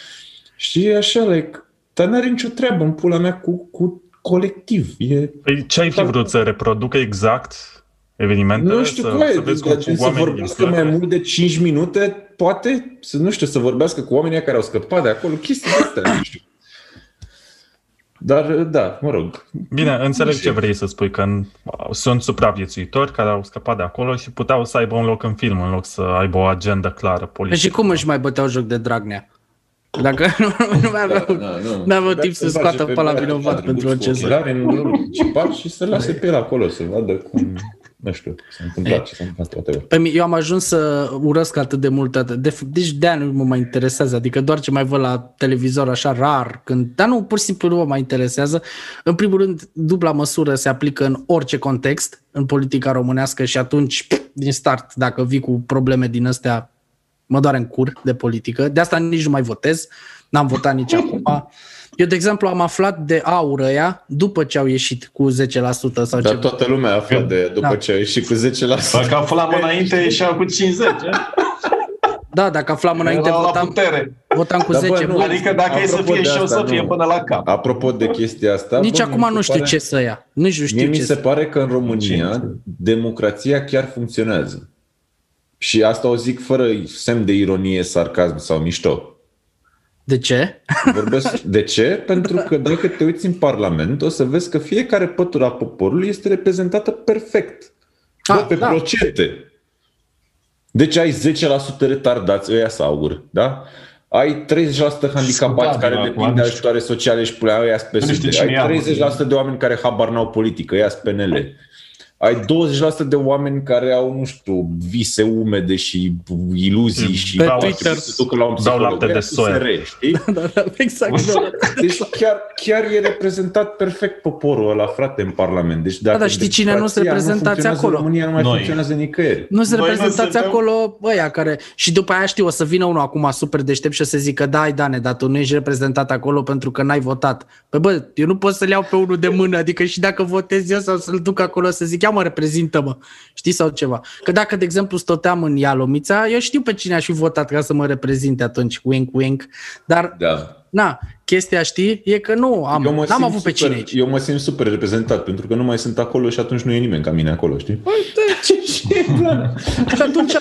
Și e așa, like, dar n-are nicio treabă în pula mea cu, cu colectiv. E Păi ce ai fi vrut să reproducă exact evenimentele? Nu știu să, cum e, să vezi cum dar gen fug să oamenii din vorbească stradă? mai mult de 5 minute, poate, să nu știu, să vorbească cu oamenii care au scăpat de acolo, chestii astea, nu știu. Dar, da, mă rog, Bine, înțeleg ce vrei să spui, că în- sunt supraviețuitori care au scăpat de acolo și puteau să aibă un loc în film, în loc să aibă o agendă clară Păi și politică. cum își mai băteau joc de Dragnea? Dacă nu, nu mai aveau, da, nu, nu aveau timp să scoată pe la vinovat pentru ce acest Ochelari în rolul principal și să lase pe el acolo, să vadă cum, nu știu, s-a întâmplat ce s-a întâmplat, whatever. Pe mine, Păi eu am ajuns să urăsc atât de mult. atât- De, f- deci de nu mă mai interesează, adică doar ce mai văd la televizor așa rar, când, dar nu, pur și simplu nu mă mai interesează. În primul rând, dubla măsură se aplică în orice context, în politica românească și atunci, pf, din start, dacă vii cu probleme din astea, mă doare în cur de politică. De asta nici nu mai votez, n-am votat nici acum. Eu, de exemplu, am aflat de aurăia după ce au ieșit cu 10% sau Dar ceva. toată lumea a aflat de după Da. ce a ieșit cu 10%. Dacă aflam înainte, ieșeau cu 50. eh? Da, dacă aflam înainte, Erau la votam, putere. votam cu Da, bă, 10 nu, bani. Adică dacă e să Apropo fie de și o asta, să fie nu. până la cap. Apropo de chestia asta... Nici bă, mi acum se nu știu pare- ce să ia. Nici nu Mie știu mi ce se să pare că în România democrația chiar funcționează. Și asta o zic fără semn de ironie, sarcasm sau mișto. De ce? Vorbesc de ce? Pentru că dacă te uiți în Parlament, o să vezi că fiecare pătură a poporului este reprezentată perfect. Bă, Ah, pe da. procente. Deci ai 10% retardați, ăia sau aur, da? Ai 30% handicapați Scuzabil, care acum, depind de nu știu. ajutoare sociale și pulea ăia Nu știu PSD. cine e aur. Ai 30% de oameni care habar n-au politică, ăia PNL. Ai 20% de oameni care au, nu știu, vise umede și iluzii și Pe au Twitter. să se ducă la un Dau lapte psiholog. de Ăia soia. sunt SR, știi? Da, da, exact. Da, da. Deci chiar, chiar e reprezentat perfect poporul ăla, frate, în Parlament. Deci dacă Da, dar știi cine nu se democrația reprezentați funcționează acolo? în România nu mai Noi. funcționează nicăieri. Nu se Noi nu reprezentați suntem- acolo ăia care... Și după aia știu, o să vină unul acum super deștept și o să zică da, ai Dane, dar tu nu ești reprezentat acolo pentru că n-ai votat. Păi bă, eu nu pot să-l iau pe unul de mână, adică și dacă votez eu sau să-l duc acolo să zic ia mă, reprezintă-mă, știi sau ceva. Că dacă, de exemplu, stăteam în Ialomița, eu știu pe cine aș fi votat ca să mă reprezinte atunci, wink, wink, dar Da. Na, Na, chestia, știi, e că nu am, eu Adică mă n-am simt avut pe super, cine aici. Eu mă simt super reprezentat, pentru că nu mai sunt acolo și atunci nu e nimeni ca mine acolo, știi? Da, Și atunci,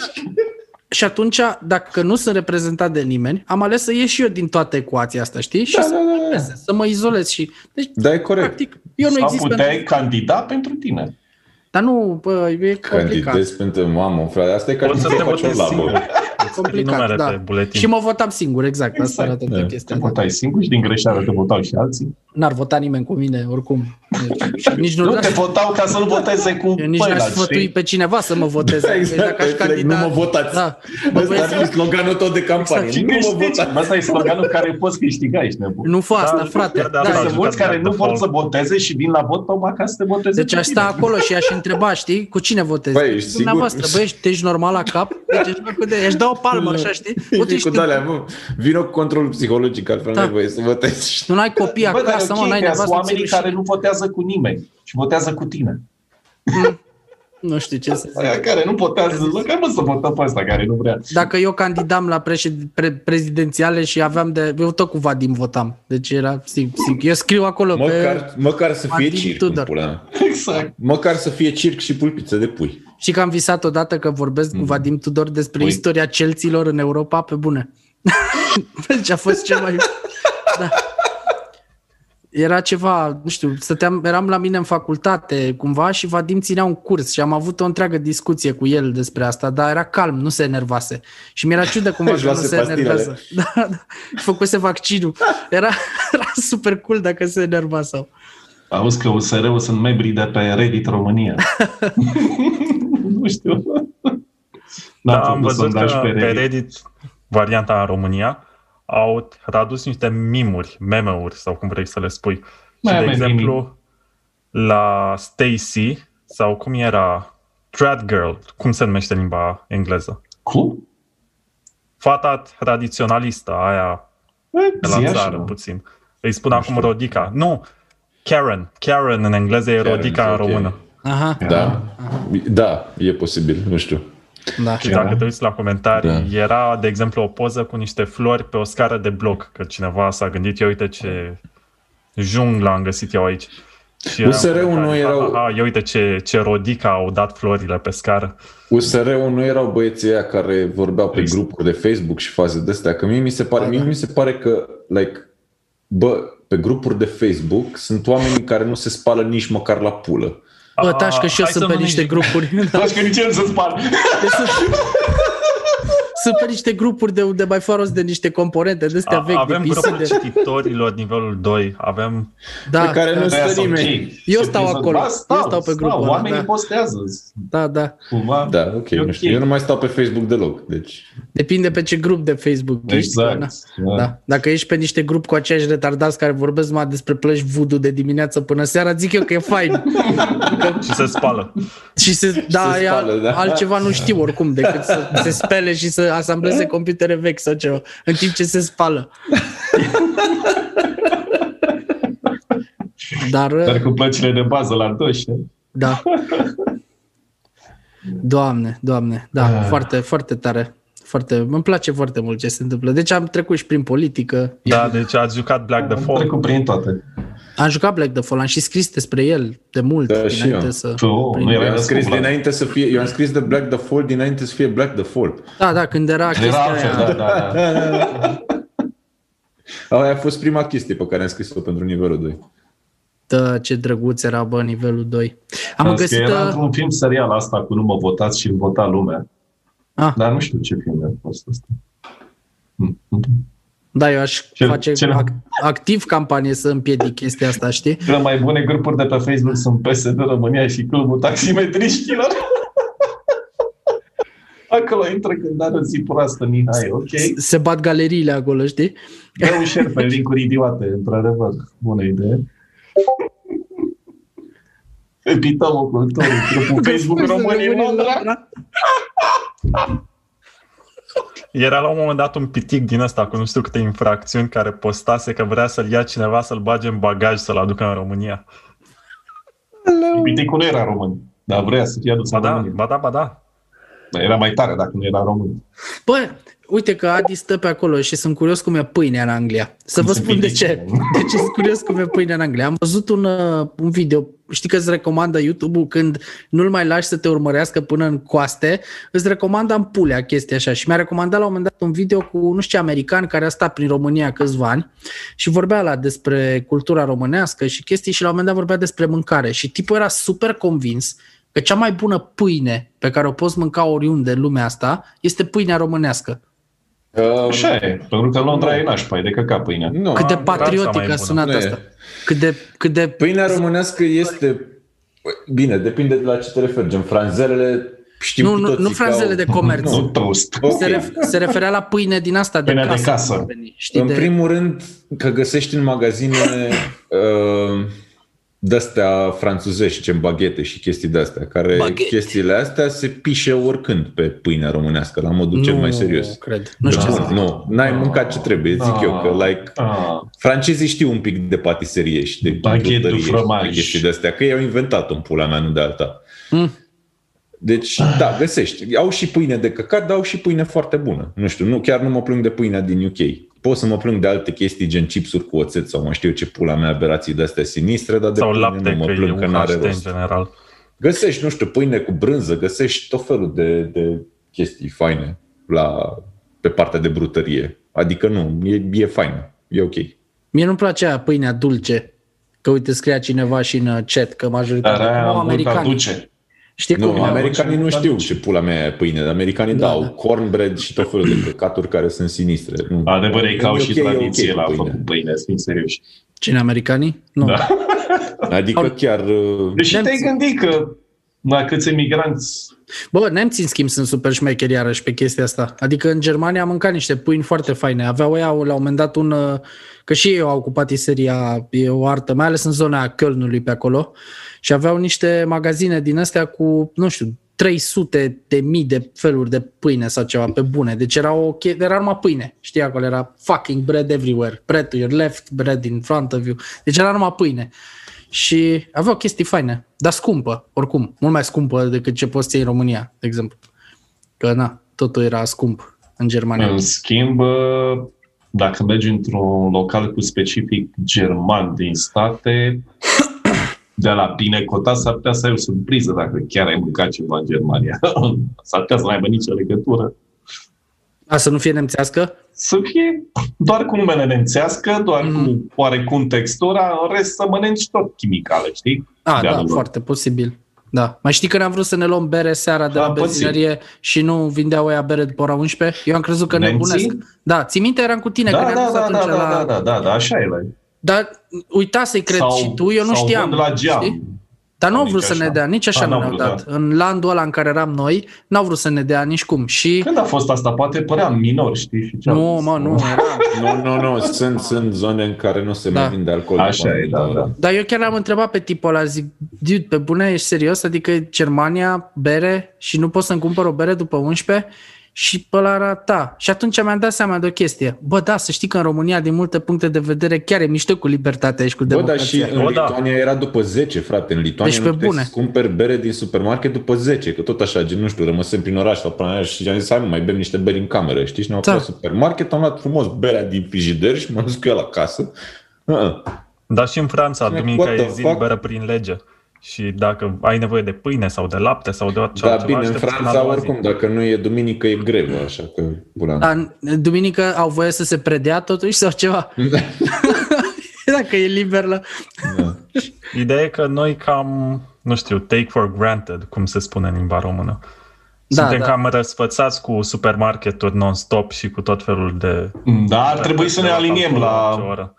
și atunci, dacă nu sunt reprezentat de nimeni, am ales să ies și eu din toată ecuația asta, știi? Și Da, să, da, da, da. să mă izolez și... Deci, Da, e corect. practic, eu nu Sau exist puteai pentru... candida pentru tine. Dar nu, bă, e complicat. Candidez pentru deci mamă, frate. Asta e ca Poți și să cum te faci un votezi labă. singur. Deci complicat numere da. pe buletin. Și mă votam singur, exact. Asta Exact, arată da. da. chestia. Te votai singur și din greșeală te votau și alții. N-ar vota nimeni cu mine, oricum. Deci, nici nu, Nu l-aș- te votau ca să nu voteze cu păi Eu nici n-aș băilalți, sfătui știi? pe cineva să mă voteze. Da, Deci exact, dacă aș perfect, candida... nu mă votați. Da. Mă, Asta ar fi sloganul tot de campanie. Și Nu mă câștigi. votați. Asta e sloganul care poți câștiga, ești nebun. nu fă asta, Da, frate. da, da, Că da. sunt mulți care nu vor să voteze și vin la vot tocmai ca să te voteze. Deci aș sta acolo și aș întreba, știi, cu cine votezi? Deci Băi, ești sigur? Dumneavoastră, băi, ești, ești normal la cap? Deci ești făcut de... Aș da o palmă așa, știi? Uite, Cu ești, dalea, mă, vină cu controlul psihologic, altfel Da. nu ai voie să votezi. tu n-ai copii Bă, dar e acasă, mă, ok, n-ai că sunt nevastă, ți oamenii care nu votează cu nimeni și votează cu tine. Nu știu ce să zic. Aia care nu votează, măcar mă să votăm pe asta care nu vrea. Dacă eu candidam la președ- pre- prezidențiale și aveam de... Eu tot cu Vadim votam. Deci era... Sim, sim, eu scriu acolo pe... Măcar, măcar să fie Martin circ în Tudor. pula mea. Exact. Măcar să fie circ și pulpiță de pui. Și că am visat odată că vorbesc cu Vadim Tudor despre Ui. istoria celților în Europa, pe bune. deci a fost cel mai... Da. Era ceva, nu știu, stăteam, eram la mine în facultate cumva și Vadim ținea un curs și am avut o întreagă discuție cu el despre asta, dar era calm, nu se enervase. Și mi-era ciudă cumva Își că nu luase se pastilele. enervează. Da, da, făcuse vaccinul. Era, era super cool dacă se enerva sau... Auzi că USR-ul sunt membrii de pe Reddit România. nu știu. Da, N-am am făcut văzut sondaj că pe Reddit. varianta în România, au tradus niște mimuri, meme-uri sau cum vrei să le spui. Mai și de avem exemplu, mimii. la Stacy sau cum era Trad Girl, cum se numește limba engleză? Cum? Fata tradiționalistă, aia de la Zi așa, țară mă. puțin. Îi spun acum Rodica. Nu, Karen. Karen în engleză e Karen, Rodica în ok. română. Aha, Da? Da, e posibil, nu știu. da. Și dacă te uiți la comentarii, Da. da. era, de exemplu, o poză cu niște flori pe o scară de bloc, că cineva s-a gândit, eu uite ce jungla am găsit eu aici. Și era un USR-ul nu comentariu, erau- "Ha, ha, ha, ia uite ce, ce rodica au dat florile pe scară. USR-ul nu erau băieții aia care vorbeau pe Exact. grupuri de Facebook și faze de astea, că mie mi se pare, mie mi se pare că, like, bă, pe grupuri de Facebook sunt oameni care nu se spală nici măcar la pulă. Bă, A, taci că și eu hai sunt să pe nu ne niște jignim. grupuri. Da. Faci că nici el să spar. Deci sunt, sunt pe niște grupuri de unde mai fac rost de niște componente de astea A, vechi, de avem piste. grupul De... cititorilor nivelul 2, avem... Da, pe care da, nu da, stă nimeni. Eu stau acolo. Ba, stau, Eu stau pe grupul ăla, Oamenii da. postează. da, da. Cumva. Da, ok, E nu știu. ok. Eu nu mai stau pe Facebook deloc, deci... Depinde pe ce grup de Facebook ești. Exact. Da. Da. Dacă ești pe niște grup cu aceiași retardați care vorbesc numai despre plăci voodoo de dimineață până seara, zic eu că e fain. Și se spală. Și se, da, se e spală, al, da. altceva nu știu oricum decât să se spele și să asambleze computere vechi sau ceva, în timp ce se spală. Dar, Dar cu plăcile de bază la doși. Da. Doamne, doamne, da, ah. foarte, foarte tare. Foarte, îmi place foarte mult ce se întâmplă. Deci am trecut și prin politică. Da, deci ați jucat Black the Am Fall. trecut prin toate. Da. Am jucat Black the Fall, am și scris despre el de mult Da, și înainte eu. să... Tu, nu Eu era am scris răscumplat. dinainte să fie... Eu am scris de Black the Fall dinainte să fie Black the Fall. Da, da, când era Era chestia altfel, aia. da, da, da. Aia a fost prima chestie pe care am scris-o pentru nivelul 2. Da, ce drăguț era, bă, nivelul 2. Am Am găsit... găsit... Era uh, într-un film serial asta cu nu mă votați și îmi vota lumea. Ah. Dar nu știu ce film a fost ăsta. Da, eu aș Cel- face cel- ac- activ campanie să împiedic chestia asta, știi? Cele mai bune grupuri de pe Facebook sunt PSD România și Clubul Taximetriștilor. Acolo intră când are o zi proastă, Mihai, ok? Se bat galeriile acolo, știi? Dă un share pe link-uri idiote, într-adevăr. Bună idee. Epitomul culturii, grupul Facebook România da? în Londra. Era la un moment dat un pitic din ăsta cu nu știu câte infracțiuni care postase că vrea să-l ia cineva să-l bage în bagaj să-l aducă în România. Piticul nu era român, dar vrea să fie adus Ba în da, România. ba da, ba da. Era mai tare dacă nu era român. Bă, uite că Adi stă pe acolo și sunt curios cum e pâinea în Anglia. Să vă se spun de pidică. ce. De ce sunt curios cum e pâinea în Anglia. Am văzut un, uh, un video, știi că îți recomandă YouTube-ul când nu-l mai lași să te urmărească până în coaste, îți recomandă în pulea chestia așa. Și mi-a recomandat la un moment dat un video cu nu știu ce american care a stat prin România câțiva ani și vorbea la despre cultura românească și chestii și la un moment dat vorbea despre mâncare. Și tipul era super convins că cea mai bună pâine pe care o poți mânca oriunde în lumea asta este pâinea românească. Așa e, pentru că Londra e nașpa, e de căcat pâinea. Uh, Nu. Cât de Franța mai patriotic bună. a sunat Nu e. asta. Cât de, cât de... Pâinea românească este... Bine, depinde de la ce te referi. Gen, franzelele știu Nu, cu nu- toții nu că franzele au- de comerț. Nu, toast. Ok. Se, ref, se referea la pâine din asta de Pâinea de casă. casă. oamenii, Știi, În de, primul rând, că găsești în magazine uh, de-astea franțuzești, gen baghete și chestii de-astea, care Baghete. chestiile astea se pișe oricând pe pâinea românească, la modul cel mai serios. cred. Nu știu. Deci, ce nu, să- nu, n-ai mâncat ce trebuie, zic Ah. eu, că like, Ah, francezii știu un pic de patiserie și de Baghete du brutărie și de fromaj. chestii de-astea, că ei au inventat-o în pula mea, nu de alta. Mm. Deci, da, găsești. Au și pâine de căcat, dar au și pâine foarte bună. Nu știu, nu, chiar nu mă plâng de pâinea din UK. Pot să mă plâng de alte chestii, gen chipsuri cu oțet sau mai știu eu ce pula mea, aberații de-astea sinistre, dar de Sau pâine lapte, nu mă că e plâng că un n-are hashtag în rost. general. Găsești, nu știu, pâine cu brânză, găsești tot felul de, de chestii faine la, pe partea de brutărie. Adică nu, e, e fain, e ok. Mie nu-mi place aia pâinea dulce. Că uite, scria cineva și în uh, chat că Dar majoritatea aia nu american. americani. duce. Știi cum? Nu, e? americanii nu orice știu ce pula mea e pâine, dar americanii da, Da, au da. cornbread și tot felul de căcaturi care sunt sinistre. Nu. Adevărul e că au E și ok, e ok tradiție cu la pâine. făcut pâine, să fim serioși. Cine americanii? Nu. Da. Adică chiar... uh, Deși Nemții. Deci te-ai gândit că la câți emigranți Bă, nemții, în schimb, sunt super șmecheri iarăși pe chestia asta. Adică în Germania am mâncat niște pâini foarte faine. Aveau ea, la un moment dat, un... uh, Că și ei au ocupat patiseria, e o artă, mai ales în zona aia Kölnului pe acolo. Și aveau niște magazine din astea cu, nu știu, 300 de mii de feluri de pâine sau ceva, pe bune. Deci era o che- era numai pâine. Știi, acolo era fucking bread everywhere. Bread to your left, bread in front of you. Deci era numai pâine. Și aveau chestii faine, dar scumpă, oricum. Mult mai scumpă decât ce poți să iei în România, de exemplu. Că na, totul era scump în Germania. În schimb, uh, dacă mergi într-un local cu specific german din state, de la Pinecota s-ar putea să ai o surpriză dacă chiar ai mâncat ceva în Germania. s-ar putea să nu aibă nicio legătură. A, să nu fie nemțească? Să fie doar cu numele nemțească, doar mm. cu oarecum textura, în rest să mănânci tot chimicale, știi? A, De da, anul lor. foarte posibil. Da. Mai știi când am vrut să ne luăm bere seara de Da, la posibil. benzinărie și nu vindeau ăia bere după ora 11? Eu am crezut că Nemții? nebunesc. Da, ții minte? Eram cu tine, că Da, ne-am da, dus da, da, atunci la... da, da, da, da, așa e. la- Dar uita să-i cred sau- și tu, eu nu sau știam. vând la geam. știi? Dar nu au Nici vrut să așa. ne dea, nici așa A, nu n-au ne-au vrut, da. dat. În landul ăla în care eram noi, n-au vrut să ne dea nici cum. Și Când a fost asta? Poate păream minor, știi? Și ce am Nu, zis. mă, nu era. Nu, nu, nu, sunt, sunt zone în care nu se Da. mai vinde alcool. Așa e, da, da. Dar eu chiar l-am întrebat pe tipul ăla, zic, dude, pe bune, ești serios? Adică Germania, bere și nu pot să-mi cumpăr o bere după 11? Și pe la rata. Și atunci mi-am dat seama de o chestie. Bă, da, să știi că în România, din multe puncte de vedere, chiar e mișto cu libertatea și cu Bă, dar democrația. și în Bă, da. Lituania era după 10, frate. În Lituania Deci, deci, pe nu puteai bune. să cumperi bere din supermarket după 10, că tot așa, gen, nu știu, rămăsem prin oraș sau prin oraș și am zis, hai mă, mai bem niște beri în cameră, știi? Și ne-am Da. da. la supermarket, am luat frumos berea din frigider și m-am dus cu ea la casă. Uh-uh. Dar și în Franța, Cine- duminica what the e zi fuck? liberă prin lege. Și dacă ai nevoie de pâine sau de lapte sau de orice Dar altceva, Da, bine, în aștepți până a Franța, doua zi. oricum, dacă nu e duminică, e grevă, așa că, pula mea. Dar în- duminică au voie să se predea totuși sau ceva? Dacă e liber la... Ideea e că noi cam, nu știu, take for granted, cum se spune în limba română. Da, Suntem da. cam răsfățați cu supermarketuri non-stop și cu tot felul de... Da, ar trebui să ne aliniem la... Orice oră.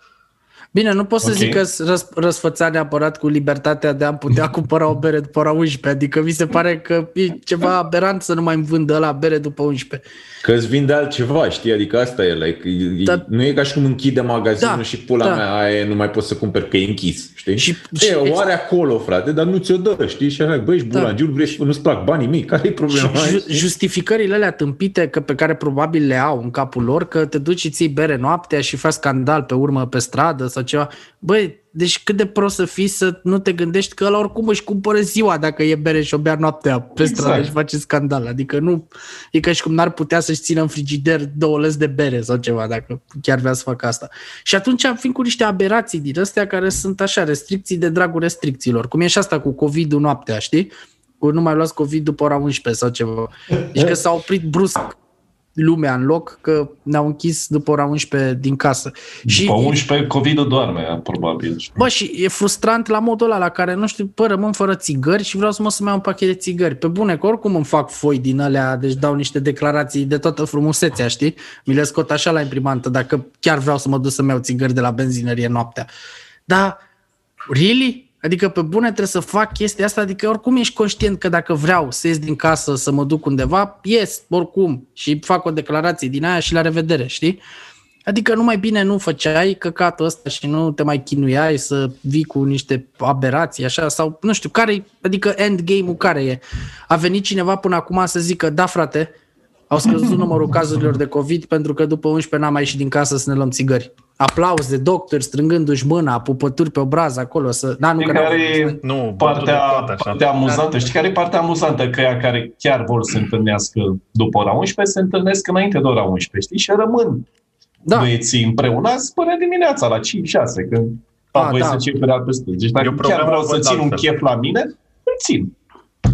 Bine, nu pot să Ok. zic că sunt răs, răsfăța neapărat cu libertatea de a putea cumpăra o bere după ora 11, adică mi se pare că e ceva aberant să nu mai îmi vândă la bere după 11. Că îți vinde altceva, știi? Adică asta e, like, e- Da. nu e ca și cum închide magazinul Da, da, și pula da. da. mea aia e, nu mai poți să cumperi că e închis, știi? Și- Și, și- e, o are acolo, frate, dar nu ți-o dă, știi? Și așa, băi, ești Da. bulangiul, da. vrei și nu-ți plac banii mei, care e Și problema ju- aici? justificările alea tâmpite că, pe care probabil le au în capul lor, că te duci și ții bere noaptea și faci scandal pe urmă pe stradă sau ceva. Băi, deci cât de prost să fii să nu te gândești că la oricum își cumpără ziua dacă e bere și o bea noaptea pe stradă Exact. și face scandal. Adică nu, e ca și cum n-ar putea să-și țină în frigider două lăzi de bere sau ceva dacă chiar vrea să facă asta. Și atunci am fi cu niște aberații din astea care sunt așa, restricții de dragul restricțiilor. Cum e și asta cu COVID-ul noaptea, știi? Cu nu mai luați COVID după ora 11 sau ceva. Deci că s-a oprit brusc lumea în loc, că ne-au închis după ora 11 din casă. Și După 11, COVID-ul doarme, probabil. Bă, și e frustrant la modul ăla la care, nu știu, bă, rămân fără țigări și vreau să mă să-mi iau un pachet de țigări. Pe bune, că oricum îmi fac foi din alea, deci dau niște declarații de toată frumusețea, știi? Mi le scot așa la imprimantă, dacă chiar vreau să mă duc să-mi iau țigări de la benzinărie noaptea. Dar, really? Adică pe bune trebuie să fac chestia asta, adică oricum ești conștient că dacă vreau să ies din casă, să mă duc undeva, ies oricum și fac o declarație din aia și la revedere, știi? Adică numai bine nu făceai căcatul ăsta și nu te mai chinuiai să vii cu niște aberații așa sau nu știu care adică endgame-ul care e. A venit cineva până acum să zică da frate, au scăzut numărul cazurilor de COVID pentru că după 11 n-am mai ieșit din casă să ne luăm țigări. aplauze, doctori strângându-și mâna, pupături pe obraz acolo, să... Da, nu, Știi că n-au care văzut. e Nu, bătut de partea, tot așa. partea amuzantă? Știi care e partea amuzantă? Că ea care chiar vor să se întâlnească după ora 11, se întâlnesc înainte de ora 11, știi? Și rămân da. Da, băieții împreunați până dimineața, la 5-6, când Ah, am voie da. să țin pe pe stângi. Deci dacă Eu chiar problema vreau o să văd țin un altfel. chef la mine, îl țin.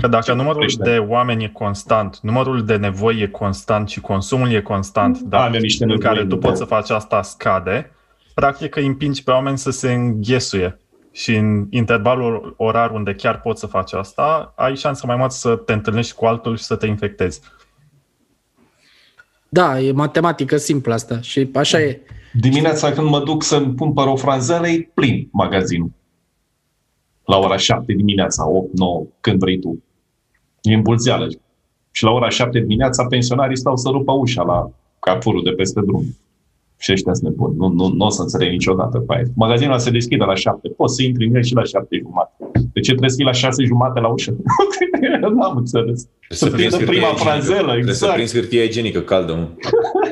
Că dacă numărul vorbești, de oameni e constant, numărul de nevoi e constant și consumul e constant, Da, da, avem niște în care tu nevoi. poți să faci asta scade, practic îi împingi pe oameni să se înghesuie. Și în intervalul orar unde chiar poți să faci asta, ai șanse mai mari să te întâlnești cu altul și să te infectezi. da, e matematică simplă asta și așa e. Dimineața când mă duc să-mi cumpăr o franzelă, e plin magazinul. La ora 7 dimineața, 8, 9, când vrei tu. E în bulzeală. Și la ora 7 dimineața, pensionarii stau să rupă ușa la carfurul de peste drum. Și ăștia sunt nebuni. Nu, nu, nu o să înțeleg niciodată pe aia. Magazinul ăla se deschide la 7. Poți să intri în el și la 7 jumate. De ce trebuie să fii la 6 jumate la ușă? N-am înțeles. Să prinzi prindă hârtie prima igienică. franzelă, Trebuie să exact. prinzi hârtie igienică caldă, mă.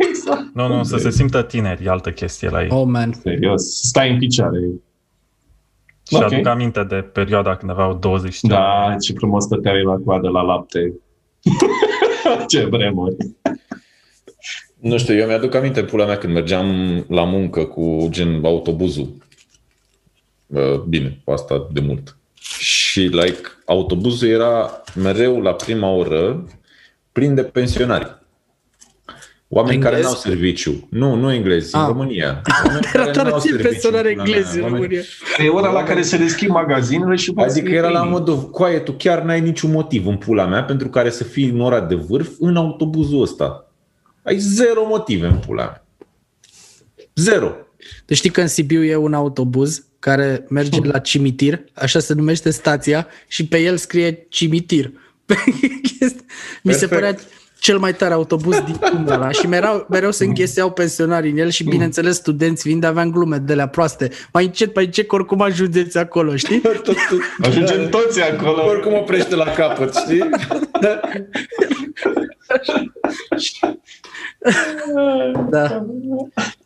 Exact. Nu, nu, să se simtă tineri, e altă chestie la ei. Oh, man. Serios. Stai în picioare. Și ok. aduc aminte de perioada când aveau 20 de ani. Da, ce frumos stăteai la coadă la lapte. ce vremuri. Nu știu, eu mi-aduc aminte, pula mea, când mergeam la muncă cu gen autobuzul. Uh, Bine, asta de mult. Și, like, autobuzul era mereu la prima oră plin de pensionari. Oameni Englezi? care n-au serviciu. Nu, nu englezi, Ah. în România. Oameni Era care doar n-au ce serviciu, personare pula mea, englezi în oameni- România. E ora la care se deschid magazinele și... Adică era la modul, coaie, tu chiar n-ai niciun motiv în pula mea pentru care să fii în ora de vârf în autobuzul ăsta. Ai zero motive în pula mea. Zero. Deci știi că în Sibiu e un autobuz care merge la cimitir, așa se numește stația, și pe el scrie cimitir. Mi se Perfect. părea cel mai tare autobuz din lumea ăla și mereu, mereu se îngheseau pensionarii în el și bineînțeles studenți fiind aveam glume de la proaste. Mai încet, mai încet, că oricum ajungeți acolo, știi? Tot, tot, tot. Ajungem toți acolo. Da. Oricum oprește la capăt, știi? Da.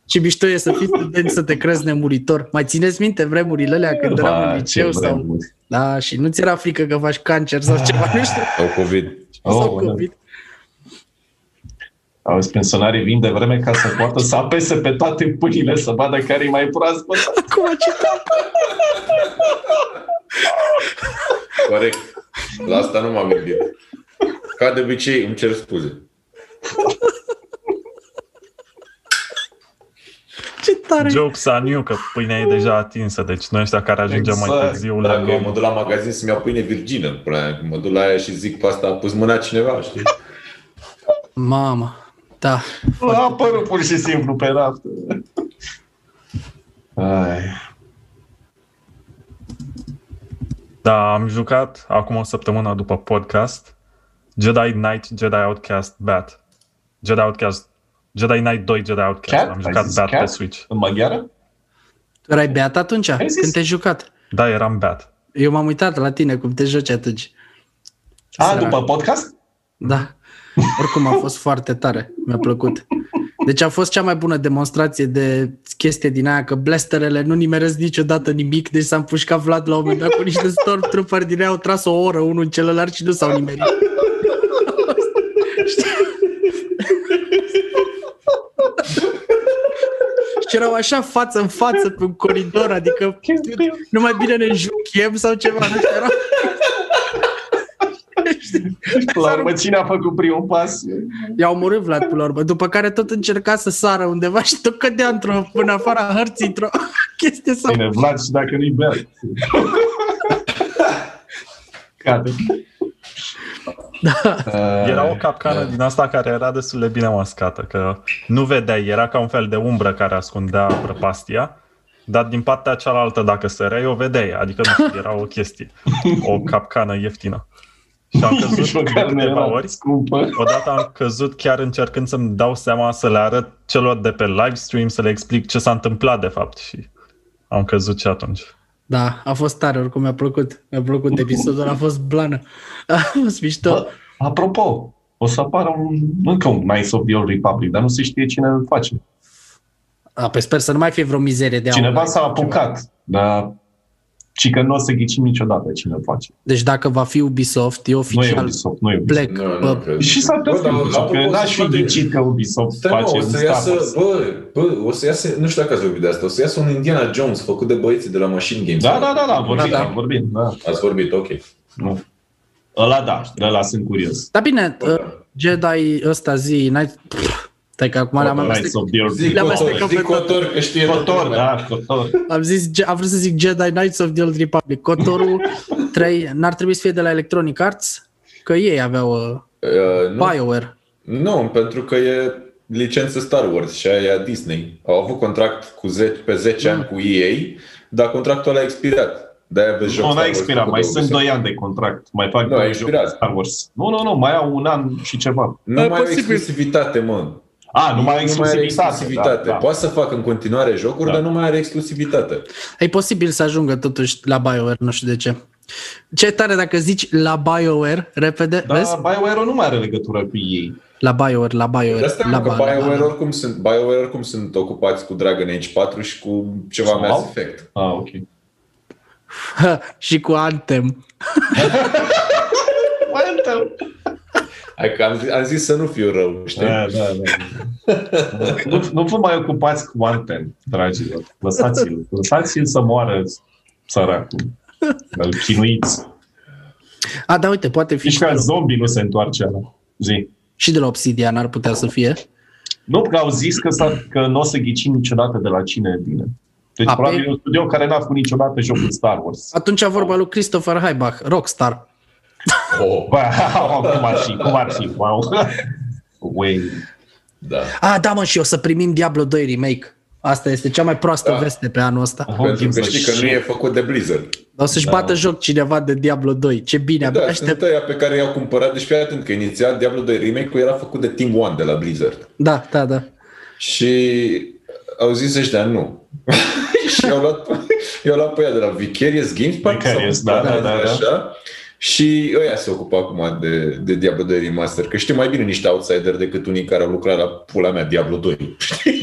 Și mișto e să fii student, să te crezi nemuritor. Mai țineți minte vremurile alea când eram în Ba, Ah, ce liceu? Sau... vremuri. Da, și nu ți era frică că faci cancer sau ceva, nu știu, Sau COVID. sau Oh, da. COVID. Auzi, pensionarii vin de vreme ca să poată să apese pe toate pâinile, să vadă care e mai proaspăt. Acum citam. Corect. La asta nu m-am gândit. Ca de obicei, îmi cer scuze. Ce tare! Jokes on you, că pâinea e deja atinsă, deci noi ăștia care ajungem mai Exact. târziu la Dacă eu gom, mă duc la magazin să-mi iau pâine virgină, până aia, când mă duc la aia și zic pe asta a pus mâna cineva, știi? Mama, da. A apărut pur și simplu pe raft. Ai. Da, am jucat acum o săptămână după podcast Jedi Knight, Jedi Outcast, Bat. Jedi Outcast, Jedi Knight 2, Jedi Outcast. Cat? Am Ai jucat zis Bat pe cat? Switch. În maghiară? Tu erai beat atunci, zis? când te-ai jucat. Da, eram Bat. Eu m-am uitat la tine cum te joci atunci. A, Sărac. Ah, după podcast? Da. Oricum a fost foarte tare. Mi-a plăcut. Deci a fost cea mai bună demonstrație de chestie din aia că blasterele nu nimeresc niciodată nimic, deci s-a împușcat Vlad la un moment dat cu niște stormtrooper din aia, au tras o oră unul în celălalt și nu s-au nimerit. și erau așa față în față pe un coridor, adică nu mai bine ne juchiem sau ceva, nu știu, erau La urmă, cine a făcut primul pas? I-a omorât Vlad până la urmă, după care tot încerca să sară undeva și tot cădea într-o, până afara hărții, într-o chestie sau... Bine, Vlad și dacă nu-i bea. Gata. Da. Era o capcană din asta care era destul de bine mascată, că nu vedeai, era ca un fel de umbră care ascundea prăpastia, dar din partea cealaltă, dacă săreai, o vedeai, adică nu știu, era o chestie, o capcană ieftină. Și am Nici căzut de măcar nu câteva era ori. scumpă. Odată am căzut chiar încercând să-mi dau seama să le arăt celor de pe livestream, să le explic ce s-a întâmplat de fapt și am căzut și atunci. Da, a fost tare, oricum mi-a plăcut. Mi-a plăcut episodul, a fost blană. A fost mișto. Bă, Apropo, o să apară un, încă un Knights of the Old Republic, dar nu se știe cine îl face. A, păi sper să nu mai fie vreo mizerie de Cineva aur. s-a apucat, dar ci că nu o să ghicim niciodată cine îl face. Deci dacă va fi Ubisoft, e Nu e oficial. Ubisoft, nu e Ubisoft. plec. Nu, nu Bă, cred. Și s-ar putea Bă, dar, să apropo, fie, o să da, și scoate- ghicit că Ubisoft Stai, mă, face o un să Star iasă, Wars. bă, bă, o să iasă, nu știu dacă ați vorbit de asta, o să iasă un Indiana Jones făcut de băieții de la Machine Games. Da, da, da, da, vorbim, Da, da. da, vorbim, da. Ați vorbit, ok. Nu. Ăla da, de ăla sunt curios. Dar bine, Bă, uh, Jedi ăsta zi, n-ai... Pff, Stai că acum le-am Rise amestecat. of the Old Zic Le-am Republic. amestecat Cotor, zic pe Cotor, că știe Cotor, da, Cotor. Am zis, Ge- am vrut să zic Jedi Knights of the Old Republic. Cotorul 3 n-ar trebui să fie de la Electronic Arts, că ei aveau uh, Uh, nu, BioWare. nu, pentru că e licență Star Wars și aia e a Disney. Au avut contract cu ze- pe 10 ani cu EA, dar contractul ăla a expirat. De-aia vezi joc Nu, Star n-a Wars expirat, făcut mai de sunt Ubisoft. 2 ani de contract, mai fac Nu, a doi expirat. jocuri Star Wars. Nu, nu, nu, mai au un an și ceva. Nu mai au posibil. exclusivitate, mă. A, nu mai au Nu mai are exclusivitate. exclusivitate. Da, da. Poate să facă în continuare jocuri, Da. dar nu mai are exclusivitate. E posibil să ajungă totuși la BioWare, nu știu de ce. Ce tare dacă zici la BioWare, repede, da. vezi? Dar BioWare nu mai are legătură cu ei. La BioWare, la BioWare, De asta la e că ba- la ba- BioWare oricum, sunt, BioWare oricum sunt ocupați cu Dragon Age 4 și cu ceva Sau? Mass Effect. Ah, ok. și cu Anthem. Hai că Adică am zis, am zis să nu fiu rău, știi? Da, da, da. nu, nu vă mai ocupați cu Anten, dragilor. Lăsați-l. Lăsați-l să moară săracul. Îl chinuiți. A, da, uite, poate fi Nici și, ca zombie nu se întoarce ala. Zi. și de la Obsidian, ar putea să fie. Nu, că au zis că, s-ar, că nu o să ghicim niciodată de la cine vine. Deci A, probabil pe- e un studio care n-a făcut niciodată jocul Star Wars. Atunci vorba lui Christopher Haibach, Rockstar. Oh, Wow, cum ar fi, cum ar fi, wow. Way. da. A, da, mă, și o să primim Diablo 2 remake. Asta este cea mai proastă Da. veste pe anul ăsta. Pentru că știi că nu e făcut de Blizzard. O să-și da. bată joc cineva de Diablo 2. Ce bine, abia Da, aștept. sunt aia pe care i-au cumpărat. Deci fii atent că inițial Diablo 2 Remake-ul era făcut de Team One de la Blizzard. Da, da, da. Și au zis ăștia "Da, nu. și i-au luat, i-au luat pe ea de la Vicarious Games, parcă, sau- Vicarious, da, da, da, da. Așa. Și ăia se ocupă acum de, de Diablo 2 Remaster, că știu mai bine niște outsider decât unii care au lucrat la pula mea Diablo 2.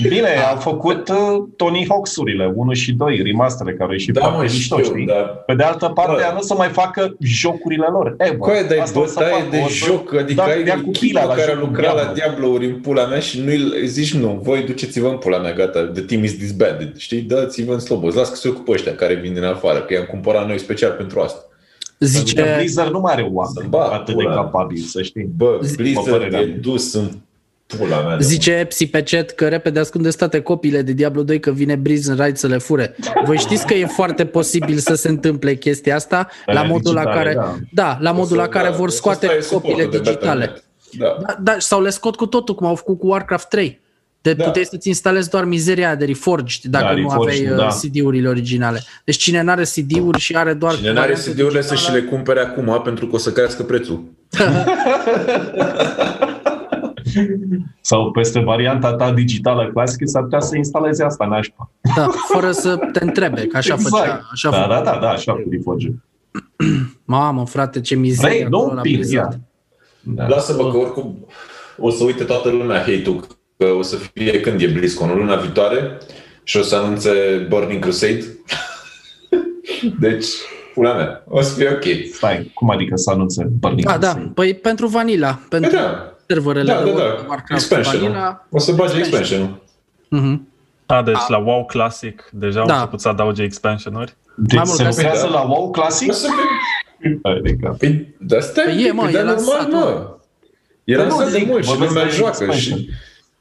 Bine, au făcut uh, Tony Hawks-urile 1 și 2, remastere care au ieșit Da, foarte mă, mișto, știu, da. știi? dar Pe de altă parte, Bă. ea nu o să mai facă jocurile lor. E, bă, cu aia dai asta o să bătaie facă, de o să- joc, adică da, ai dea o cu echipă pila la care a jocul lucrat la Diablo. Diablo în pula mea și nu zici nu, voi duceți-vă în pula mea, gata, the team is disbanded, știi, dați-vă în slobos, las că se ocupă ăștia care vin din afară, că i-am cumpărat noi special pentru asta. Zice... Zice, Da, Blizzard nu mai are oameni Ba, atât de pula. capabili, să știi. Bă, Mă, Blizzard părerea e mea. dus în pula mea. zice Epsi pe chat că repede ascunde toate copiile de Diablo 2 că vine Breeze în raid să le fure. Voi știți că e foarte posibil să se întâmple chestia asta la Alea modul la digitale, care, da. da, la modul la care vor scoate copiile digitale. Da. Da, da, sau le scot cu totul, cum au făcut cu Warcraft 3. De da. Da. puteai să-ți instalezi doar mizeria de Reforged dacă Da, nu Reforged, aveai da. da. CD-urile originale. Deci cine n-are CD-uri și are doar... Cine n-are variante CD-urile să și digitale- le cumpere acum pentru că o să crească prețul. Sau peste varianta ta digitală clasică s-ar putea să instaleze asta, nașpa. Da, fără să te întrebe, că așa Exact. făcea. Așa da, făcea. da, da, da, așa cu Reforge. Mamă, frate, ce mizerie Vrei, Exact, acolo nu la un pic, Blizzard. ia. Da. Lasă-mă că oricum o să uite toată lumea hate-ul că o să fie când e BlizzCon, luna viitoare și o să anunțe Burning Crusade. deci, pula mea, o să fie ok. Stai, cum adică să anunțe Burning Da, da, Crusade? păi pentru Vanilla, Păi pentru da, serverele da, de da, da. Warcraft Expansion. Vanilla. O să bage expansion Mhm. A, deci la WoW Classic deja au Da. început să adauge expansionuri. Deci Mai mult se ca să- lucrează Da. la WoW O Classic? să fie Adică, Păi, dar stai, Păi păi e, e, mă, mă, e e lansat, lansat, mă. E Păi nu, lansat de zic, mult și vorbesc lumea de joacă. expansion. Și...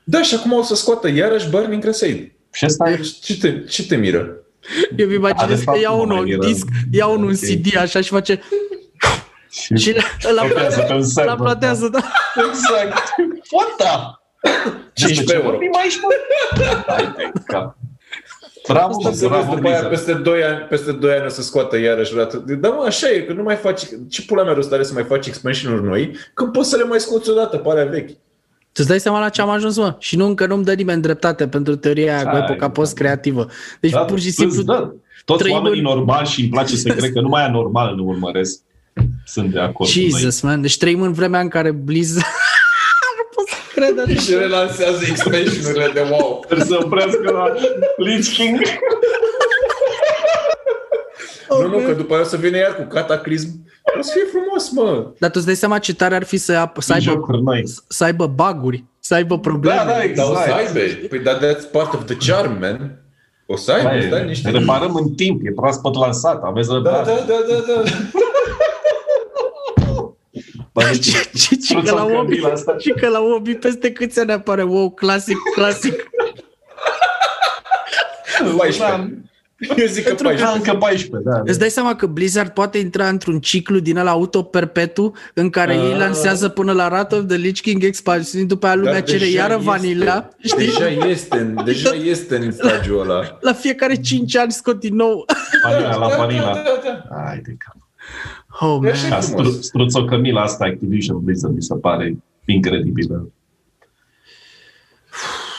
Da, și acum o să scoată iarăși Burning Crusade. Și asta e Ce te, ce te miră? Eu mi imaginez de că fapt, iau nu unul mai un era- disc, iau unul un Ok. CD așa și face și Și le- îl blochează aplatează, pe un îl server. aplatează, da. Exact. What the? 15 euro. Vorbim aici, mă? Hai de cap. Bravo, O să vezi bravo, după aia Blizzard. peste 2 ani, peste 2 ani o să scoată iarăși o dată. Dar mă, așa e, că nu mai faci, ce pula mea rost are să mai faci expansion-uri noi, când poți să le mai scoți odată, pare vechi. Tu-ți dai seama la ce am ajuns, mă? Și nu încă nu-mi dă nimeni dreptate pentru teoria aia cu Hai, epoca da. post-creativ. Deci Da, pur și plus, simplu da, toți trăim oamenii în- normali și îmi place să cred că numai aia normal nu urmăresc. Sunt de acord cu noi. Jesus, man. Deci trăim în vremea în care Blizzard... nu pot să Cred atât. Și relansează expansion-urile de wow. Trebuie să oprească la Lich King. Nu, nu, că după aia o să vină iar cu cataclism. O să fie frumos, mă. Dar tu îți dai seama ce tare ar fi să, ap- să, aibă, jocuri noi. să aibă baguri, să aibă probleme. Da, da, Dar o să exact. aibă. Păi, dar that's part of the charm, man. O să aibă, Hai, stai niște... Reparăm în timp, e proaspăt lansat, aveți Da, răbdare. da, da, da, da. deci, Ce, ce, ce, că la Fruțul obi, cămil asta. ce că la obi peste câți ani apare wow, clasic, clasic. 14. Eu zic da. că Pentru că 14. încă 14, da. Îți dai seama că Blizzard poate intra într-un ciclu din ăla autoperpetu în care ei Ah. lansează până la Rat of the Lich King expansiuni, după aia lumea Dar cere Da, deja iară este- vanila, știi? Deja este, în- deja este în stadiul ăla. La fiecare 5 ani scot din nou. Panina, la Da, Panina. da, da. Hai de cap. Oh, man. Așa e Da, frumos. stru- Struțocămila asta Activision Blizzard mi se pare incredibilă.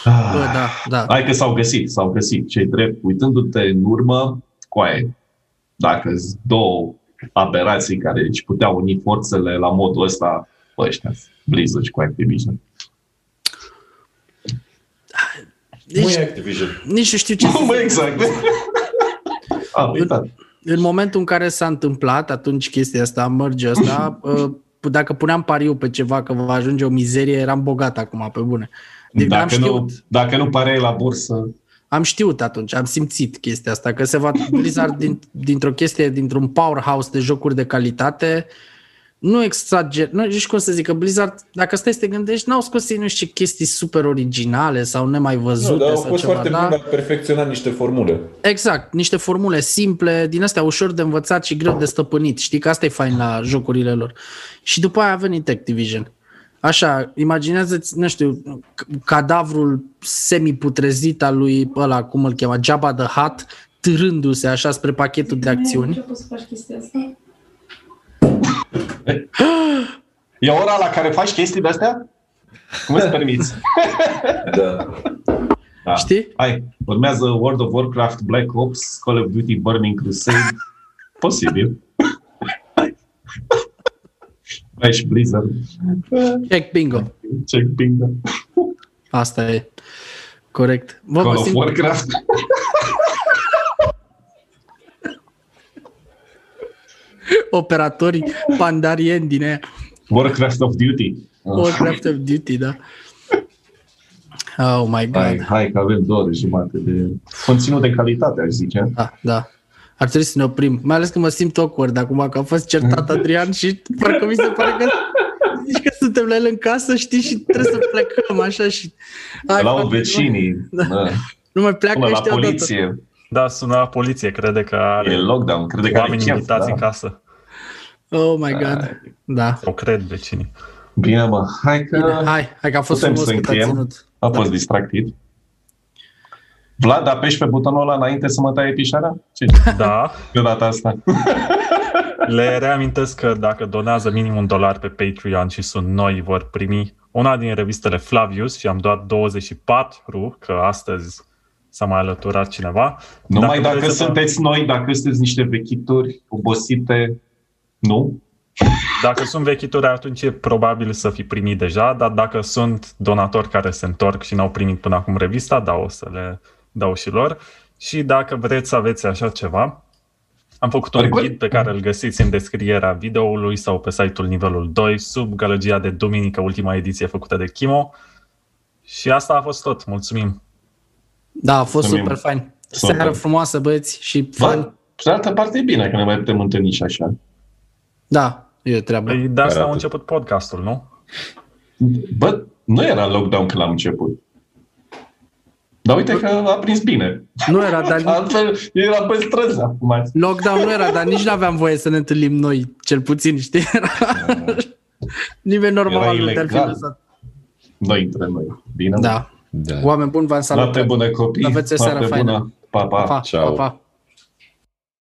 Ah. Bă, da, da. Hai că s-au găsit, s-au găsit. Cei drept, uitându-te în urmă, coaie, dacă sunt două aberații care își puteau uni forțele la modul ăsta, bă, ăștia Blizzard și cu Activision. Nu Deci, e Activision. nici nu știu ce să Bă, exact. Am uitat. în momentul în care s-a întâmplat atunci chestia asta, merge asta, uh, dacă puneam pariu pe ceva că va ajunge o mizerie, eram bogat acum, pe bune. Deci am Dacă nu, știut, dacă nu pareai la bursă, am știut atunci, am simțit chestia asta, că se va Blizzard din, dintr-o chestie, dintr-un powerhouse de jocuri de calitate, nu exager, nu știu cum să zic, că Blizzard, dacă stai să te gândești, n-au scos ei nu știu ce chestii super originale sau nemai văzute Nu, dar au sau fost ceva, foarte da? buni la perfecționa niște formule. Exact, niște formule simple, din astea ușor de învățat și greu de stăpânit. Știi că asta e fain la jocurile lor. Și după aia a venit Activision. Așa, imaginează-ți, nu știu, c- cadavrul semiputrezit al lui ăla, cum îl cheamă, Jabba the Hutt, târându-se așa spre pachetul de acțiuni. Nu poți să faci chestia asta. e ora la care faci chestii de astea? Cum îți permiți? Da. Da. Știi? Hai, urmează World of Warcraft, Black Ops, Call of Duty, Burning Crusade. Posibil. Flash Blizzard. Check bingo. Check ping. Asta e. Corect. Bă, mă Call of simt- Warcraft. operatorii pandarieni din aia. Ah. Warcraft of Duty. Warcraft of Duty, da. Oh my god. Hai, hai că avem două ore jumate de conținut de calitate, aș zice. Da, da. Ar trebui să ne oprim, mai ales că mă simt awkward acum că a fost certat Adrian și parcă mi se pare că zici că suntem la el în casă, știi, și trebuie să plecăm așa și... Hai, La frate, vecinii, da. Nu, nu mai pleacă până la ăștia odată. poliție. Da, sună la poliție, crede că E are lockdown, crede că are oameni chef, invitați da. în casă. Oh my god, da. O cred vecinii. Bine, mă, hai că... Hai, hai că a fost Putem frumos să cât a încheiem. ținut. Da. A fost distractiv. Vlad, da, apeși pe butonul ăla înainte să mă taie pișarea? Ce Da, de data asta? le reamintesc că dacă donează minim un dolar pe Patreon și sunt noi, vor primi una din revistele Flavius și am doar 24, că astăzi s-a mai alăturat cineva. Numai dacă, vreți să vă- sunteți noi, dacă sunteți niște vechituri obosite, nu? Dacă sunt vechituri, atunci e probabil să fi primit deja, dar dacă sunt donatori care se întorc și n-au primit până acum revista, da, o să le dau și lor. Și dacă vreți să aveți așa ceva, am făcut un Oricum. ghid pe care îl găsiți în descrierea videoului sau pe site-ul nivelul 2, sub gălăgia de duminică, ultima ediție făcută de Chimo. Și asta a fost tot. Mulțumim! Da, a fost Mulțumim. super fain. Super. Seară frumoasă, băieți, și Bă, fun. pe de altă parte e bine că ne mai putem întâlni și așa. Da, e treabă. Păi de asta Arată. au început podcastul, nu? Bă, nu era lockdown când am început. Dar uite că a prins bine. Nu era, dar Altfel, era pe străzi acum. Lockdown nu era, dar nici nu aveam voie să ne întâlnim noi, cel puțin, știi? Era... Nimeni Era normal nu te-ar fi ilegal. lăsat. Noi între noi. Bine? mă? Da. Da. Oameni buni, v-am salutat. Noapte bună, copii. Aveți o seară Noapte faină. bună. Pa, pa. Pa, pa, Ciao. pa.